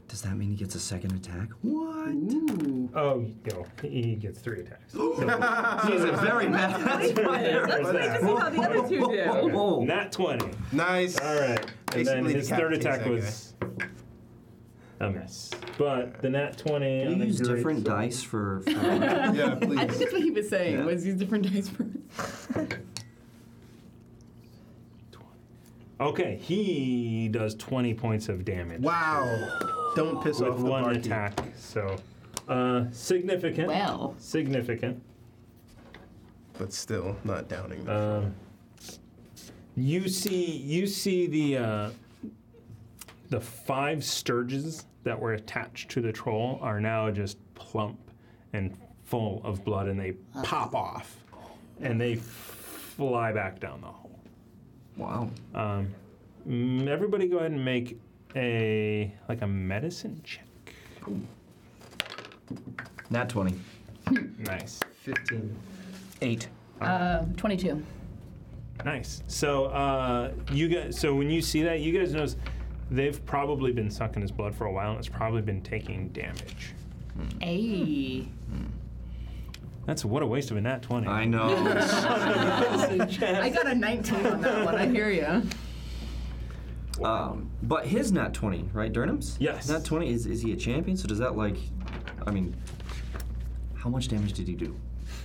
[SPEAKER 4] Does that mean he gets a second attack? What?
[SPEAKER 2] Ooh.
[SPEAKER 1] Oh, no, he gets three attacks. So-
[SPEAKER 4] He's a very bad player.
[SPEAKER 1] there's that.
[SPEAKER 7] how the other two
[SPEAKER 4] Whoa,
[SPEAKER 7] do.
[SPEAKER 4] whoa.
[SPEAKER 1] Nat 20.
[SPEAKER 5] Nice.
[SPEAKER 1] All right. And then
[SPEAKER 5] Basically
[SPEAKER 1] his
[SPEAKER 5] decapitates
[SPEAKER 1] third attack
[SPEAKER 5] that
[SPEAKER 1] was a miss. But the Nat 20.
[SPEAKER 4] Can
[SPEAKER 1] on
[SPEAKER 4] you
[SPEAKER 1] the
[SPEAKER 4] use
[SPEAKER 1] great-
[SPEAKER 4] different dice for? for
[SPEAKER 5] yeah,
[SPEAKER 2] I think
[SPEAKER 5] please.
[SPEAKER 2] that's what he was saying.
[SPEAKER 4] Yeah.
[SPEAKER 2] Was use different dice for.
[SPEAKER 1] Okay, he does 20 points of damage.
[SPEAKER 5] Wow. Don't piss
[SPEAKER 1] With
[SPEAKER 5] off the
[SPEAKER 1] one
[SPEAKER 5] barkeep.
[SPEAKER 1] attack. So, uh, significant.
[SPEAKER 2] Well.
[SPEAKER 1] Significant.
[SPEAKER 5] But still, not downing. them.
[SPEAKER 1] Um, you see, you see the uh, the five sturges that were attached to the troll are now just plump and full of blood, and they pop off, and they fly back down the hole.
[SPEAKER 4] wow.
[SPEAKER 1] Um, mm, everybody, go ahead and make a like a medicine check.
[SPEAKER 4] Nat twenty.
[SPEAKER 1] Nice.
[SPEAKER 5] Fifteen.
[SPEAKER 8] Eight.
[SPEAKER 2] Uh, 22.
[SPEAKER 1] Nice. So uh, you guys, so when you see that, you guys notice they've probably been sucking his blood for a while, and it's probably been taking damage.
[SPEAKER 2] Ayy.
[SPEAKER 1] That's what a waste of a nat twenty.
[SPEAKER 4] I know.
[SPEAKER 2] I got a 19 on that one. I hear you.
[SPEAKER 4] um, but his nat twenty, right, Durnham's?
[SPEAKER 1] Yes.
[SPEAKER 4] Nat twenty is is he a champion? So does that like, I mean, how much damage did he do?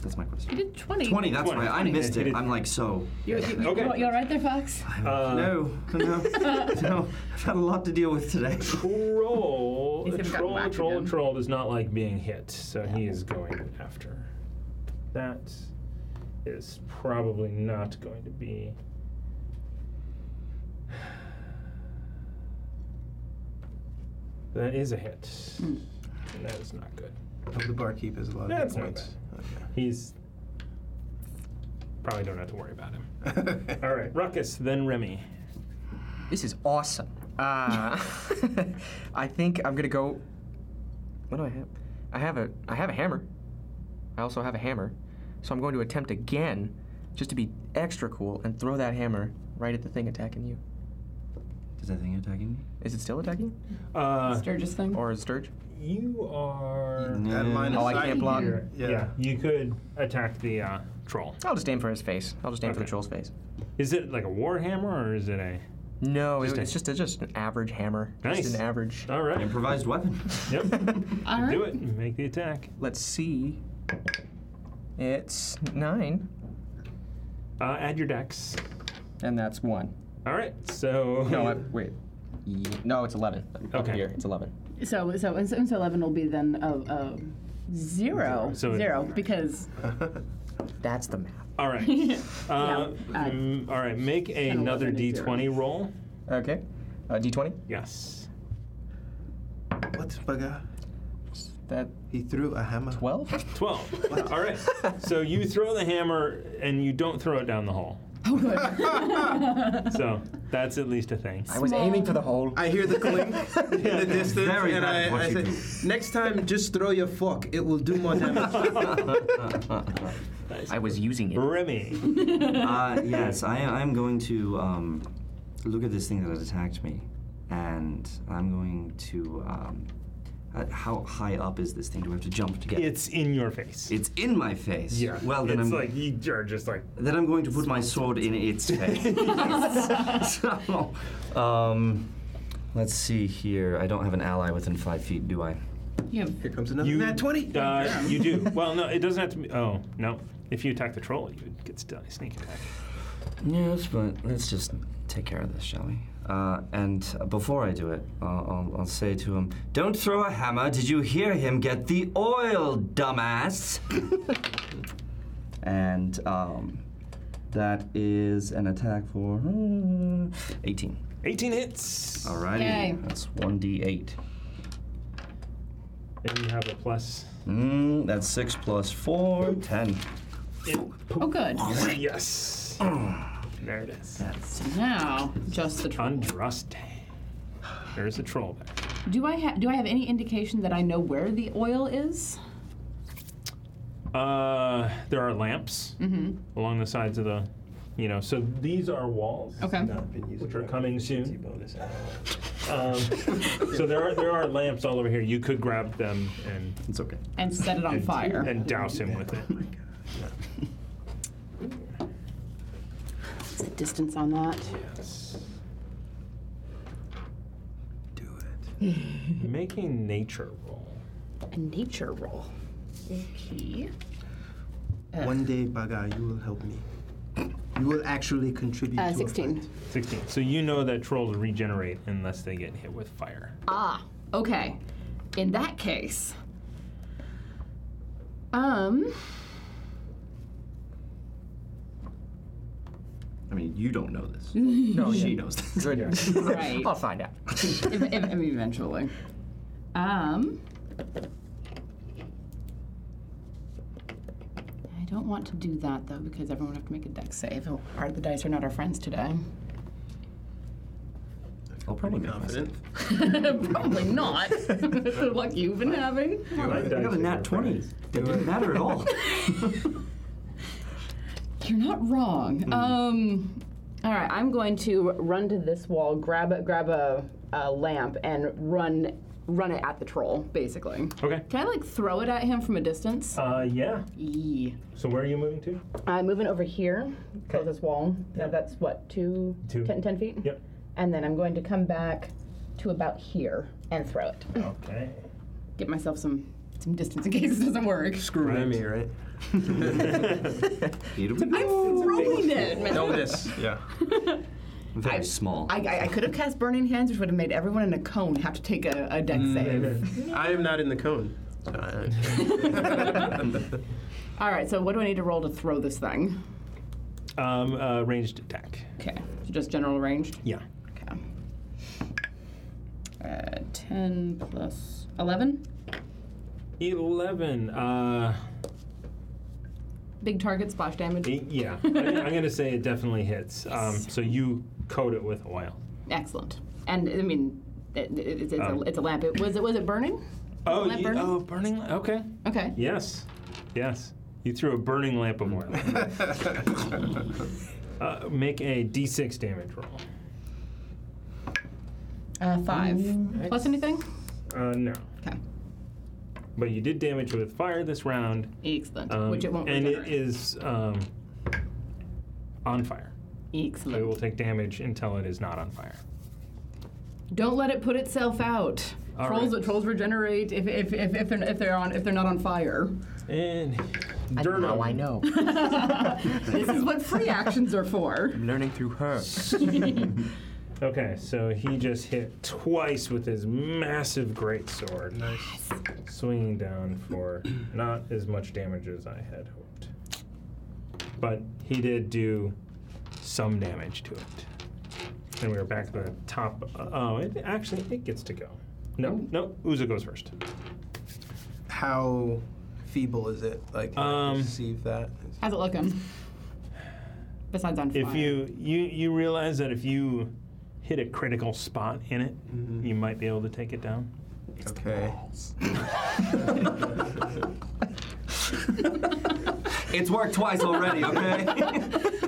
[SPEAKER 4] That's my
[SPEAKER 2] You
[SPEAKER 4] question.
[SPEAKER 2] did 20.
[SPEAKER 4] Twenty. That's
[SPEAKER 1] 20,
[SPEAKER 4] right. I missed
[SPEAKER 1] yeah, he
[SPEAKER 4] it.
[SPEAKER 1] did.
[SPEAKER 4] I'm like so.
[SPEAKER 2] You, you,
[SPEAKER 1] Okay.
[SPEAKER 2] you, all right there, Fox?
[SPEAKER 1] Uh,
[SPEAKER 4] no, no, no. I've had a lot to deal with today.
[SPEAKER 1] Troll,
[SPEAKER 2] He's gonna
[SPEAKER 1] troll,
[SPEAKER 2] got whacked
[SPEAKER 1] troll,
[SPEAKER 2] again.
[SPEAKER 1] troll does not like being hit, so he is going after. That is probably not going to be. That is a hit. And that is not good.
[SPEAKER 5] Of Oh, the barkeep is a lot
[SPEAKER 1] That's
[SPEAKER 5] of
[SPEAKER 1] not
[SPEAKER 5] good points.
[SPEAKER 1] He's probably don't have to worry about him.
[SPEAKER 5] Okay.
[SPEAKER 1] All right, Ruckus, then Remy.
[SPEAKER 8] This is awesome. Uh, I think I'm gonna go. What do I have? I have a I have a hammer. I also have a hammer, so I'm going to attempt again, just to be extra cool, and throw that hammer right at the thing attacking you.
[SPEAKER 4] Is that thing attacking me?
[SPEAKER 8] Is it still attacking?
[SPEAKER 1] Uh,
[SPEAKER 2] Sturgis thing?
[SPEAKER 8] Or is Sturge?
[SPEAKER 1] you are.
[SPEAKER 5] Add line of
[SPEAKER 8] Oh, I
[SPEAKER 5] sight
[SPEAKER 8] can't block.
[SPEAKER 5] here.
[SPEAKER 1] Yeah.
[SPEAKER 5] Yeah.
[SPEAKER 1] you could attack the uh, troll.
[SPEAKER 8] I'll just aim for his face. I'll just aim for the
[SPEAKER 1] Okay.
[SPEAKER 8] troll's face.
[SPEAKER 1] Is it like a war hammer or is it a?
[SPEAKER 8] No,
[SPEAKER 1] Just
[SPEAKER 8] it-
[SPEAKER 1] a-
[SPEAKER 8] it's just a, just an average hammer.
[SPEAKER 1] Nice.
[SPEAKER 8] Just an average.
[SPEAKER 1] All right.
[SPEAKER 4] Improvised weapon.
[SPEAKER 1] Yep.
[SPEAKER 2] all
[SPEAKER 1] Do
[SPEAKER 2] right.
[SPEAKER 1] it. Make the attack.
[SPEAKER 8] Let's see. It's nine,
[SPEAKER 1] Uh, add your dex.
[SPEAKER 8] and that's one.
[SPEAKER 1] All right. So.
[SPEAKER 8] No, I, wait. Ye- No, it's eleven. Up
[SPEAKER 1] Okay.
[SPEAKER 8] here, it's eleven.
[SPEAKER 2] So, so, and so, so 11 will be then a, a zero.
[SPEAKER 1] Zero, so it-
[SPEAKER 2] Zero, because.
[SPEAKER 8] That's the math.
[SPEAKER 1] All right. Uh,
[SPEAKER 2] uh,
[SPEAKER 1] mm, all right. Make another
[SPEAKER 2] 11 is zero.
[SPEAKER 1] d20 roll.
[SPEAKER 8] Okay. Uh, D20.
[SPEAKER 1] Yes.
[SPEAKER 5] What bugger?
[SPEAKER 8] That
[SPEAKER 5] He threw a hammer.
[SPEAKER 8] 12?
[SPEAKER 1] 12. All right. So you throw the hammer and you don't throw it down the hole.
[SPEAKER 2] Oh, good.
[SPEAKER 1] So that's at least a thing.
[SPEAKER 8] I was aiming for the hole.
[SPEAKER 5] I hear the clink in the distance,
[SPEAKER 4] Very
[SPEAKER 5] and
[SPEAKER 4] bad
[SPEAKER 5] I,
[SPEAKER 4] what
[SPEAKER 5] I
[SPEAKER 4] you
[SPEAKER 5] say,
[SPEAKER 4] do.
[SPEAKER 5] next time just throw your fork. It will do more damage.
[SPEAKER 1] Nice.
[SPEAKER 8] I was using it.
[SPEAKER 1] Remy.
[SPEAKER 4] uh, yes, I, I'm going to um, look at this thing that attacked me, and I'm going to. Um, uh, how high up is this thing? Do I have to jump to get?
[SPEAKER 1] It's in your face.
[SPEAKER 4] It's in my face.
[SPEAKER 1] Yeah.
[SPEAKER 4] Well, then
[SPEAKER 1] it's
[SPEAKER 4] I'm
[SPEAKER 1] like you are just like
[SPEAKER 4] then I'm going to put my sword in its face. so, um, let's see here. I don't have an ally within five feet, do I?
[SPEAKER 5] Here comes another nat 20.
[SPEAKER 1] Uh, you do. Well, no, it doesn't have to be. Oh no, if you attack the troll, you would get st- sneak attack.
[SPEAKER 4] Yes, but let's just take care of this, shall we? Uh, and before I do it, I'll, I'll, I'll say to him, "Don't throw a hammer. Did you hear him? Get the oil, dumbass." and um, that is an attack for uh, 18.
[SPEAKER 1] 18 hits.
[SPEAKER 4] Alrighty,
[SPEAKER 2] Yay.
[SPEAKER 4] that's 1d8.
[SPEAKER 1] And you have a plus.
[SPEAKER 4] Mm, that's 6 plus 4, 10.
[SPEAKER 2] Oh, good.
[SPEAKER 1] Yes. there it is.
[SPEAKER 4] That's
[SPEAKER 2] Now, just the troll.
[SPEAKER 1] Andraste. There's a troll back.
[SPEAKER 2] Do I ha- do I have any indication that I know where the oil is?
[SPEAKER 1] Uh, there are lamps along the sides of the, you know. So these are walls.
[SPEAKER 2] Okay.
[SPEAKER 1] Which are coming soon.
[SPEAKER 5] Bonus
[SPEAKER 1] Um, so there are there are lamps all over here. You could grab them and
[SPEAKER 4] It's okay.
[SPEAKER 2] And set it on
[SPEAKER 1] and,
[SPEAKER 2] fire.
[SPEAKER 1] and douse him with it.
[SPEAKER 2] What's the distance on that?
[SPEAKER 1] Yes.
[SPEAKER 5] Do it.
[SPEAKER 1] Making nature roll.
[SPEAKER 2] A nature roll. Okay.
[SPEAKER 5] One day, Baga, you will help me. You will actually contribute
[SPEAKER 2] Uh,
[SPEAKER 5] to a
[SPEAKER 2] 16.
[SPEAKER 5] fight.
[SPEAKER 1] 16. So you know that trolls regenerate unless they get hit with fire.
[SPEAKER 2] Ah, okay. In that case, um,
[SPEAKER 4] I mean, you don't know this.
[SPEAKER 8] No,
[SPEAKER 4] She
[SPEAKER 8] yeah.
[SPEAKER 4] knows this.
[SPEAKER 8] Goodness.
[SPEAKER 2] Right.
[SPEAKER 8] I'll find out.
[SPEAKER 2] if, if, I mean, eventually. Um, I don't want to do that though because everyone would have to make a deck save. Oh, our, the dice are not our friends today.
[SPEAKER 4] I'll probably make
[SPEAKER 5] Confident.
[SPEAKER 2] Probably not. the luck you've been having.
[SPEAKER 4] I got a nat 20. That didn't matter at all.
[SPEAKER 2] You're not wrong.
[SPEAKER 1] Hmm.
[SPEAKER 2] Um, all right, I'm going to run to this wall, grab a, grab a, a lamp, and run run it at the troll, basically.
[SPEAKER 1] Okay.
[SPEAKER 2] Can I like throw it at him from a distance?
[SPEAKER 1] Uh, yeah.
[SPEAKER 2] Yeah.
[SPEAKER 1] So where are you moving to?
[SPEAKER 2] I'm moving over here, close this wall. Now
[SPEAKER 1] Yeah.
[SPEAKER 2] that's what two,
[SPEAKER 1] Two.
[SPEAKER 2] ten- ten feet.
[SPEAKER 1] Yep.
[SPEAKER 2] And then I'm going to come back to about here and throw it.
[SPEAKER 1] Okay.
[SPEAKER 2] Get myself some some distance in case it doesn't work.
[SPEAKER 5] Screw Remy, right?
[SPEAKER 2] I'm throwing it. man.
[SPEAKER 6] Know this. Yeah.
[SPEAKER 4] Very small.
[SPEAKER 2] I, I, I could have cast Burning Hands, which would have made everyone in a cone have to take a, a
[SPEAKER 1] Mm,
[SPEAKER 2] deck save.
[SPEAKER 5] I am not in the cone. So I-
[SPEAKER 2] All right, so what do I need to roll to throw this thing?
[SPEAKER 1] Um, uh, ranged attack.
[SPEAKER 2] Okay, just general range?
[SPEAKER 1] Yeah.
[SPEAKER 2] Okay. Uh, 10 plus 11?
[SPEAKER 1] 11. Uh,
[SPEAKER 2] Big target splash damage.
[SPEAKER 1] eight, yeah. I, am going to say it definitely hits. Um, so you coat it with oil.
[SPEAKER 2] Excellent. And I mean, it, it, it's, it's,
[SPEAKER 1] Um.
[SPEAKER 2] a, it's a lamp. It, was it was it burning?
[SPEAKER 1] Oh,
[SPEAKER 2] Lamp
[SPEAKER 1] you-
[SPEAKER 2] burning?
[SPEAKER 1] oh, burning. la- Okay.
[SPEAKER 2] Okay.
[SPEAKER 1] Yes. Yes. You threw a burning lamp of oil.
[SPEAKER 5] Mm-hmm.
[SPEAKER 1] uh, make a d6 damage roll.
[SPEAKER 2] Uh, five.
[SPEAKER 1] Mm,
[SPEAKER 2] plus anything?
[SPEAKER 1] Uh, no.
[SPEAKER 2] Okay.
[SPEAKER 1] But you did damage with fire this round.
[SPEAKER 2] Excellent.
[SPEAKER 1] Um,
[SPEAKER 2] Which it won't
[SPEAKER 1] and
[SPEAKER 2] regenerate.
[SPEAKER 1] it is um, on fire. It will
[SPEAKER 2] Excellent.
[SPEAKER 1] take damage until it is not on fire.
[SPEAKER 2] Don't let it put itself out.
[SPEAKER 1] All
[SPEAKER 2] trolls
[SPEAKER 1] right.
[SPEAKER 2] trolls regenerate if, if, if, if, they're, if they're on if they're not on fire.
[SPEAKER 1] And
[SPEAKER 8] And now I know.
[SPEAKER 2] this is what free actions are for.
[SPEAKER 8] I'm learning through her.
[SPEAKER 1] Okay, so he just hit twice with his massive great sword,
[SPEAKER 5] nice.
[SPEAKER 1] swinging down for not as much damage as I had hoped. But he did do some damage to it. And we are back at the top. Oh, it, actually, it gets to go. No, no, Uza goes first.
[SPEAKER 5] How feeble is it? Like, can I
[SPEAKER 1] Um,
[SPEAKER 5] perceive that?
[SPEAKER 2] How's it looking? Besides on fire.
[SPEAKER 1] If you, you you realize that if you hit a critical spot in it, you might be able to take it down.
[SPEAKER 5] Okay.
[SPEAKER 4] It's worked twice already, okay?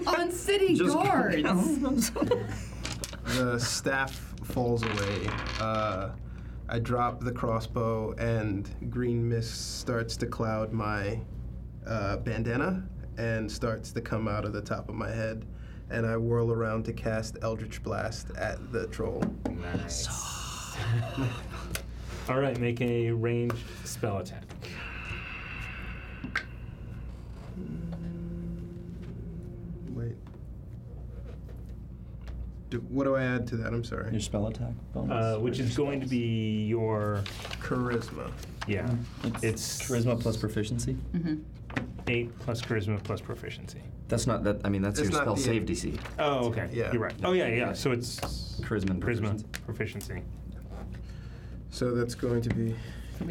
[SPEAKER 10] on city
[SPEAKER 4] Just-
[SPEAKER 10] guards.
[SPEAKER 5] the staff falls away. Uh, I drop the crossbow, and green mist starts to cloud my uh, bandana and starts to come out of the top of my head. And I whirl around to cast Eldritch Blast at the troll.
[SPEAKER 1] Nice. All right, make a ranged spell attack.
[SPEAKER 5] Wait. Do, what do I add to that? I'm sorry.
[SPEAKER 11] Your spell attack
[SPEAKER 1] Uh, which is going to be your
[SPEAKER 5] charisma.
[SPEAKER 1] Yeah, it's,
[SPEAKER 11] charisma plus proficiency.
[SPEAKER 2] Mm-hmm.
[SPEAKER 1] eight plus charisma plus proficiency.
[SPEAKER 11] That's not that. I mean, that's
[SPEAKER 1] It's
[SPEAKER 11] your
[SPEAKER 1] not
[SPEAKER 11] spell
[SPEAKER 1] the-
[SPEAKER 11] save DC.
[SPEAKER 1] Oh, okay.
[SPEAKER 5] Yeah.
[SPEAKER 1] You're right. Oh, yeah, yeah. So it's
[SPEAKER 11] charisma. and
[SPEAKER 1] charisma proficiency.
[SPEAKER 5] So that's going to be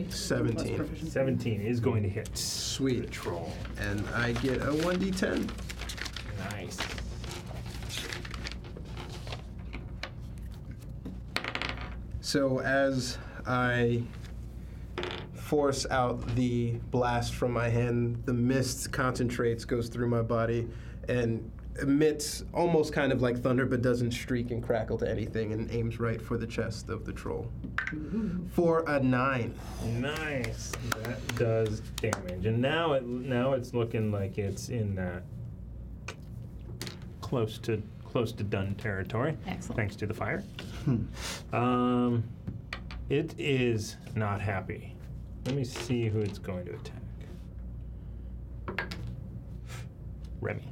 [SPEAKER 5] 17.
[SPEAKER 1] 17 is going to hit.
[SPEAKER 5] Sweet.
[SPEAKER 1] troll.
[SPEAKER 5] And I get a 1d10.
[SPEAKER 1] Nice.
[SPEAKER 5] So as I force out the blast from my hand, the mist concentrates, goes through my body, and emits almost kind of like thunder, but doesn't streak and crackle to anything, and aims right for the chest of the troll. For a nine.
[SPEAKER 1] Nice. That does damage. And now it now it's looking like it's in that close to close to done territory.
[SPEAKER 10] Excellent.
[SPEAKER 1] Thanks to the fire. um, it is not happy. Let me see who it's going to attack. Remy.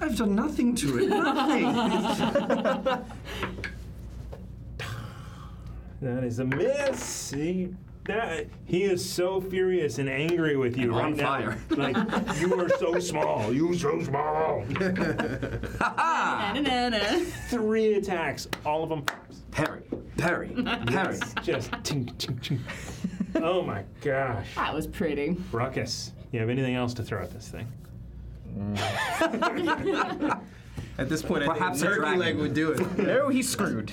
[SPEAKER 4] I've done nothing to it. Nothing.
[SPEAKER 1] That is a miss. He, that, he is so furious and angry with you
[SPEAKER 4] On
[SPEAKER 1] right
[SPEAKER 4] fire.
[SPEAKER 1] now. Like you are so small. You so small.
[SPEAKER 4] Ah.
[SPEAKER 1] Three attacks, all of them.
[SPEAKER 4] Parry, parry, parry.
[SPEAKER 1] Just ting, ting, ting. Oh my gosh.
[SPEAKER 2] That was pretty.
[SPEAKER 1] Ruckus, you have anything else to throw at this thing?
[SPEAKER 5] At this point,
[SPEAKER 4] Perhaps a
[SPEAKER 5] I think turkey
[SPEAKER 4] dragon.
[SPEAKER 5] leg would do it.
[SPEAKER 8] No, he's screwed.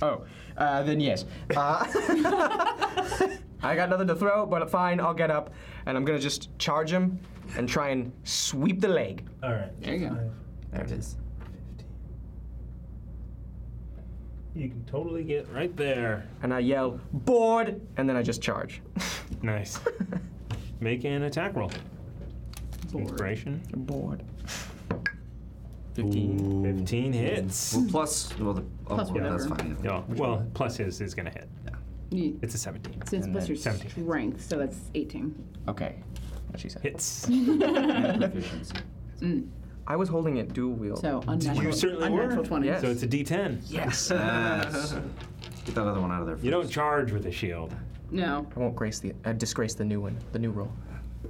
[SPEAKER 8] oh, uh, then yes. Uh, I got nothing to throw, but fine, I'll get up, and I'm gonna just charge him and try and sweep the leg.
[SPEAKER 1] All right.
[SPEAKER 2] There you go.
[SPEAKER 11] There it is.
[SPEAKER 1] You can totally get right there.
[SPEAKER 8] And I yell, board, and then I just charge.
[SPEAKER 1] Nice. Make an attack roll. Inspiration.
[SPEAKER 8] Board.
[SPEAKER 12] 15.
[SPEAKER 1] 15 hits.
[SPEAKER 4] Well, plus, well, the, oh,
[SPEAKER 2] Plus
[SPEAKER 4] well, that's
[SPEAKER 2] whatever.
[SPEAKER 4] fine.
[SPEAKER 1] Yeah, well, plus his is going to hit.
[SPEAKER 2] You,
[SPEAKER 1] It's a 17.
[SPEAKER 2] since
[SPEAKER 12] And
[SPEAKER 2] plus
[SPEAKER 12] then
[SPEAKER 2] your
[SPEAKER 1] 17.
[SPEAKER 2] strength, so that's 18.
[SPEAKER 12] Okay. What she said.
[SPEAKER 1] Hits.
[SPEAKER 11] And proficiency.
[SPEAKER 8] I was holding it dual wheel.
[SPEAKER 2] So unnatural,
[SPEAKER 1] You certainly were.
[SPEAKER 2] unnatural 20.
[SPEAKER 8] Yes.
[SPEAKER 1] So it's a D10.
[SPEAKER 8] yes.
[SPEAKER 4] Yes. Get that other one out of there. First.
[SPEAKER 1] You don't charge with a shield.
[SPEAKER 2] No.
[SPEAKER 8] I won't grace the, uh, disgrace the new one, the new roll.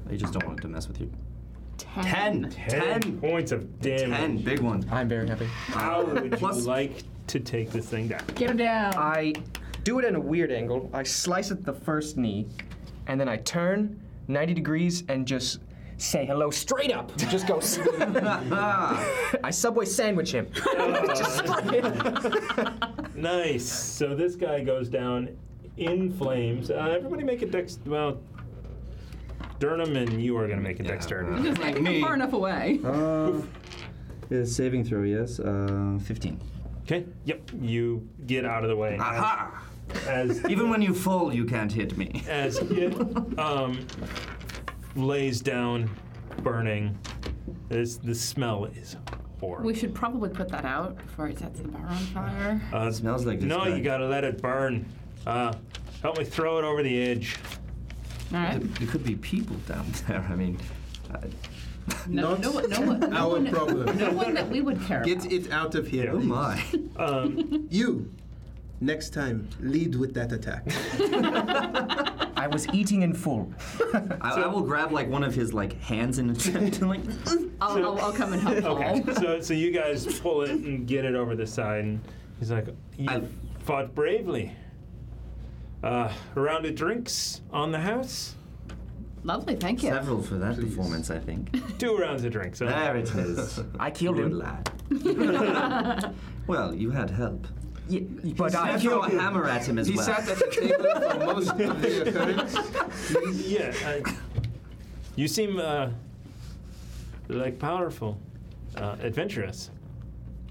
[SPEAKER 4] You just don't want it to mess with you.
[SPEAKER 2] 10.
[SPEAKER 4] Ten.
[SPEAKER 1] Ten,
[SPEAKER 4] Ten.
[SPEAKER 1] points of damage.
[SPEAKER 4] Ten. Big one.
[SPEAKER 8] I'm very happy.
[SPEAKER 1] How would you
[SPEAKER 4] Plus-
[SPEAKER 1] like to take this thing down?
[SPEAKER 2] Get him down.
[SPEAKER 8] I do it in a weird angle. I slice at the first knee, and then I turn 90 degrees and just say hello straight up. Just go. I subway sandwich him. Just straight up.
[SPEAKER 1] Nice. So this guy goes down in flames. Uh, everybody make a dex. Well, Durham and you are going to make a
[SPEAKER 4] Yeah. uh,
[SPEAKER 1] dexterity.
[SPEAKER 2] Just like him far enough away.
[SPEAKER 11] Uh, yeah, saving throw, yes. Uh, 15.
[SPEAKER 1] Okay. Yep. You get out of the way.
[SPEAKER 4] Aha!
[SPEAKER 1] As
[SPEAKER 4] Ah. Even when you fall, you can't hit me.
[SPEAKER 1] as it um, lays down, burning. This the smell is horrible.
[SPEAKER 2] We should probably put that out before it sets the bar on fire.
[SPEAKER 1] Uh,
[SPEAKER 11] Smells like this
[SPEAKER 1] No,
[SPEAKER 11] guy.
[SPEAKER 1] you gotta let it burn. Uh, help me throw it over the edge.
[SPEAKER 2] All right.
[SPEAKER 4] There could be people down there. I mean, uh,
[SPEAKER 2] No,
[SPEAKER 5] Not
[SPEAKER 2] no, one- no, one- no
[SPEAKER 5] our
[SPEAKER 2] one,
[SPEAKER 5] problem.
[SPEAKER 2] No one that we would care
[SPEAKER 5] Get
[SPEAKER 2] about.
[SPEAKER 5] it out of here.
[SPEAKER 4] oh my.
[SPEAKER 1] Um,
[SPEAKER 5] You, next time, lead with that attack.
[SPEAKER 8] I was eating in full.
[SPEAKER 4] I, I will grab like one of his like hands and attempt to like.
[SPEAKER 2] I'll, I'll, I'll come and help.
[SPEAKER 1] okay,
[SPEAKER 2] Paul.
[SPEAKER 1] so so you guys pull it and get it over the side, and he's like, "You
[SPEAKER 4] I-
[SPEAKER 1] fought bravely." Uh, a round of drinks on the house.
[SPEAKER 2] Lovely, thank you.
[SPEAKER 4] Several for that performance, I think.
[SPEAKER 1] Two rounds of drinks. huh?
[SPEAKER 4] There it is.
[SPEAKER 8] I killed
[SPEAKER 4] Good
[SPEAKER 8] him.
[SPEAKER 4] lad. well, you had help.
[SPEAKER 8] Yeah, but
[SPEAKER 4] I
[SPEAKER 8] I
[SPEAKER 4] threw a hammer at him as
[SPEAKER 5] he
[SPEAKER 4] well.
[SPEAKER 5] sat at the table for most of the occurrence.
[SPEAKER 1] yeah. I, You seem uh, like powerful, uh, adventurous.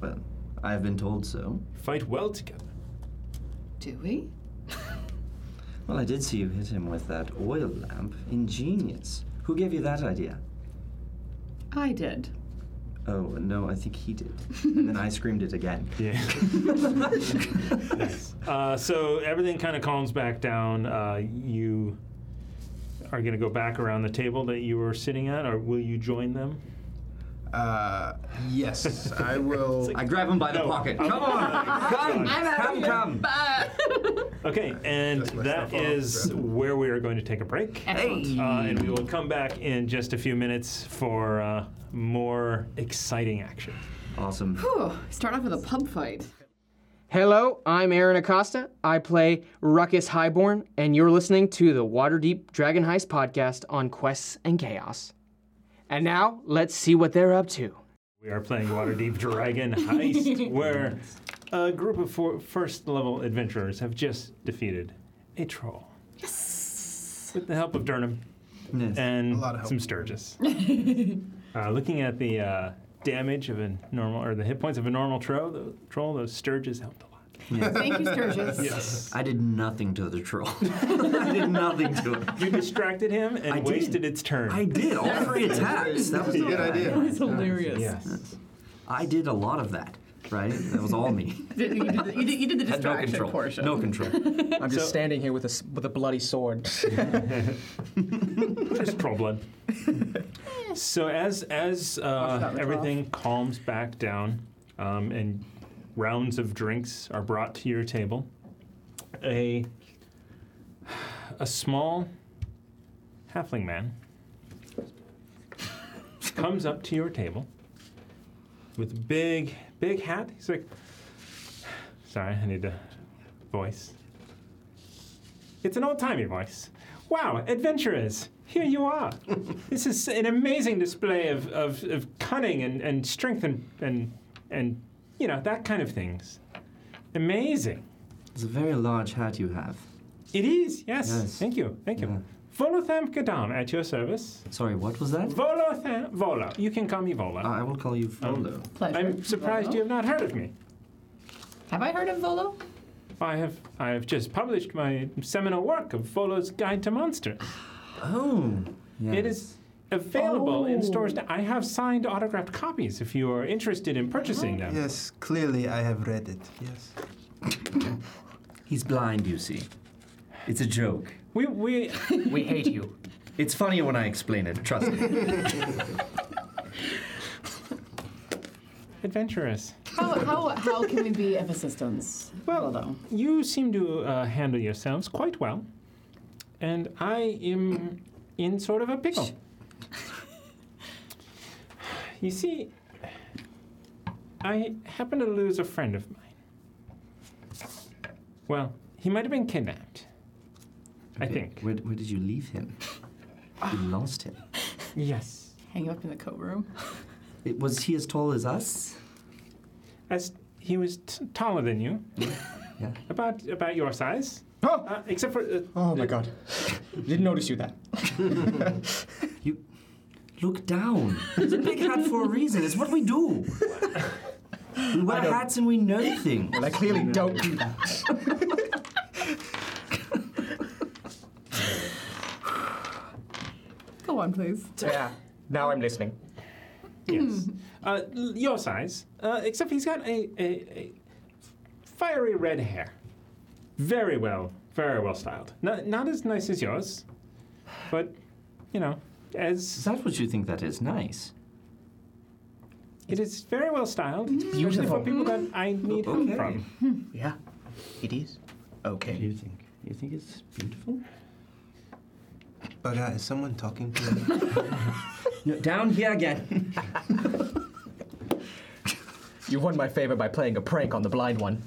[SPEAKER 4] Well, I've been told so.
[SPEAKER 1] Fight well together.
[SPEAKER 2] Do we?
[SPEAKER 4] Well, I did see you hit him with that oil lamp. Ingenious. Who gave you that idea?
[SPEAKER 2] I did.
[SPEAKER 4] Oh, no, I think he did. and then I screamed it again.
[SPEAKER 1] Yeah. Uh, so everything kind of calms back down. Uh, you are going to go back around the table that you were sitting at, or will you join them?
[SPEAKER 5] Uh, yes, I will.
[SPEAKER 1] like-
[SPEAKER 5] I
[SPEAKER 3] grab him by the
[SPEAKER 1] No,
[SPEAKER 3] pocket.
[SPEAKER 1] I'm-
[SPEAKER 3] Come on, come,
[SPEAKER 1] I'm out
[SPEAKER 3] come, come.
[SPEAKER 1] Okay, and that is where we are going to take a break.
[SPEAKER 2] Excellent.
[SPEAKER 1] Uh, and we will come back in just a few minutes for uh, more exciting action.
[SPEAKER 4] Awesome.
[SPEAKER 2] Whew, start off with a pub fight.
[SPEAKER 6] Hello, I'm Aaron Acosta. I play Ruckus Highborn, and you're listening to the Waterdeep Dragon Heist podcast on Quests and Chaos. And now, let's see what they're up to.
[SPEAKER 1] We are playing Waterdeep Dragon Heist, where a group of four first level adventurers have just defeated a troll. Yes! With the help of Durham and some Sturgis. uh, looking at the uh, damage of a normal, or the hit points of a normal tro- the troll, those Sturgis helped a lot.
[SPEAKER 2] Thank you, Sturgis.
[SPEAKER 1] Yes.
[SPEAKER 4] I did nothing to the troll. I did nothing to it.
[SPEAKER 1] You distracted him and
[SPEAKER 4] I did.
[SPEAKER 1] wasted its turn.
[SPEAKER 4] I did all three attacks. That was
[SPEAKER 5] That's a good idea. That was
[SPEAKER 4] hilarious. Yes. I did a lot of that, right? That was all me.
[SPEAKER 2] You did, the- you did- you did the
[SPEAKER 4] Had no
[SPEAKER 2] distraction
[SPEAKER 4] control.
[SPEAKER 2] portion.
[SPEAKER 4] No control.
[SPEAKER 6] I'm just standing here with a, s- with a bloody sword.
[SPEAKER 1] Just troll blood. so as as uh, everything calms back down, um, and rounds of drinks are brought to your table, a a small halfling man comes up to your table with a big big hat. He's like, sorry, I need to voice. It's an old timey voice. Wow, adventurers, here you are. this is an amazing display of, of, of cunning and, and strength and, and, and, you know, that kind of things. Amazing.
[SPEAKER 4] It's a very large hat you have.
[SPEAKER 1] It is, yes.
[SPEAKER 4] Yes.
[SPEAKER 1] Thank you, thank you. Volotham Kadam at your service.
[SPEAKER 4] Sorry, what was that?
[SPEAKER 1] Volotham, Volo. You can call me Vola.
[SPEAKER 4] I will call you Volo.
[SPEAKER 2] Pleasure.
[SPEAKER 1] I'm surprised you have not heard of me.
[SPEAKER 2] Have I heard of Volo?
[SPEAKER 1] I have, I have just published my seminal work of Volo's Guide to Monsters.
[SPEAKER 4] oh,
[SPEAKER 1] It is available in stores now. I have signed autographed copies if you are interested in purchasing them.
[SPEAKER 5] Yes, clearly I have read it. Yes.
[SPEAKER 4] He's blind, you see. It's a joke.
[SPEAKER 1] We we
[SPEAKER 6] we hate you.
[SPEAKER 4] It's funnier when I explain it. Trust me.
[SPEAKER 1] Adventurous.
[SPEAKER 2] How, how, how can we be of assistance? Well,
[SPEAKER 1] You seem to uh, handle yourselves quite well, and I am in sort of a pickle. you see, I happen to lose a friend of mine. Well, he might have been kidnapped. I think.
[SPEAKER 4] Where, where did you leave him? You lost him.
[SPEAKER 1] Yes.
[SPEAKER 2] Hang him up in the coat room.
[SPEAKER 4] It, was he as tall as us?
[SPEAKER 1] As he was t- taller than you,
[SPEAKER 4] Yeah.
[SPEAKER 1] about about your size.
[SPEAKER 6] Oh!
[SPEAKER 1] Uh, except for uh,
[SPEAKER 6] Oh my god. Didn't notice you that.
[SPEAKER 4] Look down. It's a big hat for a reason. It's what we do. We wear hats and we know things.
[SPEAKER 6] I clearly don't do that.
[SPEAKER 2] Go on, please.
[SPEAKER 6] yeah, now I'm listening.
[SPEAKER 1] yes, uh, l- your size. Uh, except he's got a, a, a fiery red hair, very well, very well styled. Not not as nice as yours, but you know,
[SPEAKER 4] Is
[SPEAKER 1] as
[SPEAKER 4] that what you think that is? Nice.
[SPEAKER 1] it is very well styled. especially
[SPEAKER 6] beautiful.
[SPEAKER 1] for people that I need help
[SPEAKER 4] Okay.
[SPEAKER 1] from.
[SPEAKER 6] Yeah, it is.
[SPEAKER 4] Do
[SPEAKER 6] Okay.
[SPEAKER 4] you think? You think it's beautiful?
[SPEAKER 5] But uh, is someone talking to me?
[SPEAKER 4] No, down here again.
[SPEAKER 6] You won my favor by playing a prank on the blind one.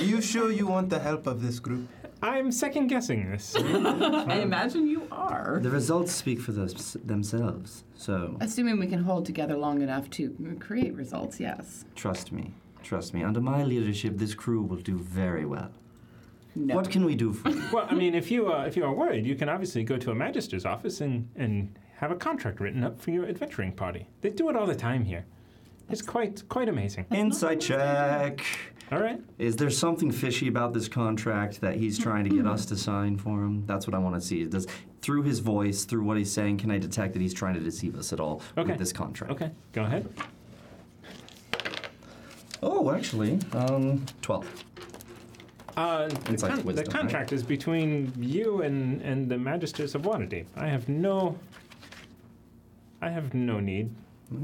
[SPEAKER 5] you sure you want the help of this group?
[SPEAKER 1] I'm second guessing this.
[SPEAKER 2] I imagine you are.
[SPEAKER 4] the results speak for those, themselves. So
[SPEAKER 2] Assuming we can hold together long enough to create results, yes.
[SPEAKER 4] trust me. Trust me. Under my leadership, this crew will do very well. What can we do for you?
[SPEAKER 1] Well, I mean, if you uh, if you are worried, you can obviously go to a magister's office and and have a contract written up for your adventuring party. They do it all the time here. It's quite quite amazing.
[SPEAKER 4] Insight check.
[SPEAKER 1] All right.
[SPEAKER 4] Is there something fishy about this contract that he's trying to get us to sign for him? That's what I want to see. Does through his voice, through what he's saying, can I detect that he's trying to deceive us at all
[SPEAKER 1] Okay.
[SPEAKER 4] with this contract?
[SPEAKER 1] Okay. Go ahead.
[SPEAKER 4] Oh, actually, um, twelve.
[SPEAKER 1] Uh, the,
[SPEAKER 4] It's like
[SPEAKER 1] con- the
[SPEAKER 4] wisdom, right?
[SPEAKER 1] contract is between you and, and the magisters of Waterdeep. I have no. I have no need.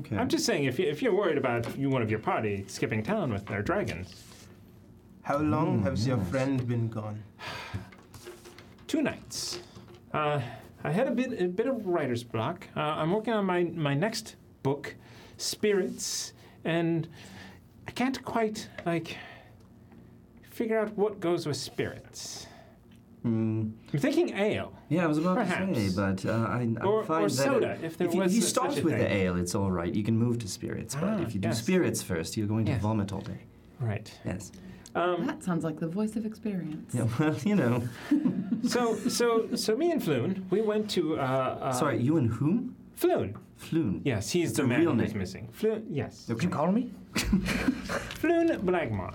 [SPEAKER 4] Okay.
[SPEAKER 1] I'm just saying, if, you, if you're worried about you, one of your party skipping town with their dragons,
[SPEAKER 5] How long
[SPEAKER 6] Hmm,
[SPEAKER 5] has your friend been gone?
[SPEAKER 1] two nights. Uh, I had a bit a bit of writer's block. Uh, I'm working on my my next book, Spirits, and I can't quite like figure out what goes with spirits.
[SPEAKER 4] Hmm.
[SPEAKER 1] I'm thinking ale.
[SPEAKER 4] Yeah, I was about to
[SPEAKER 1] Perhaps.
[SPEAKER 4] say, but uh, I, I
[SPEAKER 1] Or-
[SPEAKER 4] find
[SPEAKER 1] or
[SPEAKER 4] that
[SPEAKER 1] soda,
[SPEAKER 4] it-
[SPEAKER 1] if there
[SPEAKER 4] you-
[SPEAKER 1] was
[SPEAKER 4] you
[SPEAKER 1] such
[SPEAKER 4] start
[SPEAKER 1] a
[SPEAKER 4] with the
[SPEAKER 1] thing.
[SPEAKER 4] ale, it's all right. You can move to spirits, but
[SPEAKER 1] Ah,
[SPEAKER 4] if you do
[SPEAKER 1] yes.
[SPEAKER 4] spirits first, you're going to
[SPEAKER 1] Yes.
[SPEAKER 4] vomit all day.
[SPEAKER 1] Right.
[SPEAKER 4] Yes.
[SPEAKER 13] that sounds like the voice of experience.
[SPEAKER 4] um, Yeah. Well, you know.
[SPEAKER 1] So so so me and Floon, we went to. Uh, uh,
[SPEAKER 4] Sorry, you and whom?
[SPEAKER 1] Floon.
[SPEAKER 4] Floon.
[SPEAKER 1] Yes, he's
[SPEAKER 4] That's
[SPEAKER 1] the
[SPEAKER 4] a
[SPEAKER 1] man
[SPEAKER 4] real
[SPEAKER 1] who's
[SPEAKER 4] name.
[SPEAKER 1] missing. Floon. Yes.
[SPEAKER 4] Did you
[SPEAKER 6] call me?
[SPEAKER 1] Floon Blagmar.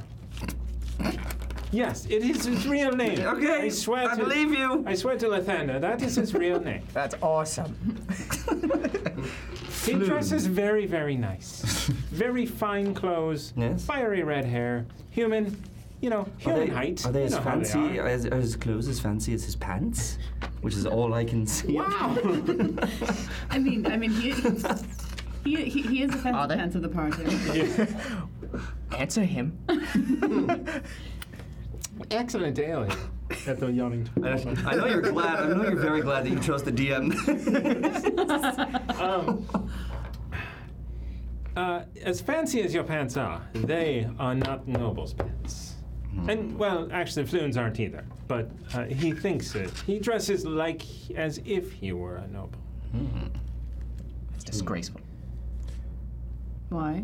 [SPEAKER 1] Yes, it is his real name.
[SPEAKER 6] Okay,
[SPEAKER 1] I swear
[SPEAKER 6] I
[SPEAKER 1] to,
[SPEAKER 6] believe
[SPEAKER 1] you. I swear to Lathander, that is his real name.
[SPEAKER 6] That's awesome.
[SPEAKER 1] He dresses very, very nice. very fine clothes, fiery red hair, human, you know,
[SPEAKER 4] Are
[SPEAKER 1] human
[SPEAKER 4] they,
[SPEAKER 1] height.
[SPEAKER 4] Are they
[SPEAKER 1] you
[SPEAKER 4] as
[SPEAKER 1] know how
[SPEAKER 4] fancy?
[SPEAKER 1] They are.
[SPEAKER 4] as, are his clothes as fancy as his pants? Which is all I can see.
[SPEAKER 1] Wow.
[SPEAKER 13] I mean, I mean, he, he, he, he is a fan of the fans of the party.
[SPEAKER 6] Answer him.
[SPEAKER 1] Excellent ale. At the yawning.
[SPEAKER 4] I know you're glad. I know you're very glad that you chose the DM.
[SPEAKER 1] um, uh, as fancy as your pants are, they are not noble's pants.
[SPEAKER 4] Hmm.
[SPEAKER 1] And, well, actually, Floons aren't either. But uh, he thinks it. He dresses like as if he were a noble.
[SPEAKER 6] It's disgraceful.
[SPEAKER 13] Why?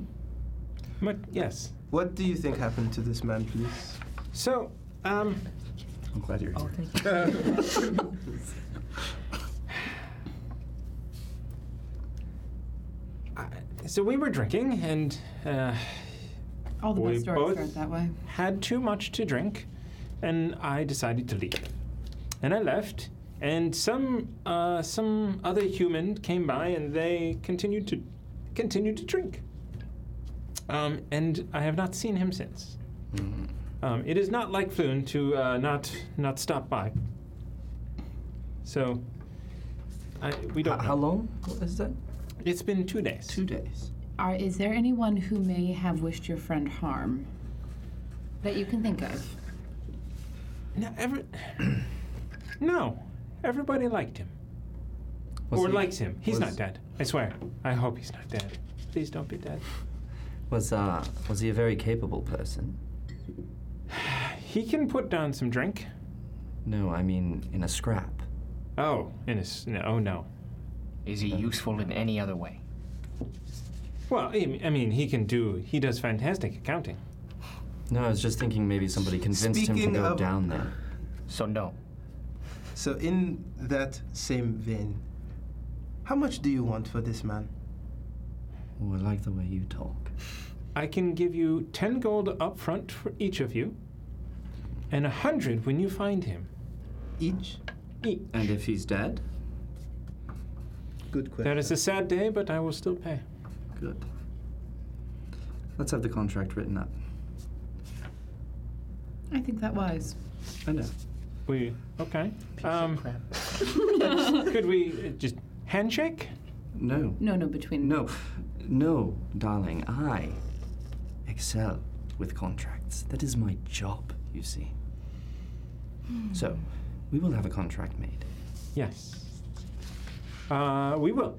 [SPEAKER 1] But, yes.
[SPEAKER 5] What do you think happened to this man, please?
[SPEAKER 1] So, um,
[SPEAKER 4] I'm glad you're
[SPEAKER 1] Oh,
[SPEAKER 4] here.
[SPEAKER 1] so we were drinking, and uh,
[SPEAKER 13] All the
[SPEAKER 1] we
[SPEAKER 13] best stories
[SPEAKER 1] both
[SPEAKER 13] start that way.
[SPEAKER 1] had too much to drink, and I decided to leave. And I left, and some uh, some other human came by, and they continued to continued to drink. Um, and I have not seen him since.
[SPEAKER 4] Mm-hmm.
[SPEAKER 1] Um, it is not like Floon to uh, not not stop by. So I, we don't.
[SPEAKER 4] How long is that?
[SPEAKER 1] It's been two days.
[SPEAKER 4] Two days.
[SPEAKER 2] Are, is there anyone who may have wished your friend harm that you can think of?
[SPEAKER 1] No, every, no, everybody liked him.
[SPEAKER 4] Was
[SPEAKER 1] or
[SPEAKER 4] he-
[SPEAKER 1] likes him. He's not
[SPEAKER 4] was-
[SPEAKER 1] dead. I swear. I hope he's not dead. Please don't be dead.
[SPEAKER 4] Was uh was he a very capable person?
[SPEAKER 1] He can put down some drink.
[SPEAKER 4] No, I mean in a scrap.
[SPEAKER 1] Oh, in his no, oh no.
[SPEAKER 6] Is he useful in any other way?
[SPEAKER 1] Well, I I mean, he can do. He does fantastic accounting.
[SPEAKER 4] No, I was just thinking maybe somebody convinced him
[SPEAKER 5] Speaking
[SPEAKER 4] to go
[SPEAKER 5] of-
[SPEAKER 4] down there.
[SPEAKER 6] So no.
[SPEAKER 5] So, in that same vein, how much do you want for this man?
[SPEAKER 4] Oh, I like the way you talk.
[SPEAKER 1] I can give you ten gold up front for each of you, and a hundred when you find him.
[SPEAKER 5] Each?
[SPEAKER 1] Each.
[SPEAKER 4] And if he's dead?
[SPEAKER 5] Good question.
[SPEAKER 1] That
[SPEAKER 4] uh,
[SPEAKER 1] is a sad day, but I will still pay.
[SPEAKER 4] Good. Let's have the contract written up.
[SPEAKER 13] I think that wise.
[SPEAKER 4] I know.
[SPEAKER 1] We okay? um, could we uh, just handshake?
[SPEAKER 4] No.
[SPEAKER 13] No, no, between
[SPEAKER 4] No. No, darling. I excel with contracts. That is my job, you see.
[SPEAKER 13] Hmm.
[SPEAKER 4] So, we will have a contract made.
[SPEAKER 1] Yes. Uh, we will.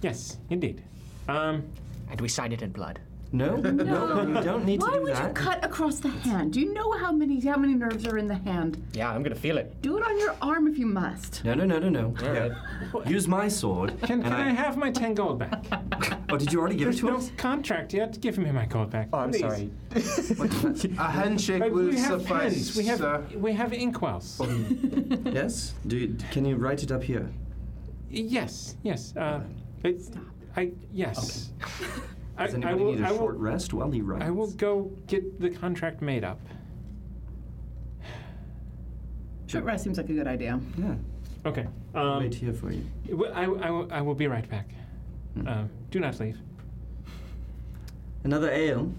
[SPEAKER 1] Yes, indeed. Um,
[SPEAKER 6] And we signed it in blood.
[SPEAKER 4] No, no, you don't need
[SPEAKER 13] Why
[SPEAKER 4] to do
[SPEAKER 13] would
[SPEAKER 4] that.
[SPEAKER 13] you cut across the hand? Do you know how many how many nerves are in the hand?
[SPEAKER 4] Yeah, I'm gonna feel it.
[SPEAKER 13] Do it on your arm if you must.
[SPEAKER 4] No, no, no, no, no. Use my sword.
[SPEAKER 1] Can,
[SPEAKER 4] and
[SPEAKER 1] can I, have my 10 gold back?
[SPEAKER 4] Oh, did you already give
[SPEAKER 1] There's
[SPEAKER 4] it to
[SPEAKER 1] no
[SPEAKER 4] us?
[SPEAKER 1] contract yet. Give me my gold back. Oh,
[SPEAKER 4] I'm sorry.
[SPEAKER 5] A handshake
[SPEAKER 1] But
[SPEAKER 5] will
[SPEAKER 1] we have
[SPEAKER 5] suffice,
[SPEAKER 1] pens. We have
[SPEAKER 5] sir.
[SPEAKER 1] we have inkwells.
[SPEAKER 4] yes. Do you, can you write it up here?
[SPEAKER 1] yes, yes. Uh, it, I yes. I,
[SPEAKER 4] Does anybody need a short rest while he writes?
[SPEAKER 1] I will go get the contract made up.
[SPEAKER 13] Short rest seems like a good idea.
[SPEAKER 4] Yeah.
[SPEAKER 1] Okay. Um,
[SPEAKER 4] Wait here for you. Hmm.
[SPEAKER 1] w- I, I will- I will be right back. Um, do not leave.
[SPEAKER 4] Another ale.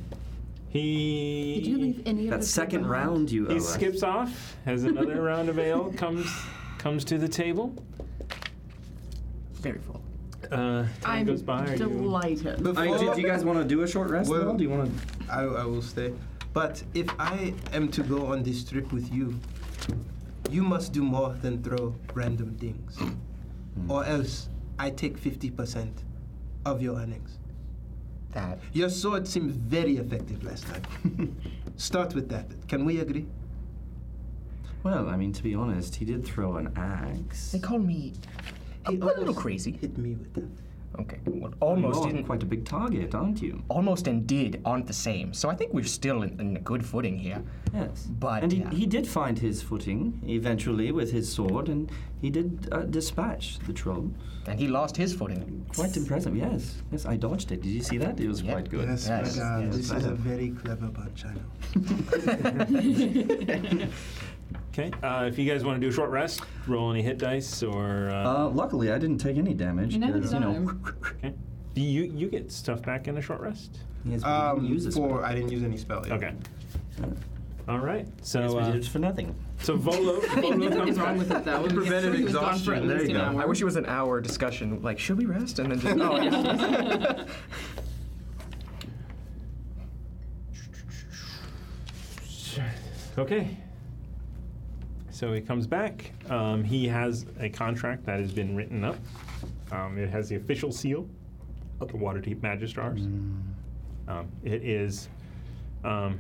[SPEAKER 1] He.
[SPEAKER 13] Did you leave any of
[SPEAKER 4] That
[SPEAKER 13] us
[SPEAKER 4] second
[SPEAKER 13] behind?
[SPEAKER 4] round you owe
[SPEAKER 1] He
[SPEAKER 4] us.
[SPEAKER 1] skips off, has another round of ale, comes comes to the table.
[SPEAKER 13] Very full.
[SPEAKER 1] Uh, time
[SPEAKER 13] I'm
[SPEAKER 1] goes by. Are you,
[SPEAKER 13] delighted.
[SPEAKER 5] Before-
[SPEAKER 4] I mean, do, do you guys want to do a short rest?
[SPEAKER 5] Well-
[SPEAKER 4] Well, do you want to?
[SPEAKER 5] I, I will stay. But if I am to go on this trip with you, you must do more than throw random things.
[SPEAKER 8] Mm-hmm.
[SPEAKER 5] Or else I take 50% of your earnings.
[SPEAKER 8] That.
[SPEAKER 5] Your sword seemed very effective last time. Start with that. Can we agree?
[SPEAKER 4] Well, I mean, to be honest, he did throw an axe.
[SPEAKER 8] They call me a little crazy.
[SPEAKER 5] Hit me with that.
[SPEAKER 8] Okay, well,
[SPEAKER 4] you
[SPEAKER 8] almost
[SPEAKER 4] are
[SPEAKER 8] in,
[SPEAKER 4] quite a big target, aren't you?
[SPEAKER 8] almost and did aren't the same. So I think we're still in, in a good footing here.
[SPEAKER 4] Yes.
[SPEAKER 8] But
[SPEAKER 4] And he,
[SPEAKER 8] yeah.
[SPEAKER 4] he did find his footing eventually with his sword, and he did uh, dispatch the troll.
[SPEAKER 8] and he lost his footing.
[SPEAKER 4] Quite impressive, yes. Yes, I dodged it. Did you see that? It was
[SPEAKER 8] Yeah.
[SPEAKER 4] quite good.
[SPEAKER 5] Yes,
[SPEAKER 8] Yes,
[SPEAKER 5] madame.
[SPEAKER 8] yes,
[SPEAKER 5] this is a
[SPEAKER 4] madame.
[SPEAKER 5] very clever bunch, I know.
[SPEAKER 1] okay. Uh, if you guys want to do a short rest, roll any hit dice or. Uh,
[SPEAKER 4] Uh, luckily, I didn't take any damage.
[SPEAKER 13] Neither
[SPEAKER 4] 'cause,
[SPEAKER 13] did
[SPEAKER 4] you know,
[SPEAKER 1] okay. You you get stuff back in a short rest.
[SPEAKER 4] yes, we
[SPEAKER 5] Um,
[SPEAKER 4] didn't use this.
[SPEAKER 5] for, I didn't use any spell. yeah.
[SPEAKER 1] Okay. All right. So
[SPEAKER 4] we
[SPEAKER 1] uh,
[SPEAKER 4] did it for nothing.
[SPEAKER 1] so Volo, Volo comes
[SPEAKER 13] Nothing's
[SPEAKER 1] back.
[SPEAKER 13] wrong with it though.
[SPEAKER 5] Prevented
[SPEAKER 13] He was gone for
[SPEAKER 5] exhaustion.
[SPEAKER 13] at
[SPEAKER 5] There
[SPEAKER 13] least
[SPEAKER 5] you
[SPEAKER 13] an
[SPEAKER 5] go.
[SPEAKER 13] hour.
[SPEAKER 8] I wish it was an hour discussion. Like, should we rest? And then just oh, yeah.
[SPEAKER 1] Okay. So he comes back. Um, he has a contract that has been written up. Um, it has the official seal of the Waterdeep Magistrars. Um, it is. Um,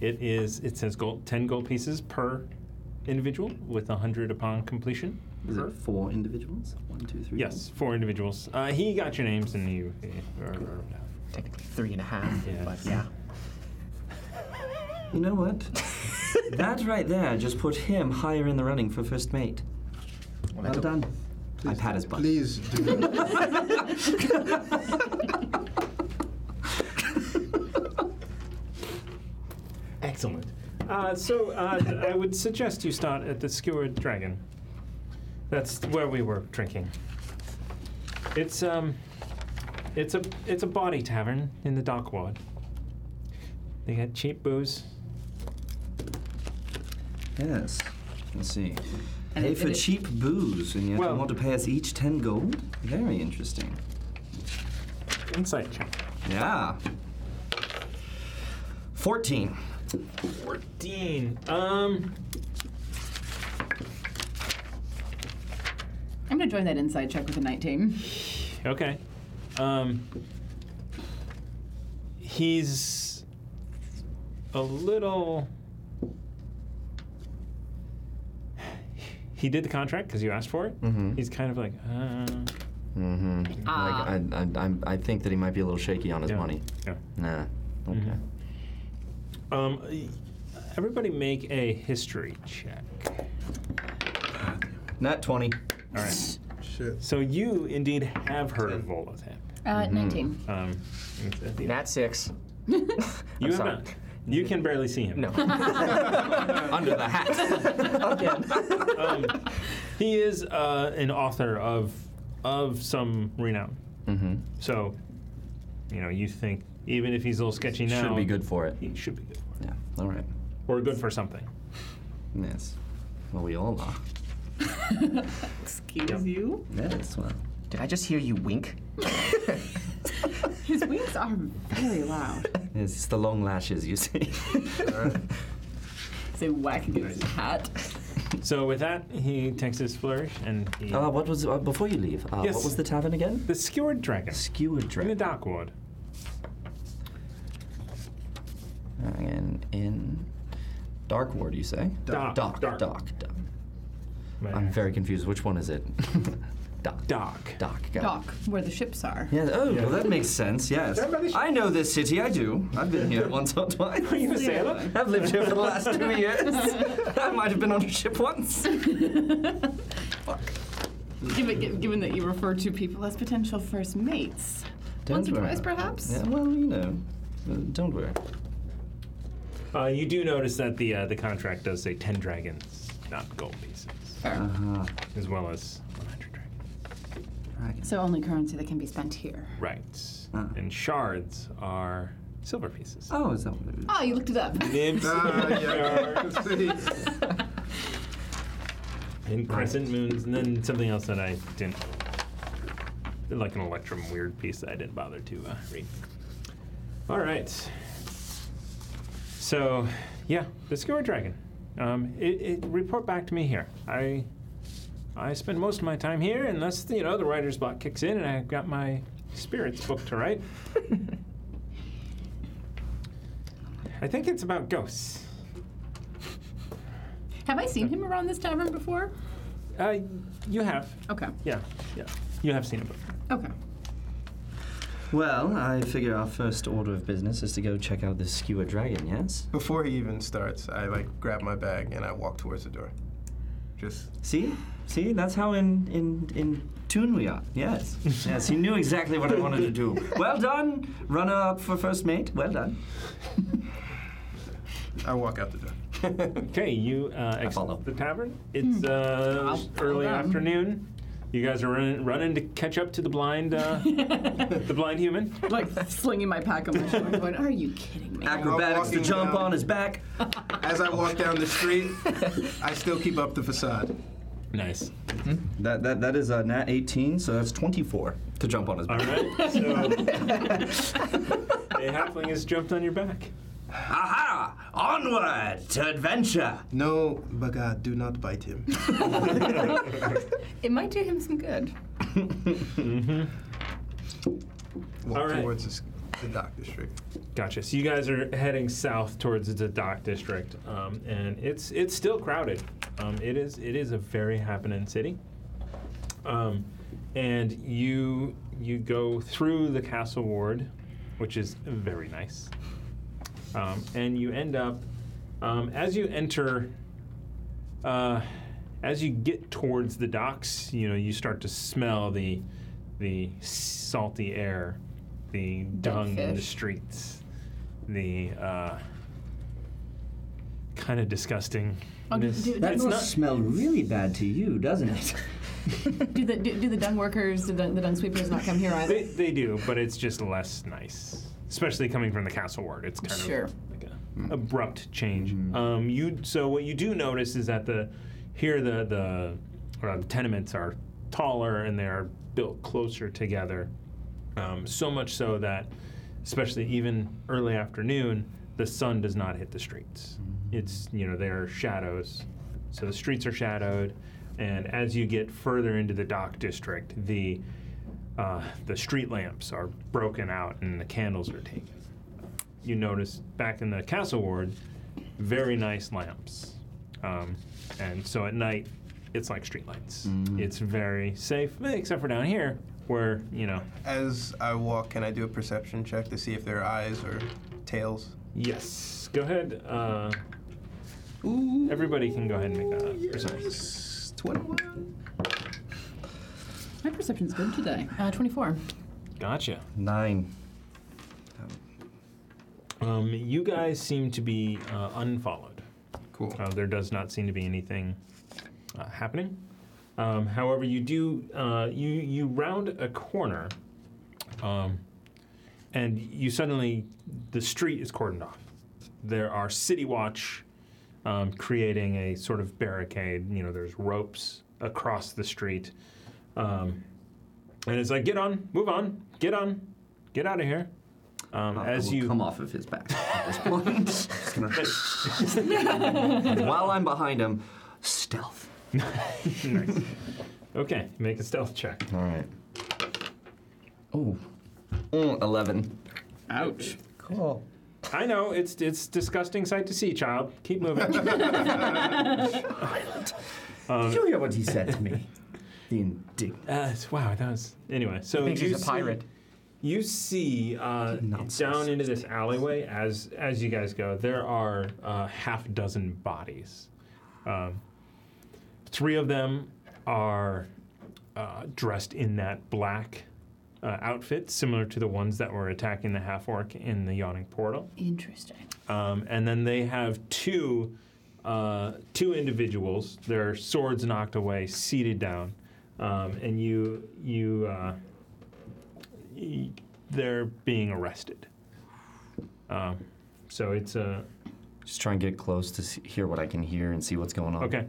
[SPEAKER 1] it is. It says gold, ten gold pieces per individual, with hundred upon completion.
[SPEAKER 4] Is
[SPEAKER 1] per-
[SPEAKER 4] it four individuals? One, two, three.
[SPEAKER 1] Yes, four individuals. Uh, he got your names, and you. eh,
[SPEAKER 8] technically three and a half.
[SPEAKER 1] Yeah.
[SPEAKER 8] But yeah.
[SPEAKER 4] You know what? that right there just put him higher in the running for first mate.
[SPEAKER 8] Well,
[SPEAKER 4] Well
[SPEAKER 8] that's
[SPEAKER 4] done. I pat his butt.
[SPEAKER 5] Please do it.
[SPEAKER 1] Excellent. Uh, so uh, I would suggest you start at the Skewered Dragon. That's where we were drinking. It's um, it's a it's a body tavern in the dock ward. They got cheap booze.
[SPEAKER 4] Yes. Let's see.
[SPEAKER 13] And
[SPEAKER 4] pay
[SPEAKER 13] it-
[SPEAKER 4] for
[SPEAKER 13] and it-
[SPEAKER 4] cheap booze, and yet
[SPEAKER 1] Well-
[SPEAKER 4] you want to pay us each ten gold? Very interesting.
[SPEAKER 1] Insight check.
[SPEAKER 4] Yeah. Fourteen.
[SPEAKER 1] Fourteen. Um,
[SPEAKER 13] I'm gonna join that inside check with a 19.
[SPEAKER 1] Okay. Um, he's a little. He did the contract because you asked for it.
[SPEAKER 4] Mhm.
[SPEAKER 1] He's kind of like, uh,
[SPEAKER 4] Mm-hmm.
[SPEAKER 13] Ah.
[SPEAKER 4] I, I, I'm- I think that he might be a little shaky on his
[SPEAKER 1] Yeah.
[SPEAKER 4] money.
[SPEAKER 1] yeah.
[SPEAKER 4] Nah. Okay.
[SPEAKER 1] Um, everybody make a history check.
[SPEAKER 4] Nat twenty.
[SPEAKER 1] All right.
[SPEAKER 5] Shit.
[SPEAKER 1] So you indeed have heard of Volotap.
[SPEAKER 13] Uh, 19.
[SPEAKER 1] Um, it's at the-
[SPEAKER 8] Nat six.
[SPEAKER 1] you have
[SPEAKER 8] sorry.
[SPEAKER 1] not. You can barely see him.
[SPEAKER 8] No.
[SPEAKER 4] Under the hat.
[SPEAKER 8] Again.
[SPEAKER 1] um, he is uh, an author of of some renown.
[SPEAKER 4] mm-hmm.
[SPEAKER 1] So, you know, you think even if he's a little sketchy now,
[SPEAKER 4] Should be good for it.
[SPEAKER 1] He should be good, for
[SPEAKER 4] Yeah. All right.
[SPEAKER 1] it. or good for something.
[SPEAKER 4] Yes. Well, we all are.
[SPEAKER 13] Excuse you?
[SPEAKER 4] Yes. Well.
[SPEAKER 8] Did I just hear you wink?
[SPEAKER 13] His wings are very loud.
[SPEAKER 4] Yes, it's the long lashes, you see.
[SPEAKER 13] They whack against his hat.
[SPEAKER 1] So with that, he takes his flourish and he.
[SPEAKER 4] Uh, what was uh, before you leave? Uh,
[SPEAKER 1] Yes.
[SPEAKER 4] What was the tavern again?
[SPEAKER 1] The Skewered Dragon.
[SPEAKER 4] Skewered Dragon.
[SPEAKER 1] In the Darkwood.
[SPEAKER 4] Dragon in Dark Ward, you say?
[SPEAKER 1] Dark,
[SPEAKER 4] Dock.
[SPEAKER 1] dark.
[SPEAKER 4] Dock. Dock. I'm very confused. Which one is it? Dock.
[SPEAKER 1] Dock.
[SPEAKER 4] Dock. Got it.
[SPEAKER 13] Dock, where the ships are.
[SPEAKER 4] Yeah. Oh, well, that makes sense. Yes.
[SPEAKER 13] Everybody should-
[SPEAKER 4] I know this city. I do. I've been here once or twice. Are
[SPEAKER 1] you a sailor?
[SPEAKER 4] I've lived here for the last two years. I might have been on a ship once.
[SPEAKER 13] Given, gi- given that you refer to people as potential first mates, once or
[SPEAKER 4] worry
[SPEAKER 13] twice
[SPEAKER 4] about it.
[SPEAKER 13] perhaps.
[SPEAKER 4] Yeah, well, you know. uh, Don't worry.
[SPEAKER 1] Uh, you do notice that the uh, the contract does say ten dragons, not gold pieces,
[SPEAKER 4] Uh-huh.
[SPEAKER 1] as well as
[SPEAKER 13] So only currency that can be spent here.
[SPEAKER 1] rights. And shards are silver pieces.
[SPEAKER 4] Ah. Oh, is that what it is?
[SPEAKER 13] Oh, you looked it up.
[SPEAKER 1] Nibs.
[SPEAKER 13] Ah,
[SPEAKER 1] And crescent moons, and then something else that I didn't, like an Electrum weird piece that I didn't bother to uh, read. All right. So, yeah, the Skewer Dragon. Um, it, it report back to me here. I I spend most of my time here, unless you know the writer's block kicks in, and I've got my spirits book to write. I think it's about ghosts.
[SPEAKER 13] Have I seen him around this tavern before?
[SPEAKER 1] Uh, you have.
[SPEAKER 2] Oh.
[SPEAKER 13] Okay.
[SPEAKER 1] Yeah, yeah. You have seen it before.
[SPEAKER 13] Okay.
[SPEAKER 4] Well, I figure our first order of business is to go check out this skewer dragon. Yes.
[SPEAKER 5] Before he even starts, I like grab my bag and I walk towards the door. Just
[SPEAKER 4] See, see, that's how in in in tune we are. Yes, yes. He knew exactly what I wanted to do. Well done, runner up for first mate. Well done.
[SPEAKER 5] I walk out the door.
[SPEAKER 1] okay, you uh, exit the tavern. It's uh, early
[SPEAKER 5] them.
[SPEAKER 1] afternoon. You guys are running, running to catch up to the blind, uh, the blind human.
[SPEAKER 13] Like slinging my pack on my shoulder, going, "Are you kidding me?"
[SPEAKER 4] Acrobatics to jump on his back.
[SPEAKER 5] As I walk down the street, I still keep up the facade.
[SPEAKER 1] Nice.
[SPEAKER 4] That that that is a nat 18, so that's 24 to jump on his back.
[SPEAKER 1] All right. So the halfling has jumped on your back.
[SPEAKER 4] Aha! Onward to adventure.
[SPEAKER 5] No, Bagad, do not bite him.
[SPEAKER 13] It might do him some good.
[SPEAKER 1] All
[SPEAKER 5] Walk
[SPEAKER 1] right.
[SPEAKER 5] Mm-hmm. towards the, s- the dock district.
[SPEAKER 1] Gotcha. So you guys are heading south towards the dock district, um, and it's it's still crowded. Um, it is it is a very happening city. Um, and you you go through the castle ward, which is very nice. Um, and you end up um, as you enter. Uh, as you get towards the docks, you know you start to smell the the salty air, the dung in the
[SPEAKER 13] fish.
[SPEAKER 1] streets, the uh, kind of disgusting.
[SPEAKER 13] Oh, do, do,
[SPEAKER 4] That
[SPEAKER 13] do,
[SPEAKER 4] must smell really bad to you, doesn't it?
[SPEAKER 13] do the do, do the dung workers, do the, the dung sweepers, not come here either?
[SPEAKER 1] They, they do, but it's just less nice, especially coming from the castle ward. It's kind
[SPEAKER 13] Sure.
[SPEAKER 1] of like a abrupt change. Um, you so what you do notice is that the here the the uh, tenements are taller and they are built closer together, um, so much so that especially even early afternoon the sun does not hit the streets. It's you know they are shadows, so the streets are shadowed, and as you get further into the dock district, the uh, the street lamps are broken out and the candles are taken. You notice back in the castle ward, very nice lamps. Um, and so at night, it's like streetlights. It's very safe, eh, except for down here, where, you know,
[SPEAKER 5] As I walk, can I do a perception check to see if there are eyes or tails?
[SPEAKER 1] yes. Go ahead. Uh, everybody can go ahead and make a perception.
[SPEAKER 5] 21.
[SPEAKER 13] My perception's good today. Uh, Twenty-four.
[SPEAKER 1] Gotcha.
[SPEAKER 4] Nine.
[SPEAKER 1] Um, you guys seem to be uh, unfollowed.
[SPEAKER 5] Cool.
[SPEAKER 1] Uh, there does not seem to be anything uh, happening. Um, however, you do uh, you you round a corner, um, and you suddenly the street is cordoned off. There are city watch um, creating a sort of barricade. You know, there's ropes across the street, um, and it's like get on, move on, get on, get out of here. Um, as you
[SPEAKER 4] Ah, come off of his back at this point, Just gonna- while I'm behind him, Stealth.
[SPEAKER 1] nice. Okay, make a stealth check.
[SPEAKER 4] All right. Oh. Mm, 11.
[SPEAKER 1] Ouch.
[SPEAKER 6] Cool.
[SPEAKER 1] I know it's it's disgusting sight to see, child. Keep moving. Uh, Um,
[SPEAKER 4] you hear what he said to me? the indignant.
[SPEAKER 1] Uh, wow, that was anyway. So
[SPEAKER 6] Thinks
[SPEAKER 1] you
[SPEAKER 6] he's a
[SPEAKER 1] see-
[SPEAKER 6] pirate.
[SPEAKER 1] you see uh, down into this alleyway as as you guys go. There are uh, half dozen bodies. Um, three of them are uh, dressed in that black uh, outfit, similar to the ones that were attacking the half orc in the yawning portal.
[SPEAKER 13] Interesting.
[SPEAKER 1] Um, and then they have two uh, two individuals, their swords knocked away, seated down, um, and you you uh, y- they're being arrested. Um, so it's a
[SPEAKER 4] Just try and get close to see, hear what I can hear and see what's going on.
[SPEAKER 1] okay.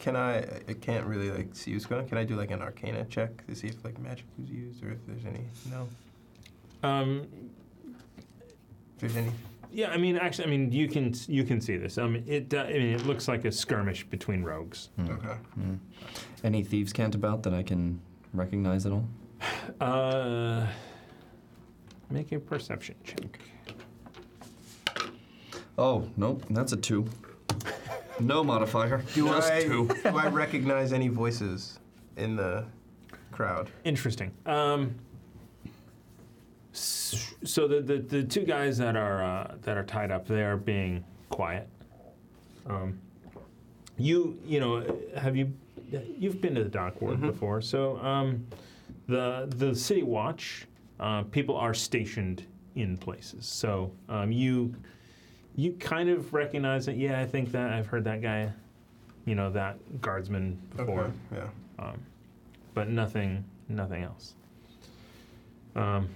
[SPEAKER 5] Can I? I can't really like see what's going on. Can I do like an Arcana check to see if like magic was used or if there's any? No.
[SPEAKER 1] Um,
[SPEAKER 5] If there's any.
[SPEAKER 1] yeah, I mean, actually, I mean, you can you can see this. I mean, it uh, I mean, it looks like a skirmish between rogues.
[SPEAKER 5] Okay.
[SPEAKER 4] Mm. Any thieves' cant about that I can recognize at all?
[SPEAKER 1] Uh, make a perception check.
[SPEAKER 4] Oh, nope. That's a two. No modifier.
[SPEAKER 5] Do
[SPEAKER 4] Just
[SPEAKER 5] I
[SPEAKER 4] two.
[SPEAKER 5] do I recognize any voices in the crowd?
[SPEAKER 1] Interesting. Um, s- so the, the the two guys that are uh, that are tied up, they are being quiet. Um, you you know have you you've been to the dock ward before? So um, the the city watch uh, people are stationed in places. So um, you you kind of recognize that. Yeah, I think that I've heard that guy. You know that guardsman before.
[SPEAKER 5] Okay. Yeah.
[SPEAKER 1] Um, but nothing nothing else. Um,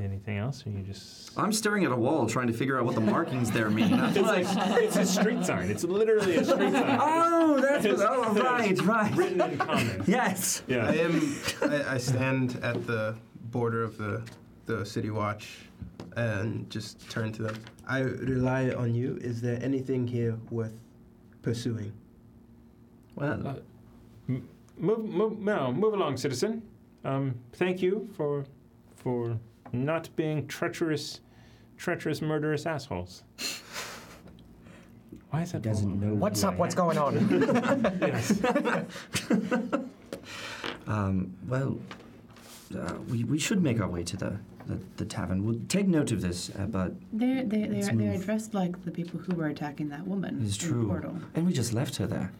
[SPEAKER 1] anything else? Or you just
[SPEAKER 3] I'm staring at a wall trying to figure out what the markings there mean. I'm
[SPEAKER 1] it's like it's a street sign. It's literally a street sign.
[SPEAKER 3] oh, that's what,
[SPEAKER 1] It's-
[SPEAKER 3] oh,
[SPEAKER 1] it's
[SPEAKER 3] right, right.
[SPEAKER 1] Written in common.
[SPEAKER 3] Yes.
[SPEAKER 1] Yeah.
[SPEAKER 5] I am. I, I stand at the border of the the city watch, and just turn to them. I rely on you. Is there anything here worth pursuing?
[SPEAKER 3] Well,
[SPEAKER 1] Move, move, no, move along, citizen. Um, thank you for for not being treacherous, treacherous, murderous assholes. Why is that?
[SPEAKER 4] Doesn't know.
[SPEAKER 6] What's
[SPEAKER 4] who
[SPEAKER 6] up?
[SPEAKER 4] I
[SPEAKER 6] What's
[SPEAKER 4] am.
[SPEAKER 6] going on?
[SPEAKER 1] Yes.
[SPEAKER 4] Um, well, uh, we, we should make our way to the, the, the tavern. We'll take note of this, uh, but
[SPEAKER 13] They're, they, they,
[SPEAKER 4] Let's
[SPEAKER 13] are, they are
[SPEAKER 4] move.
[SPEAKER 13] dressed like the people who were attacking that woman.
[SPEAKER 4] it's
[SPEAKER 13] in
[SPEAKER 4] true.
[SPEAKER 13] The portal.
[SPEAKER 4] And we just left her there.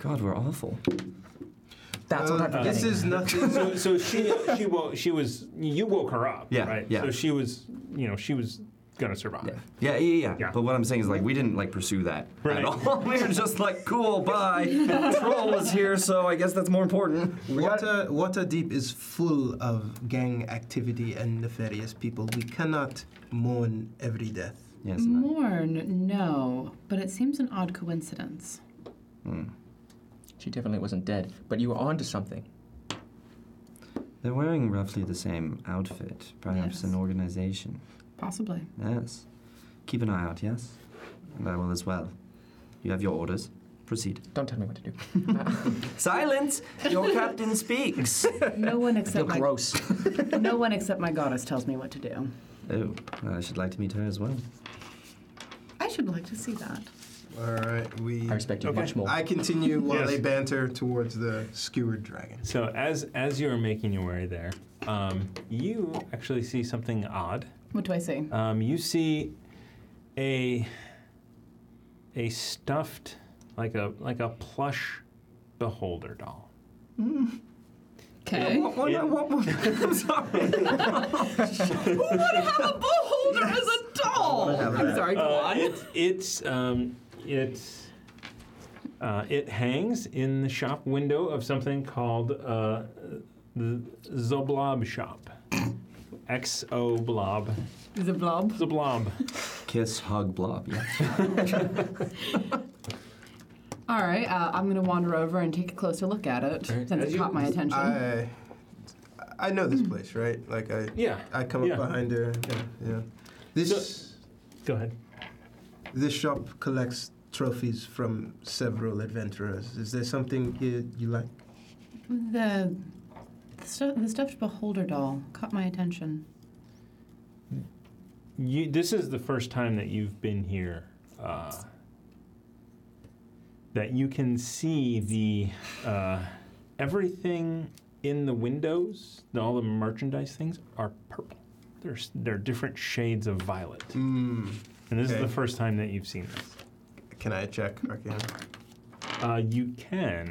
[SPEAKER 4] God, we're awful.
[SPEAKER 6] That's what I'm
[SPEAKER 5] Uh, this
[SPEAKER 6] forgetting.
[SPEAKER 5] is nothing.
[SPEAKER 1] so, so she she woke she was you woke her up
[SPEAKER 4] Yeah,
[SPEAKER 1] right
[SPEAKER 4] yeah.
[SPEAKER 1] so she was you know she was gonna survive
[SPEAKER 4] Yeah, yeah, yeah,
[SPEAKER 1] Yeah.
[SPEAKER 4] But what I'm saying is, like, we didn't like pursue that
[SPEAKER 1] Right.
[SPEAKER 4] at all. we were just like, cool, bye. Troll was here, so I guess that's more important.
[SPEAKER 5] Water, Waterdeep is full of gang activity and nefarious people. We cannot mourn every death.
[SPEAKER 4] Yes. no.
[SPEAKER 13] Mourn, no, but it seems an odd coincidence.
[SPEAKER 4] Hmm.
[SPEAKER 8] She definitely wasn't dead, but you were onto something.
[SPEAKER 4] They're wearing roughly the same outfit, perhaps
[SPEAKER 13] Yes.
[SPEAKER 4] an organization.
[SPEAKER 13] Possibly.
[SPEAKER 4] Yes. Keep an eye out, yes? And I will as well. You have your orders. Proceed.
[SPEAKER 8] Don't tell me what to do.
[SPEAKER 4] Silence! Your captain speaks!
[SPEAKER 13] No one
[SPEAKER 8] Feel
[SPEAKER 13] except my
[SPEAKER 8] gross.
[SPEAKER 13] no one except my goddess tells me what to do.
[SPEAKER 4] Oh, I should like to meet her as well.
[SPEAKER 13] I should like to see that.
[SPEAKER 5] All right, we.
[SPEAKER 8] I respect you much more.
[SPEAKER 5] I continue while
[SPEAKER 1] Yes.
[SPEAKER 5] they banter towards the skewered dragon.
[SPEAKER 1] so as as you're making your way there um, you actually see something odd
[SPEAKER 13] What do I see?
[SPEAKER 1] um, you see a a stuffed like a like a plush beholder doll
[SPEAKER 13] Okay.
[SPEAKER 4] What, what,
[SPEAKER 1] Yeah.
[SPEAKER 4] what, what- I'm sorry.
[SPEAKER 13] have a beholder as a doll? I'm sorry, go
[SPEAKER 1] Uh,
[SPEAKER 13] on.
[SPEAKER 1] it- it's um, it's uh, it hangs in the shop window of something called uh, the Zoblob shop. X O blob.
[SPEAKER 13] Is it blob?
[SPEAKER 1] Zoblob.
[SPEAKER 4] Kiss, hug, blob. Yeah.
[SPEAKER 2] All right, uh, I'm going to wander over and take a closer look at it
[SPEAKER 1] right,
[SPEAKER 2] since
[SPEAKER 1] as
[SPEAKER 2] it
[SPEAKER 1] you-
[SPEAKER 2] caught my attention.
[SPEAKER 5] I, I know this place, right? Like I,
[SPEAKER 1] Yeah.
[SPEAKER 5] I come up
[SPEAKER 1] Yeah.
[SPEAKER 5] behind her. Yeah. yeah. This
[SPEAKER 1] Go ahead.
[SPEAKER 5] this shop collects trophies from several adventurers. Is there something you, you like?
[SPEAKER 2] The the, stu- the stuffed beholder doll caught my attention.
[SPEAKER 1] You, this is the first time that you've been here uh, that you can see the uh, everything in the windows, all the merchandise things are purple. There's there are different shades of violet,
[SPEAKER 5] Hmm.
[SPEAKER 1] and this
[SPEAKER 5] okay.
[SPEAKER 1] is the first time that you've seen this.
[SPEAKER 5] Can I check Arcana?
[SPEAKER 1] Uh, you can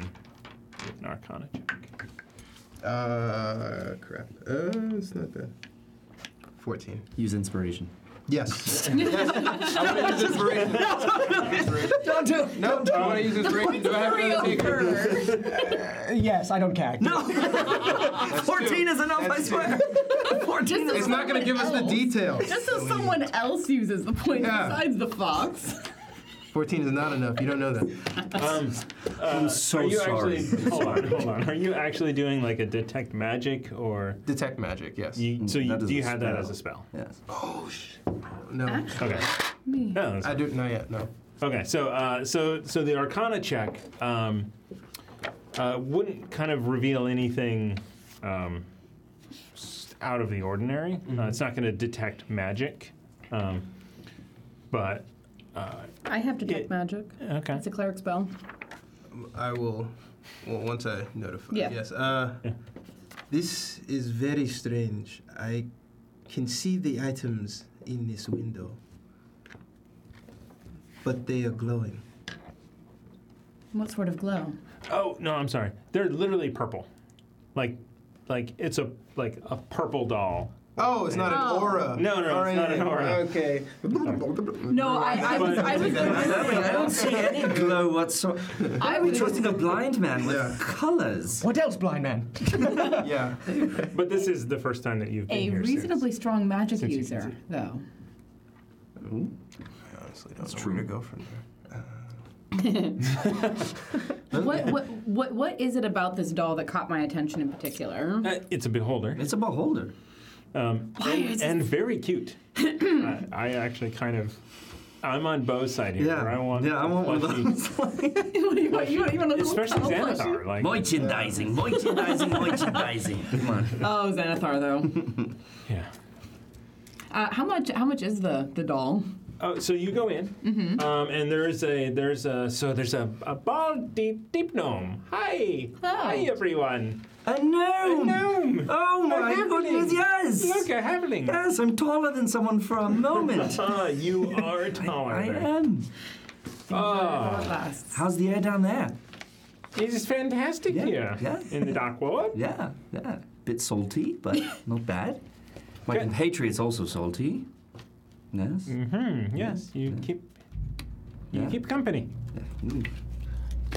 [SPEAKER 1] with an Arcana check.
[SPEAKER 5] Uh, crap. Uh, it's not bad. 14.
[SPEAKER 4] Use inspiration.
[SPEAKER 5] Yes.
[SPEAKER 14] I'm gonna use inspiration.
[SPEAKER 5] Don't do it. No,
[SPEAKER 14] I want to use inspiration. Do I have to take it?
[SPEAKER 15] yes, I don't care.
[SPEAKER 14] No.
[SPEAKER 2] 14 is enough, I swear.
[SPEAKER 14] 14
[SPEAKER 2] Just
[SPEAKER 14] is
[SPEAKER 2] so
[SPEAKER 14] not going
[SPEAKER 2] someone
[SPEAKER 14] to give us the
[SPEAKER 2] else-
[SPEAKER 14] details.
[SPEAKER 2] Just so someone else uses the point
[SPEAKER 5] Yeah.
[SPEAKER 2] besides the fox.
[SPEAKER 5] 14 is not enough. You don't know that.
[SPEAKER 1] Um, I'm
[SPEAKER 5] so
[SPEAKER 1] are you
[SPEAKER 5] sorry.
[SPEAKER 1] Actually, hold on, hold on. Are you actually doing like a detect magic or
[SPEAKER 5] detect magic? Yes.
[SPEAKER 1] You, so
[SPEAKER 5] Mm,
[SPEAKER 1] you,
[SPEAKER 5] that is
[SPEAKER 1] do you
[SPEAKER 5] a
[SPEAKER 1] have that
[SPEAKER 5] spell.
[SPEAKER 1] as a spell?
[SPEAKER 4] Yes.
[SPEAKER 5] Oh, sh- no.
[SPEAKER 1] Okay. Oh, No, I
[SPEAKER 5] do not yet. No.
[SPEAKER 1] Okay, so uh, so so the Arcana check um, uh, wouldn't kind of reveal anything um, s- out of the ordinary. Uh, it's not going to detect magic, um, but uh,
[SPEAKER 2] I have detect magic.
[SPEAKER 1] Okay.
[SPEAKER 2] It's a cleric spell.
[SPEAKER 5] I will. Well, once I notify.
[SPEAKER 2] Yeah.
[SPEAKER 5] Yes. Uh, This is very strange. I can see the items in this window, but they are glowing.
[SPEAKER 2] What sort of glow?
[SPEAKER 1] oh no, I'm sorry. They're literally purple, like like it's a like a purple doll.
[SPEAKER 5] Oh, it's not an aura.
[SPEAKER 1] No, no, it's not an aura.
[SPEAKER 5] Okay.
[SPEAKER 2] No, I, I was, I was
[SPEAKER 4] I don't see any glow whatsoever.
[SPEAKER 2] I
[SPEAKER 4] we
[SPEAKER 2] was-
[SPEAKER 4] trusting a blind man with colors.
[SPEAKER 8] What else, blind man?
[SPEAKER 5] yeah.
[SPEAKER 1] But this is the first time that you've been
[SPEAKER 2] a
[SPEAKER 1] here. Susan.
[SPEAKER 2] reasonably strong magic
[SPEAKER 1] Since you can
[SPEAKER 2] user, though.
[SPEAKER 5] I honestly don't know where to go from there.
[SPEAKER 2] what, what, what, what is it about this doll that caught my attention in particular?
[SPEAKER 1] Uh, it's a beholder.
[SPEAKER 4] It's a beholder.
[SPEAKER 1] Um,
[SPEAKER 2] Why
[SPEAKER 1] and,
[SPEAKER 2] is
[SPEAKER 1] and very cute. I, I actually kind of, I'm on Bo's side here.
[SPEAKER 4] Yeah.
[SPEAKER 1] where I want
[SPEAKER 4] Yeah, I want one of
[SPEAKER 1] fluffy-
[SPEAKER 2] What do you want? You want, you want a little
[SPEAKER 1] Especially
[SPEAKER 2] cuddle plushie?
[SPEAKER 1] Xanathar. Like,
[SPEAKER 4] Merchandising, merchandising, merchandising. Come on.
[SPEAKER 2] Oh, Xanathar, though.
[SPEAKER 1] Yeah.
[SPEAKER 2] Uh, how much? How much is the the doll?
[SPEAKER 1] Oh, so you go in,
[SPEAKER 2] Mm-hmm.
[SPEAKER 1] um, and there's a there's a so there's a, a bald deep deep gnome. Hi,
[SPEAKER 2] Oh.
[SPEAKER 1] hi everyone.
[SPEAKER 4] A gnome!
[SPEAKER 1] A gnome!
[SPEAKER 4] Oh
[SPEAKER 1] A
[SPEAKER 4] my
[SPEAKER 1] halfling.
[SPEAKER 4] goodness, yes!
[SPEAKER 1] Look, a halfling.
[SPEAKER 4] Yes, I'm taller than someone for a moment.
[SPEAKER 1] Ah, you are taller.
[SPEAKER 4] I am.
[SPEAKER 1] Ah,
[SPEAKER 2] Lasts.
[SPEAKER 4] How's the air down there?
[SPEAKER 1] it is fantastic
[SPEAKER 4] Yeah,
[SPEAKER 1] here
[SPEAKER 4] yeah.
[SPEAKER 1] in the dark world.
[SPEAKER 4] Yeah, yeah. Bit salty, but not bad. My
[SPEAKER 1] Good.
[SPEAKER 4] compatriot's also salty. Yes?
[SPEAKER 1] Mm-hmm. Yes, you keep you
[SPEAKER 4] Yeah.
[SPEAKER 1] keep company.
[SPEAKER 4] Mm.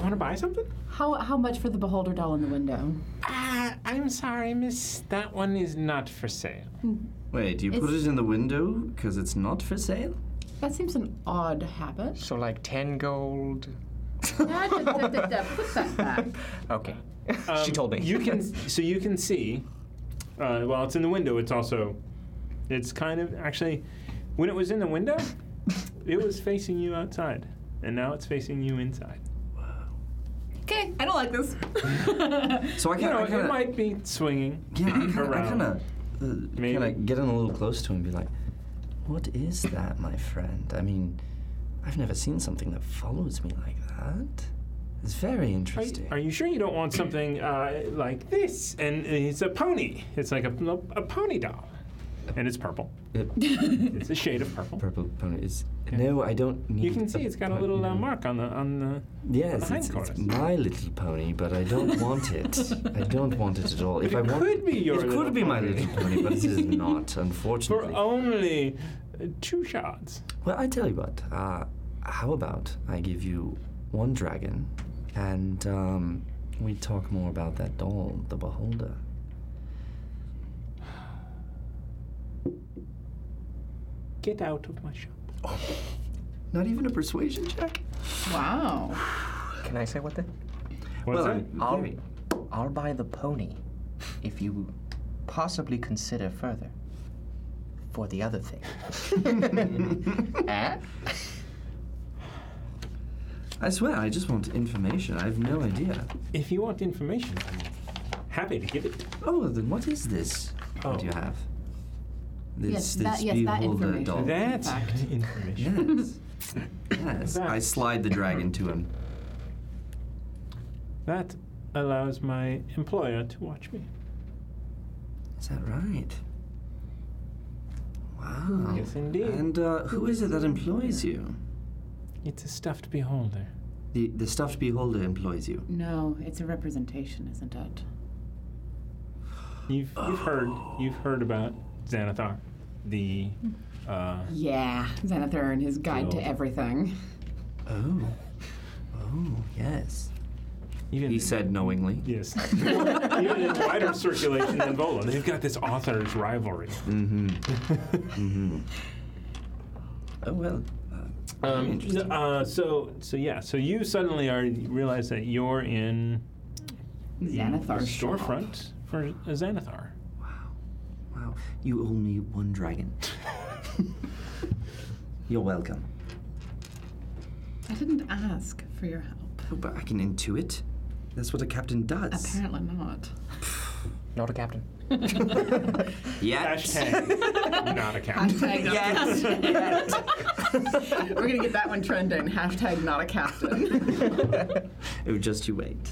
[SPEAKER 1] Want to buy something?
[SPEAKER 2] How how much for the beholder doll in the window?
[SPEAKER 1] Uh, I'm sorry, miss. That one is not for sale.
[SPEAKER 4] Wait, you put
[SPEAKER 2] It's-
[SPEAKER 4] it in the window because it's not for sale?
[SPEAKER 2] That seems an odd habit.
[SPEAKER 8] So like ten gold.
[SPEAKER 2] Put that back.
[SPEAKER 8] Okay. she told me.
[SPEAKER 1] Um, You can so you can see. Uh, while it's in the window, it's also, it's kind of actually, when it was in the window, it was facing you outside, and now it's facing you inside.
[SPEAKER 2] Okay, I don't like this.
[SPEAKER 4] So I
[SPEAKER 1] You
[SPEAKER 4] can
[SPEAKER 1] know,
[SPEAKER 4] I kinda,
[SPEAKER 1] it might be swinging
[SPEAKER 4] yeah, I kinda, I
[SPEAKER 1] around.
[SPEAKER 4] kinda, uh, kinda
[SPEAKER 1] Maybe.
[SPEAKER 4] get in a little close to him and be like, what is that, my friend? I mean, I've never seen something that follows me like that. It's very
[SPEAKER 1] Are,
[SPEAKER 4] interesting.
[SPEAKER 1] are you sure you don't want something uh, like this? And it's a pony. It's like a, a pony doll, and it's purple. It's a shade of purple.
[SPEAKER 4] purple pony is no i don't need
[SPEAKER 1] You can see
[SPEAKER 4] a
[SPEAKER 1] it's got a
[SPEAKER 4] pony.
[SPEAKER 1] little uh, mark on the on the.
[SPEAKER 4] yes
[SPEAKER 1] behind
[SPEAKER 4] it's, it's
[SPEAKER 1] corners.
[SPEAKER 4] my little pony but i don't want it i don't want it at all if i
[SPEAKER 1] it
[SPEAKER 4] want
[SPEAKER 1] could be your.
[SPEAKER 4] it
[SPEAKER 1] little
[SPEAKER 4] could be my
[SPEAKER 1] pony.
[SPEAKER 4] little pony but it is not
[SPEAKER 1] For
[SPEAKER 4] unfortunately
[SPEAKER 1] only uh, two shots.
[SPEAKER 4] well i tell you what uh, how about i give you one dragon and um, we talk more about that doll the beholder
[SPEAKER 1] Get out of my shop.
[SPEAKER 4] not even a persuasion check
[SPEAKER 2] Wow.
[SPEAKER 8] Can I say what the?
[SPEAKER 1] What's
[SPEAKER 4] well
[SPEAKER 1] that?
[SPEAKER 4] I-
[SPEAKER 8] I'll,
[SPEAKER 4] very-
[SPEAKER 8] I'll buy the pony if you possibly consider further for the other thing. Eh?
[SPEAKER 4] I swear, I just want information. I have no idea.
[SPEAKER 1] If you want information, I'm happy to give it.
[SPEAKER 4] Oh, then what is this?
[SPEAKER 1] Oh.
[SPEAKER 4] What do you have? This,
[SPEAKER 1] Yes,
[SPEAKER 4] this
[SPEAKER 1] that- yes, that
[SPEAKER 4] beholder
[SPEAKER 1] information,
[SPEAKER 4] doll.
[SPEAKER 1] Oh, in That fact.
[SPEAKER 4] information. Yes. yes. I slide the dragon to him.
[SPEAKER 1] That allows my employer to watch me.
[SPEAKER 4] Is that right? Wow.
[SPEAKER 1] Yes, indeed.
[SPEAKER 4] And uh, who is it that employs you?
[SPEAKER 1] It's a stuffed beholder.
[SPEAKER 4] The, the stuffed beholder employs you.
[SPEAKER 13] No, it's a representation, isn't it?
[SPEAKER 1] You've, you've heard you've heard about Xanathar, the uh,
[SPEAKER 2] Yeah, Xanathar and his guide to everything.
[SPEAKER 4] Oh. Oh, yes. he said knowingly.
[SPEAKER 1] Yes. even in wider circulation than Vola. They've got this author's rivalry.
[SPEAKER 4] Mm-hmm. mm-hmm. Oh well.
[SPEAKER 1] Um, uh, so so yeah. So you suddenly are you realize that you're in the
[SPEAKER 4] Xanathar shop.
[SPEAKER 1] storefront for a Xanathar.
[SPEAKER 4] Wow. You owe me one dragon. You're welcome.
[SPEAKER 13] I didn't ask for your help.
[SPEAKER 4] Oh, but I can intuit. That's what a captain does.
[SPEAKER 13] Apparently not.
[SPEAKER 4] Not a captain.
[SPEAKER 13] Yes.
[SPEAKER 1] Hashtag not a captain.
[SPEAKER 13] Hashtag not
[SPEAKER 7] Yes.
[SPEAKER 13] a captain. We're gonna get that one trending. Hashtag not a captain.
[SPEAKER 4] Oh, just you wait.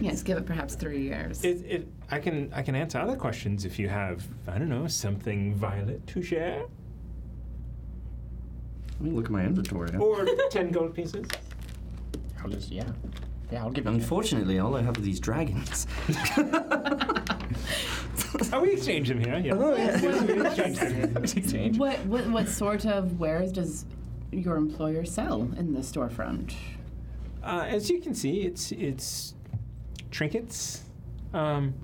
[SPEAKER 13] yes, give it perhaps three years.
[SPEAKER 1] It, it, I can I can answer other questions if you have I don't know something violet to share
[SPEAKER 4] Let me look at my inventory.
[SPEAKER 1] or ten gold pieces.
[SPEAKER 4] I'll just yeah. Yeah, I'll give Unfortunately, all I have are these dragons.
[SPEAKER 1] Oh, we exchange them here. Yeah.
[SPEAKER 4] Oh,
[SPEAKER 1] yeah. we exchange them.
[SPEAKER 2] What, what what sort of wares does your employer sell in the storefront?
[SPEAKER 1] Uh, as you can see, it's it's trinkets. Um,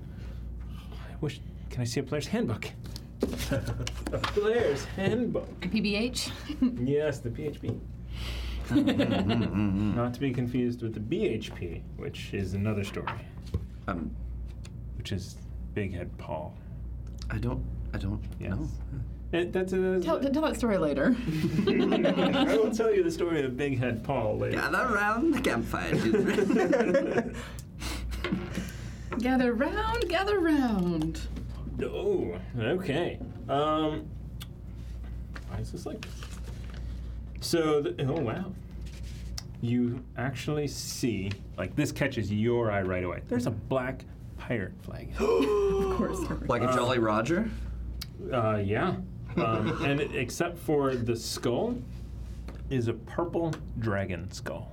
[SPEAKER 1] I wish. Can I see a player's handbook? player's handbook.
[SPEAKER 2] PBH.
[SPEAKER 1] Yes, the PHP.
[SPEAKER 4] Hmm.
[SPEAKER 1] Not to be confused with the BHP, which is another story.
[SPEAKER 4] Um,
[SPEAKER 1] which is Big Head Paul.
[SPEAKER 4] I don't. I don't know.
[SPEAKER 1] It, that's a,
[SPEAKER 2] Tell, tell that story later.
[SPEAKER 1] I will tell you the story of Big Head Paul later.
[SPEAKER 4] Gather round the campfire.
[SPEAKER 13] Gather round, gather round.
[SPEAKER 1] Oh, okay. Um, why is this like this? So, the, oh wow. You actually see, like, this catches your eye right away. There's a black pirate flag.
[SPEAKER 13] Of course.
[SPEAKER 4] Like a Jolly Roger?
[SPEAKER 1] Uh, yeah. Um, and it, except for the skull, is a purple dragon skull.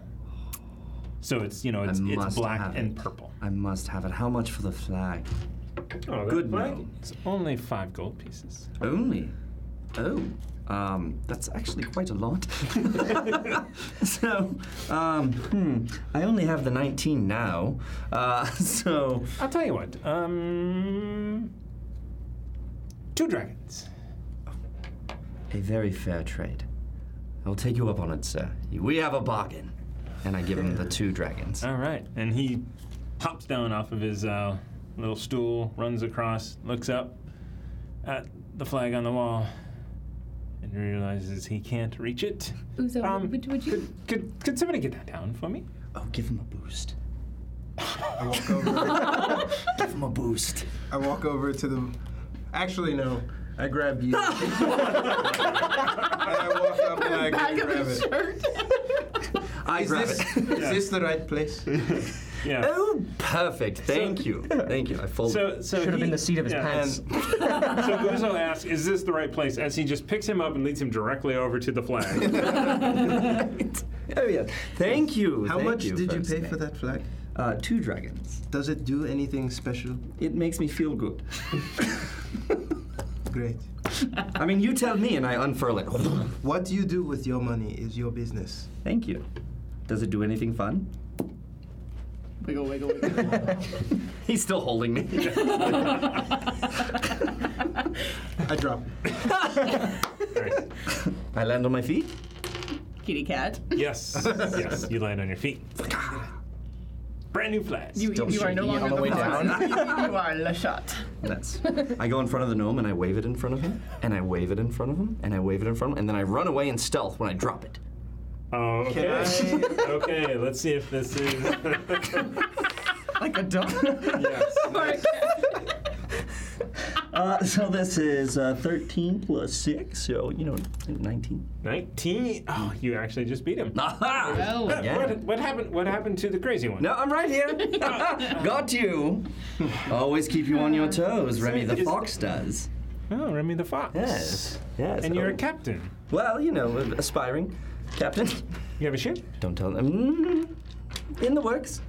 [SPEAKER 1] So it's, you know, it's, it's black and purple.
[SPEAKER 4] I must have it. How much for the flag?
[SPEAKER 1] Oh, that
[SPEAKER 4] Good
[SPEAKER 1] flag?
[SPEAKER 4] man.
[SPEAKER 1] It's only five gold pieces.
[SPEAKER 4] Only. Oh. Um, that's actually quite a lot. so, um, hmm, I only have the 19 now. Uh, so.
[SPEAKER 1] I'll tell you what. Um, two dragons.
[SPEAKER 4] A very fair trade. I will take you up on it, sir. We have a bargain. And I give him the two dragons.
[SPEAKER 5] Uh,
[SPEAKER 1] All right. And he hops down off of his uh, little stool, runs across, looks up at the flag on the wall, and realizes he can't reach it. Um,
[SPEAKER 13] Uzo, would, would you?
[SPEAKER 1] Could, could somebody get that down for me?
[SPEAKER 4] Oh, give him a boost.
[SPEAKER 5] I walk over.
[SPEAKER 4] Give him a boost.
[SPEAKER 5] I walk over to the. Actually, no. I grab you. Up and I
[SPEAKER 7] Back of
[SPEAKER 5] grab
[SPEAKER 7] his
[SPEAKER 5] it.
[SPEAKER 7] shirt.
[SPEAKER 4] I
[SPEAKER 5] is
[SPEAKER 4] grab
[SPEAKER 5] this,
[SPEAKER 4] it.
[SPEAKER 5] Is this the right place?
[SPEAKER 1] yeah.
[SPEAKER 4] Oh, perfect. Thank you. Thank you. I fold.
[SPEAKER 1] So, so he- yeah. so Uzo asks, "Is this the right place?" As he just picks him up and leads him directly over to the flag.
[SPEAKER 4] oh, yeah. Thank you.
[SPEAKER 5] How
[SPEAKER 4] Thank
[SPEAKER 5] much
[SPEAKER 4] you,
[SPEAKER 5] did you
[SPEAKER 4] first
[SPEAKER 5] pay
[SPEAKER 4] mate.
[SPEAKER 5] for that flag?
[SPEAKER 4] Uh, two dragons.
[SPEAKER 5] Does it do anything special?
[SPEAKER 4] It makes me feel good.
[SPEAKER 5] Great.
[SPEAKER 4] I mean, you tell me, and I unfurl it.
[SPEAKER 5] what you do with your money is your business.
[SPEAKER 4] Thank you. Does it do anything fun?
[SPEAKER 13] Wiggle, wiggle, wiggle.
[SPEAKER 4] He's still holding me.
[SPEAKER 5] I drop.
[SPEAKER 4] I land on my feet.
[SPEAKER 13] Kitty cat.
[SPEAKER 1] yes, yes, you land on your feet. Brand new flags.
[SPEAKER 13] You, you are no longer the, boss. you are Le Chat.
[SPEAKER 4] That's. I go in front of the gnome and I wave it in front of him, and I wave it in front of him, and I wave it in front of him, and then I run away in stealth when I drop it.
[SPEAKER 1] Oh, okay.
[SPEAKER 7] Can
[SPEAKER 1] okay, let's see if this is.
[SPEAKER 8] like a dog?
[SPEAKER 1] yes.
[SPEAKER 16] Uh, so this is uh, 13 plus 6, so, you know, 19.
[SPEAKER 1] 19? Oh, you actually just beat him.
[SPEAKER 16] Oh,
[SPEAKER 1] Huh,
[SPEAKER 16] yeah.
[SPEAKER 1] what, what happened? What happened to the crazy one?
[SPEAKER 4] No, I'm right here. Got you. Always keep you on your toes, Remy the Fox does.
[SPEAKER 1] Oh, Remy the Fox.
[SPEAKER 4] Yes. Yes. Oh.
[SPEAKER 1] And you're a captain.
[SPEAKER 4] Well, you know, uh, aspiring captain.
[SPEAKER 1] You have a ship?
[SPEAKER 4] Don't tell them. Mm, In the works.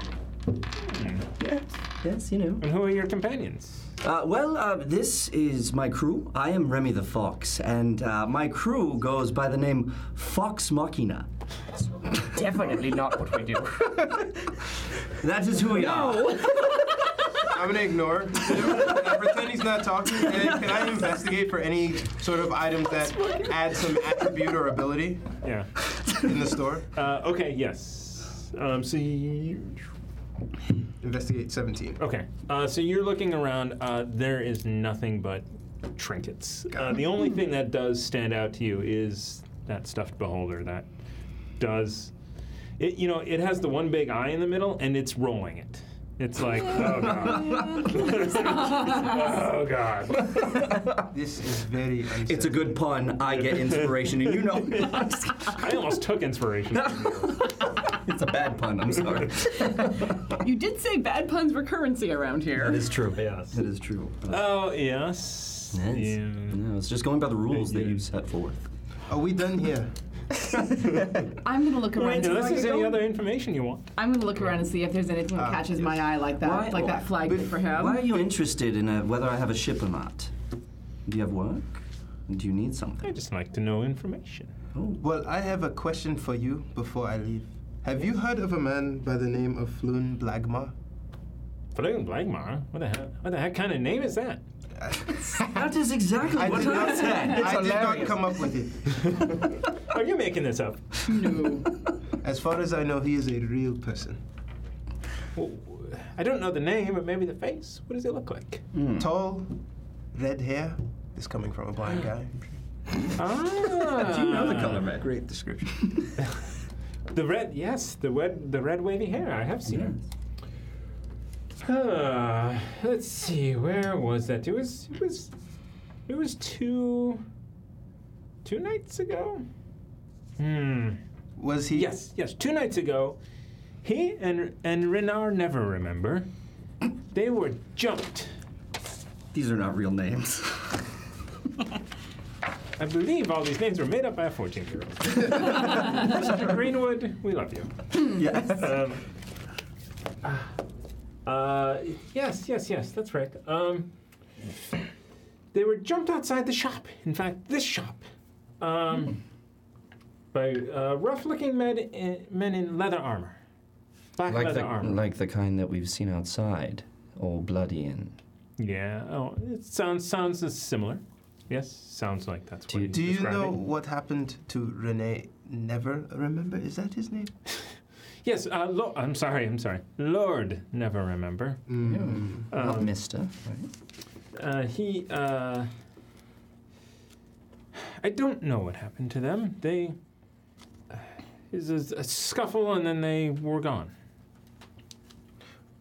[SPEAKER 4] Yes. Yes, you know. And
[SPEAKER 1] who are your companions?
[SPEAKER 4] Uh, well, uh, this is my crew. I am Remy the Fox, and uh, my crew goes by the name Fox Machina.
[SPEAKER 8] Definitely not what we do.
[SPEAKER 4] That is who we are.
[SPEAKER 5] I'm gonna ignore. him. I pretend he's not talking. And can I investigate for any sort of items that add some attribute or ability?
[SPEAKER 1] Yeah.
[SPEAKER 5] In the store.
[SPEAKER 1] Uh, okay. Yes. Um, so you
[SPEAKER 5] investigate 17.
[SPEAKER 1] Okay. Uh, so you're looking around. Uh, there is nothing but trinkets. Uh, the only thing that does stand out to you is that stuffed beholder. That does. It, you know, it has the one big eye in the middle, and it's rolling it. It's like, oh god, oh god.
[SPEAKER 5] This is very.
[SPEAKER 4] It's a good pun. I get inspiration, and you know. I
[SPEAKER 1] almost took inspiration.
[SPEAKER 4] it's a bad pun. I'm sorry.
[SPEAKER 2] You did say bad puns were currency around here.
[SPEAKER 4] That is true. Yes. That is true.
[SPEAKER 1] Oh yes.
[SPEAKER 4] Yes. No, it's just going by the rules that you set forth.
[SPEAKER 5] Are we done here?
[SPEAKER 2] I'm gonna look around.
[SPEAKER 1] Wait,
[SPEAKER 2] and
[SPEAKER 1] unless
[SPEAKER 2] see-
[SPEAKER 1] there's any other information you want.
[SPEAKER 2] I'm gonna look around and see if there's anything that
[SPEAKER 4] Ah,
[SPEAKER 2] catches
[SPEAKER 4] yes.
[SPEAKER 2] my eye like that,
[SPEAKER 4] Why-
[SPEAKER 2] like that flag did for him.
[SPEAKER 4] Why are you interested in uh whether I have a ship or not? Do you have work? Do you need something? I
[SPEAKER 1] just like to know information.
[SPEAKER 5] Well, I have a question for you before I leave. Have you heard of a man by the name of Floon Blagmar?
[SPEAKER 1] Floon Blagmar? What the heck? What the heck kind of name is that?
[SPEAKER 4] Oh. That is exactly
[SPEAKER 5] I
[SPEAKER 4] what
[SPEAKER 5] did
[SPEAKER 4] I
[SPEAKER 5] not-
[SPEAKER 4] said.
[SPEAKER 5] I did not come up with it.
[SPEAKER 1] Are you Oh, making this up?
[SPEAKER 5] No. As far as I know, he is a real person.
[SPEAKER 1] I don't know the name, but maybe the face. What does it look like?
[SPEAKER 4] Hmm.
[SPEAKER 5] Tall, red hair. This coming from a blind guy.
[SPEAKER 1] Ah.
[SPEAKER 5] Do you know the color
[SPEAKER 4] red? Great description.
[SPEAKER 1] The red, yes, the red, the red wavy hair. I have seen it. Uh, let's see, where was that? It was, it was, it was two, two nights ago. Hmm.
[SPEAKER 5] Was he?
[SPEAKER 1] Yes, yes, two nights ago. He and and Renard never remember. They were jumped.
[SPEAKER 4] These are not real names.
[SPEAKER 1] I believe all these names were made up by a 14 year old. Mr. Greenwood, we love you.
[SPEAKER 4] Yes.
[SPEAKER 1] Um, uh, yes, yes, yes, that's right. Um, they were jumped outside the shop. In fact, this shop.
[SPEAKER 5] Hmm.
[SPEAKER 1] Um, by uh, rough looking men in, men in leather armor. Black
[SPEAKER 4] like
[SPEAKER 1] leather
[SPEAKER 4] the
[SPEAKER 1] armor.
[SPEAKER 4] like the kind that we've seen outside, all bloody and.
[SPEAKER 1] Yeah, oh, it sounds, sounds similar. Yes, sounds like that's what he's
[SPEAKER 5] Do you
[SPEAKER 1] describing.
[SPEAKER 5] know what happened to Rene? Never remember? Is that his name?
[SPEAKER 1] Yes, uh, lo- I'm sorry, I'm sorry. Lord, never remember.
[SPEAKER 4] Not
[SPEAKER 5] Hmm.
[SPEAKER 1] Um,
[SPEAKER 4] Mister.
[SPEAKER 1] Uh, he, uh, I don't know what happened to them. They, uh, it was a, a scuffle and then they were gone.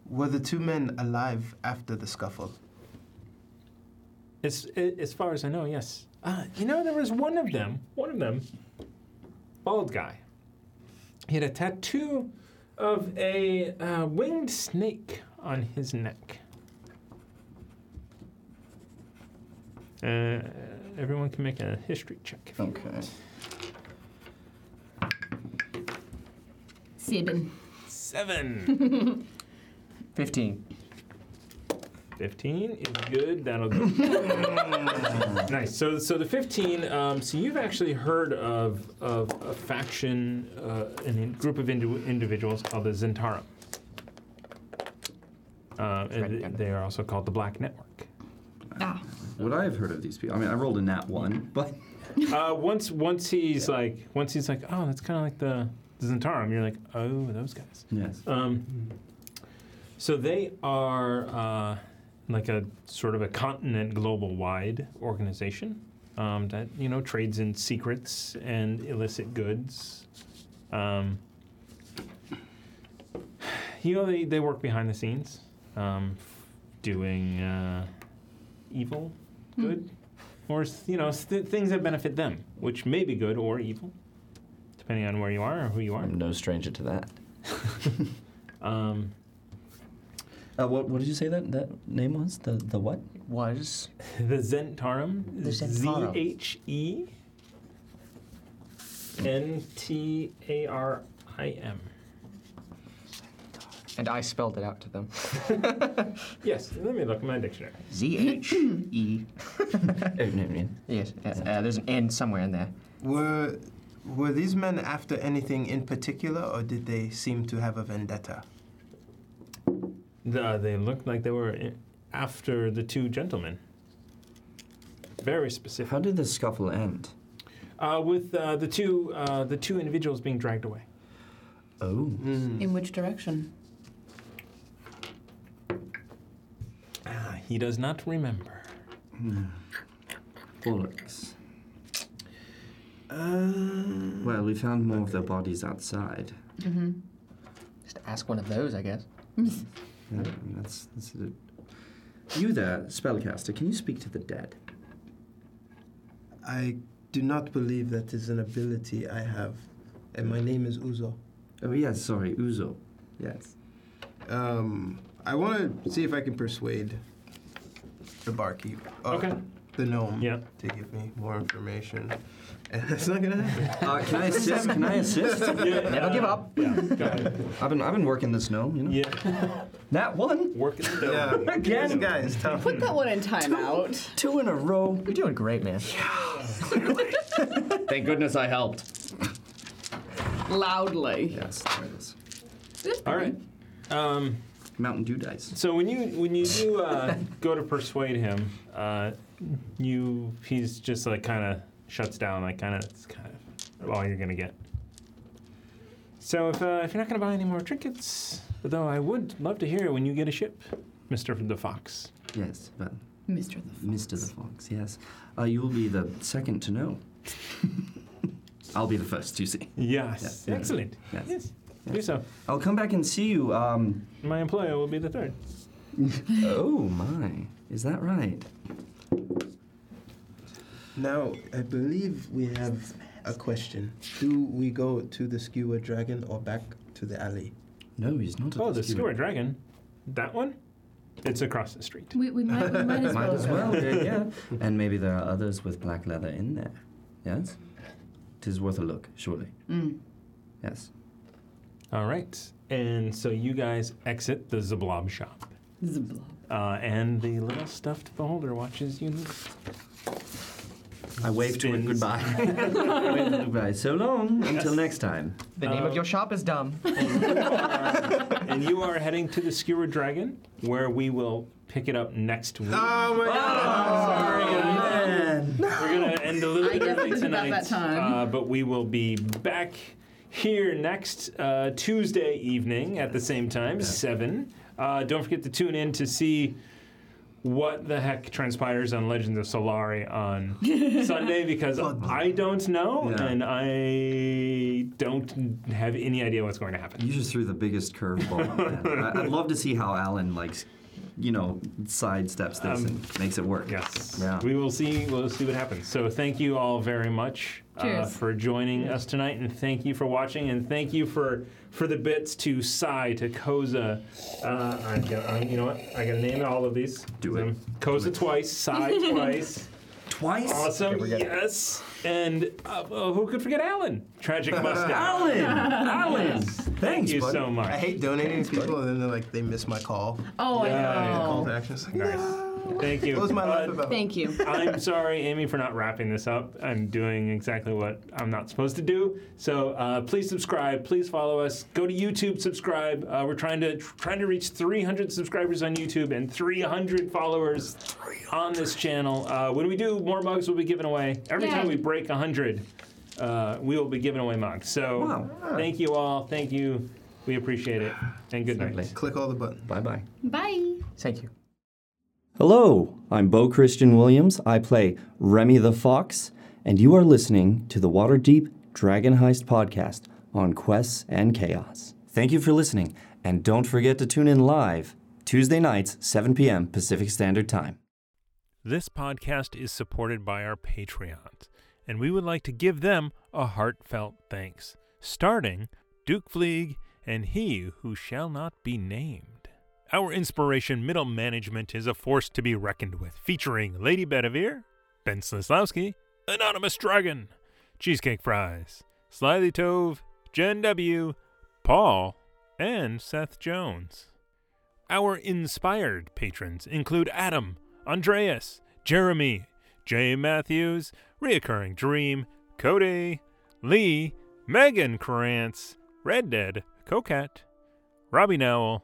[SPEAKER 5] Were the two men alive after the scuffle?
[SPEAKER 1] As, as far as I know, yes. Uh, you know, there was one of them, one of them, bald guy. He had a tattoo of a uh, winged snake on his neck. Uh, everyone can make a history check.
[SPEAKER 4] Okay.
[SPEAKER 2] Seven.
[SPEAKER 1] Seven.
[SPEAKER 8] 15.
[SPEAKER 1] 15 is good. That'll do. nice. So, so the 15. Um, so you've actually heard of of a faction, uh, an in group of indi- individuals called the Zentara. Uh, and th- they are also called the Black Network.
[SPEAKER 2] Ah,
[SPEAKER 4] Would I have heard of these people? I mean, I rolled a nat one, but
[SPEAKER 1] Uh, once, once he's like, once he's like, oh, that's kind of like the, the Zentarum. You're like, oh, those guys.
[SPEAKER 4] yes.
[SPEAKER 1] Um, so they are uh, like a sort of a continent global wide organization um, that you know trades in secrets and illicit goods Um, you know, they, they work behind the scenes, um, doing uh, evil, good, or s- you know st- things that benefit them, which may be good or evil, depending on where you are or who you are. I'm
[SPEAKER 4] no stranger to that.
[SPEAKER 1] um,
[SPEAKER 4] Uh, what, what did you say that, that name was? The, the what?
[SPEAKER 1] was the Zentarum.
[SPEAKER 4] The Zentarum.
[SPEAKER 1] Z H E N T A R I M.
[SPEAKER 6] And I spelled it out to them.
[SPEAKER 1] Yes, let me look in my dictionary.
[SPEAKER 6] Z H E.
[SPEAKER 4] Oh,
[SPEAKER 6] Yes, uh, uh, there's an N somewhere in there.
[SPEAKER 5] Were were these men after anything in particular, or did they seem to have a vendetta?
[SPEAKER 1] The, they looked like they were i- after the two gentlemen. Very specific.
[SPEAKER 4] How did the scuffle end?
[SPEAKER 1] Uh, with uh, the two uh, the two individuals being dragged away.
[SPEAKER 4] Oh.
[SPEAKER 2] In which direction?
[SPEAKER 1] Ah, he does not remember.
[SPEAKER 4] Bullocks.
[SPEAKER 5] Uh,
[SPEAKER 4] well, we found more of their bodies outside.
[SPEAKER 6] Mm-hmm. Just ask one of those, I guess.
[SPEAKER 4] Yeah, that's, that's it. You there, spellcaster, can you speak to the dead?
[SPEAKER 5] I do not believe that is an ability I have, and my name is Uzo.
[SPEAKER 4] Oh yes, sorry, Uzo. Yes.
[SPEAKER 5] Um, I want to see if I can persuade the barkeep. uh,
[SPEAKER 4] Okay.
[SPEAKER 5] The gnome. Yeah. To give me more information, and that's not gonna happen.
[SPEAKER 4] Uh, can I assist? Can I assist?
[SPEAKER 5] Never give
[SPEAKER 4] up. I've been I've been working this gnome, you know.
[SPEAKER 1] Yeah.
[SPEAKER 4] That one.
[SPEAKER 1] Working the
[SPEAKER 4] gnome.
[SPEAKER 5] Yeah.
[SPEAKER 4] Again,
[SPEAKER 5] This guy is tough.
[SPEAKER 2] Put that one in timeout.
[SPEAKER 4] Two in a row.
[SPEAKER 6] You're doing great, man.
[SPEAKER 3] Thank goodness I helped.
[SPEAKER 2] Loudly.
[SPEAKER 4] Yes, there it is.
[SPEAKER 1] All right. Um,
[SPEAKER 4] Mountain Dew dice.
[SPEAKER 1] So when you when you do uh, go to persuade him, uh, you he's just like kind of shuts down, like kind of it's kind of all you're gonna get. So if uh, if you're not gonna buy any more trinkets, though, I would love to hear when you get a ship, Mister the Fox.
[SPEAKER 4] Yes, but
[SPEAKER 2] Mr. The
[SPEAKER 4] Mr. the Fox. Yes. Uh, you will be the second to know. I'll be the first, you see.
[SPEAKER 1] Yes.
[SPEAKER 4] Yeah.
[SPEAKER 1] Excellent.
[SPEAKER 4] Yes.
[SPEAKER 1] Yes. Do so.
[SPEAKER 4] I'll come back and see you. Um,
[SPEAKER 1] My employer will be the third.
[SPEAKER 4] oh my, is that right?
[SPEAKER 5] Now, I believe we have a question. Do we go to the skewer dragon or back to the alley?
[SPEAKER 4] No, he's not.
[SPEAKER 1] Oh, the Skewer Dragon, that one. It's across the street.
[SPEAKER 13] We, we might, we might as well.
[SPEAKER 4] yeah, yeah. And maybe there are others with black leather in there. Yes? Tis worth a look, surely.
[SPEAKER 13] Mm.
[SPEAKER 4] Yes.
[SPEAKER 1] All right. And so you guys exit the Zablob shop.
[SPEAKER 2] Zablob.
[SPEAKER 1] Uh, and the little stuffed beholder watches you leave.
[SPEAKER 4] I wave to him goodbye. I wave to him goodbye. So long. Until next time.
[SPEAKER 6] The name of your shop is dumb.
[SPEAKER 1] and you are heading to the Skewer Dragon, where we will pick it up next week.
[SPEAKER 5] Oh my
[SPEAKER 1] god!
[SPEAKER 4] Oh,
[SPEAKER 1] We're gonna end a little
[SPEAKER 13] I
[SPEAKER 1] bit
[SPEAKER 13] guess it
[SPEAKER 1] early
[SPEAKER 13] is about
[SPEAKER 1] tonight,
[SPEAKER 13] that time.
[SPEAKER 1] Uh, but we will be back here next uh, Tuesday evening at the same time, seven. Uh, don't forget to tune in to see what the heck transpires on Legends of Solari on Sunday because I don't know
[SPEAKER 4] Yeah.
[SPEAKER 1] and I don't have any idea what's going to happen.
[SPEAKER 4] You just threw the biggest curveball. man. I- I'd love to see how Alan, like, you know, sidesteps this
[SPEAKER 1] Um,
[SPEAKER 4] and makes it work. Yes. Yeah.
[SPEAKER 1] We will see. We'll see what happens. So thank you all very much uh,
[SPEAKER 4] Cheers.
[SPEAKER 1] for joining us tonight, and thank you for watching, and thank you for for the bits to Sai to Koza. Uh, I got, I, you know what? I got to name all of these. Do it. Koza twice. Sai twice.
[SPEAKER 4] Twice.
[SPEAKER 1] Awesome. Yes. And uh, uh, who could forget Alan? Tragic mustache.
[SPEAKER 4] Alan! Alan!
[SPEAKER 1] Yes. Thank you so much.
[SPEAKER 5] I hate donating to people and then they're like, they miss my call.
[SPEAKER 13] Oh, I
[SPEAKER 5] The
[SPEAKER 13] know.
[SPEAKER 5] call to action. It's like,
[SPEAKER 1] Thank you.
[SPEAKER 5] What was my life
[SPEAKER 1] Uh,
[SPEAKER 5] about?
[SPEAKER 13] Thank you.
[SPEAKER 1] I'm sorry, Amy, for not wrapping this up. I'm doing exactly what I'm not supposed to do. So uh, please subscribe. Please follow us. Go to YouTube. Subscribe. Uh, we're trying to trying to reach 300 subscribers on YouTube and 300 followers on this channel. Uh, when we do, more mugs will be given away. Every
[SPEAKER 7] Yay.
[SPEAKER 1] time we break 100, uh, we will be giving away mugs. So thank you all. Thank you. We appreciate it. And good night.
[SPEAKER 5] Click all the buttons.
[SPEAKER 4] Bye bye.
[SPEAKER 13] Bye.
[SPEAKER 6] Thank you.
[SPEAKER 4] Hello, I'm Bo Christian Williams. I play Remy the Fox, and you are listening to the Waterdeep Dragon Heist podcast on Quests and Chaos. Thank you for listening, and don't forget to tune in live Tuesday nights, 7 p.m. Pacific Standard Time.
[SPEAKER 1] This podcast is supported by our Patreons, and we would like to give them a heartfelt thanks, starting Duke Fleeg and He Who Shall Not Be Named. Our inspiration, Middle Management, is a force to be reckoned with, featuring Lady Bedivere, Ben Slislawski, Anonymous Dragon, Cheesecake Fries, Slyly Tove, Jen W., Paul, and Seth Jones. Our inspired patrons include Adam, Andreas, Jeremy, Jay Matthews, Reoccurring Dream, Cody, Lee, Megan Krantz, Red Dead, Coquette, Robbie Nowell,